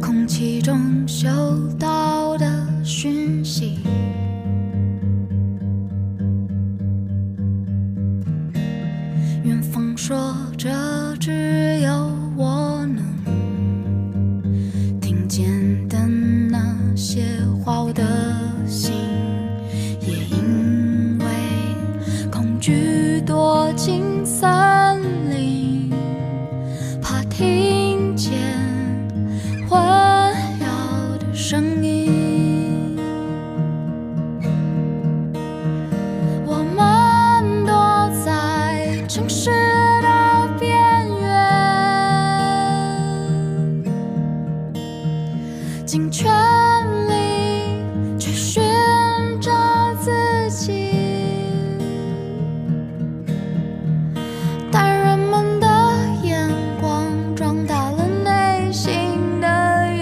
Speaker 4: 空气中嗅到的讯息。云峰说：“这只有我能听见的那些话，我的心也因为恐惧躲进森林，怕听见混淆的声音。我们躲在城市的边缘，尽全力追寻着自己。但人们的眼光壮大了内心的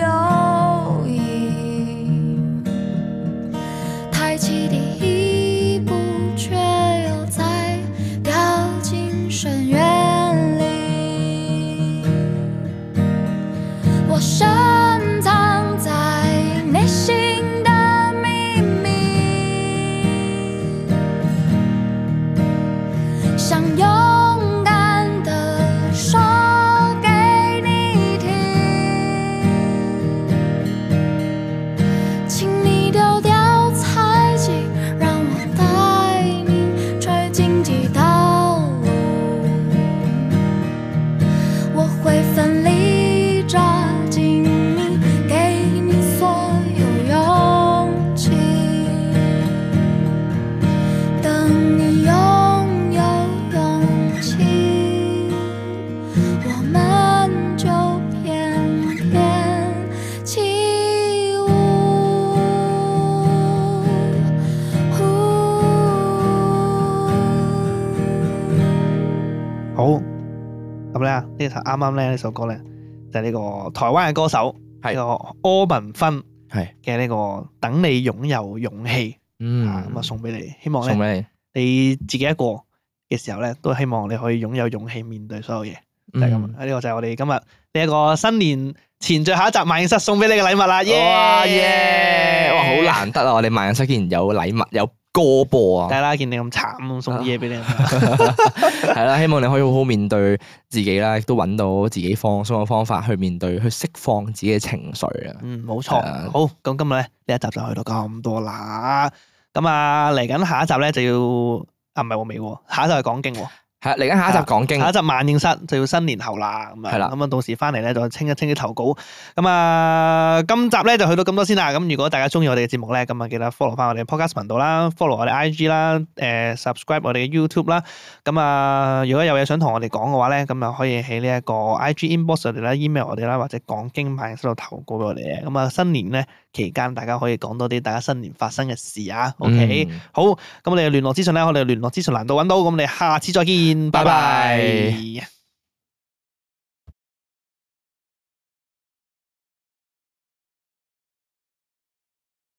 Speaker 4: 忧郁，抬起第一步，却又再掉进深渊里。我深藏在内心的秘密。想勇敢的说给你听，请你丢掉猜忌，让我带你吹进几道路，我会奋力抓紧你，给你所有勇气。等你拥有勇气，我们就翩翩起舞。
Speaker 1: 好，咁咧呢首啱啱咧呢首歌咧就係呢個台灣嘅歌手，呢
Speaker 3: 係
Speaker 1: 個柯文芬
Speaker 3: 係
Speaker 1: 嘅呢個《等你擁有勇氣》啊，
Speaker 3: 嗯
Speaker 1: 咁啊送俾你，希望
Speaker 3: 送
Speaker 1: 咧
Speaker 3: 俾
Speaker 1: 你自己一個嘅時候咧，都希望你可以擁有勇氣面對所有嘢，
Speaker 3: 你，
Speaker 1: 就係咁啦。呢個就係我哋今日呢一個新年前最後一集萬應室送俾你嘅禮物啦，耶！
Speaker 3: 哇耶！哇，好難得啊！我哋萬人室竟然有禮物有歌 播啊
Speaker 1: 梗！係啦，見你咁慘，送啲嘢俾你。啊
Speaker 3: 係啦，希望你可以好好面對自己啦，亦都揾到自己放鬆嘅方法去面對，去釋放自己嘅情緒啊！
Speaker 1: 嗯，冇錯。
Speaker 3: 係啊
Speaker 1: 好，咁今日咧呢一集就去到咁多啦。咁啊，嚟緊下一集咧就要啊，唔係喎未喎，下一集係講經喎，
Speaker 3: 係嚟緊下一集講經
Speaker 1: 下一，集萬應室就要新年後啦。咁
Speaker 3: 係
Speaker 1: 啊
Speaker 3: 啦，
Speaker 1: 咁啊到時翻嚟咧就清一清啲投稿。咁啊，今集咧就去到咁多先啦。咁如果大家中意我哋嘅節目咧，咁啊記得 follow 翻我哋嘅 podcast 頻道啦，follow 我哋 IG 啦，誒 subscribe 我哋嘅 YouTube 啦。咁啊，如果有嘢想同我哋講嘅話咧，咁啊可以喺呢一個 IG inbox 我哋啦，email 我哋啦，或者講經萬收度投稿俾我哋嘅。咁啊，新年咧期間，大家可以講多啲大家新年發生嘅事啊。OK，、
Speaker 3: 嗯
Speaker 1: 好，咁我哋嘅聯絡資訊咧，我哋嘅聯絡資訊難度揾到，咁我哋下次再見，拜
Speaker 3: 拜
Speaker 1: 拜
Speaker 3: 拜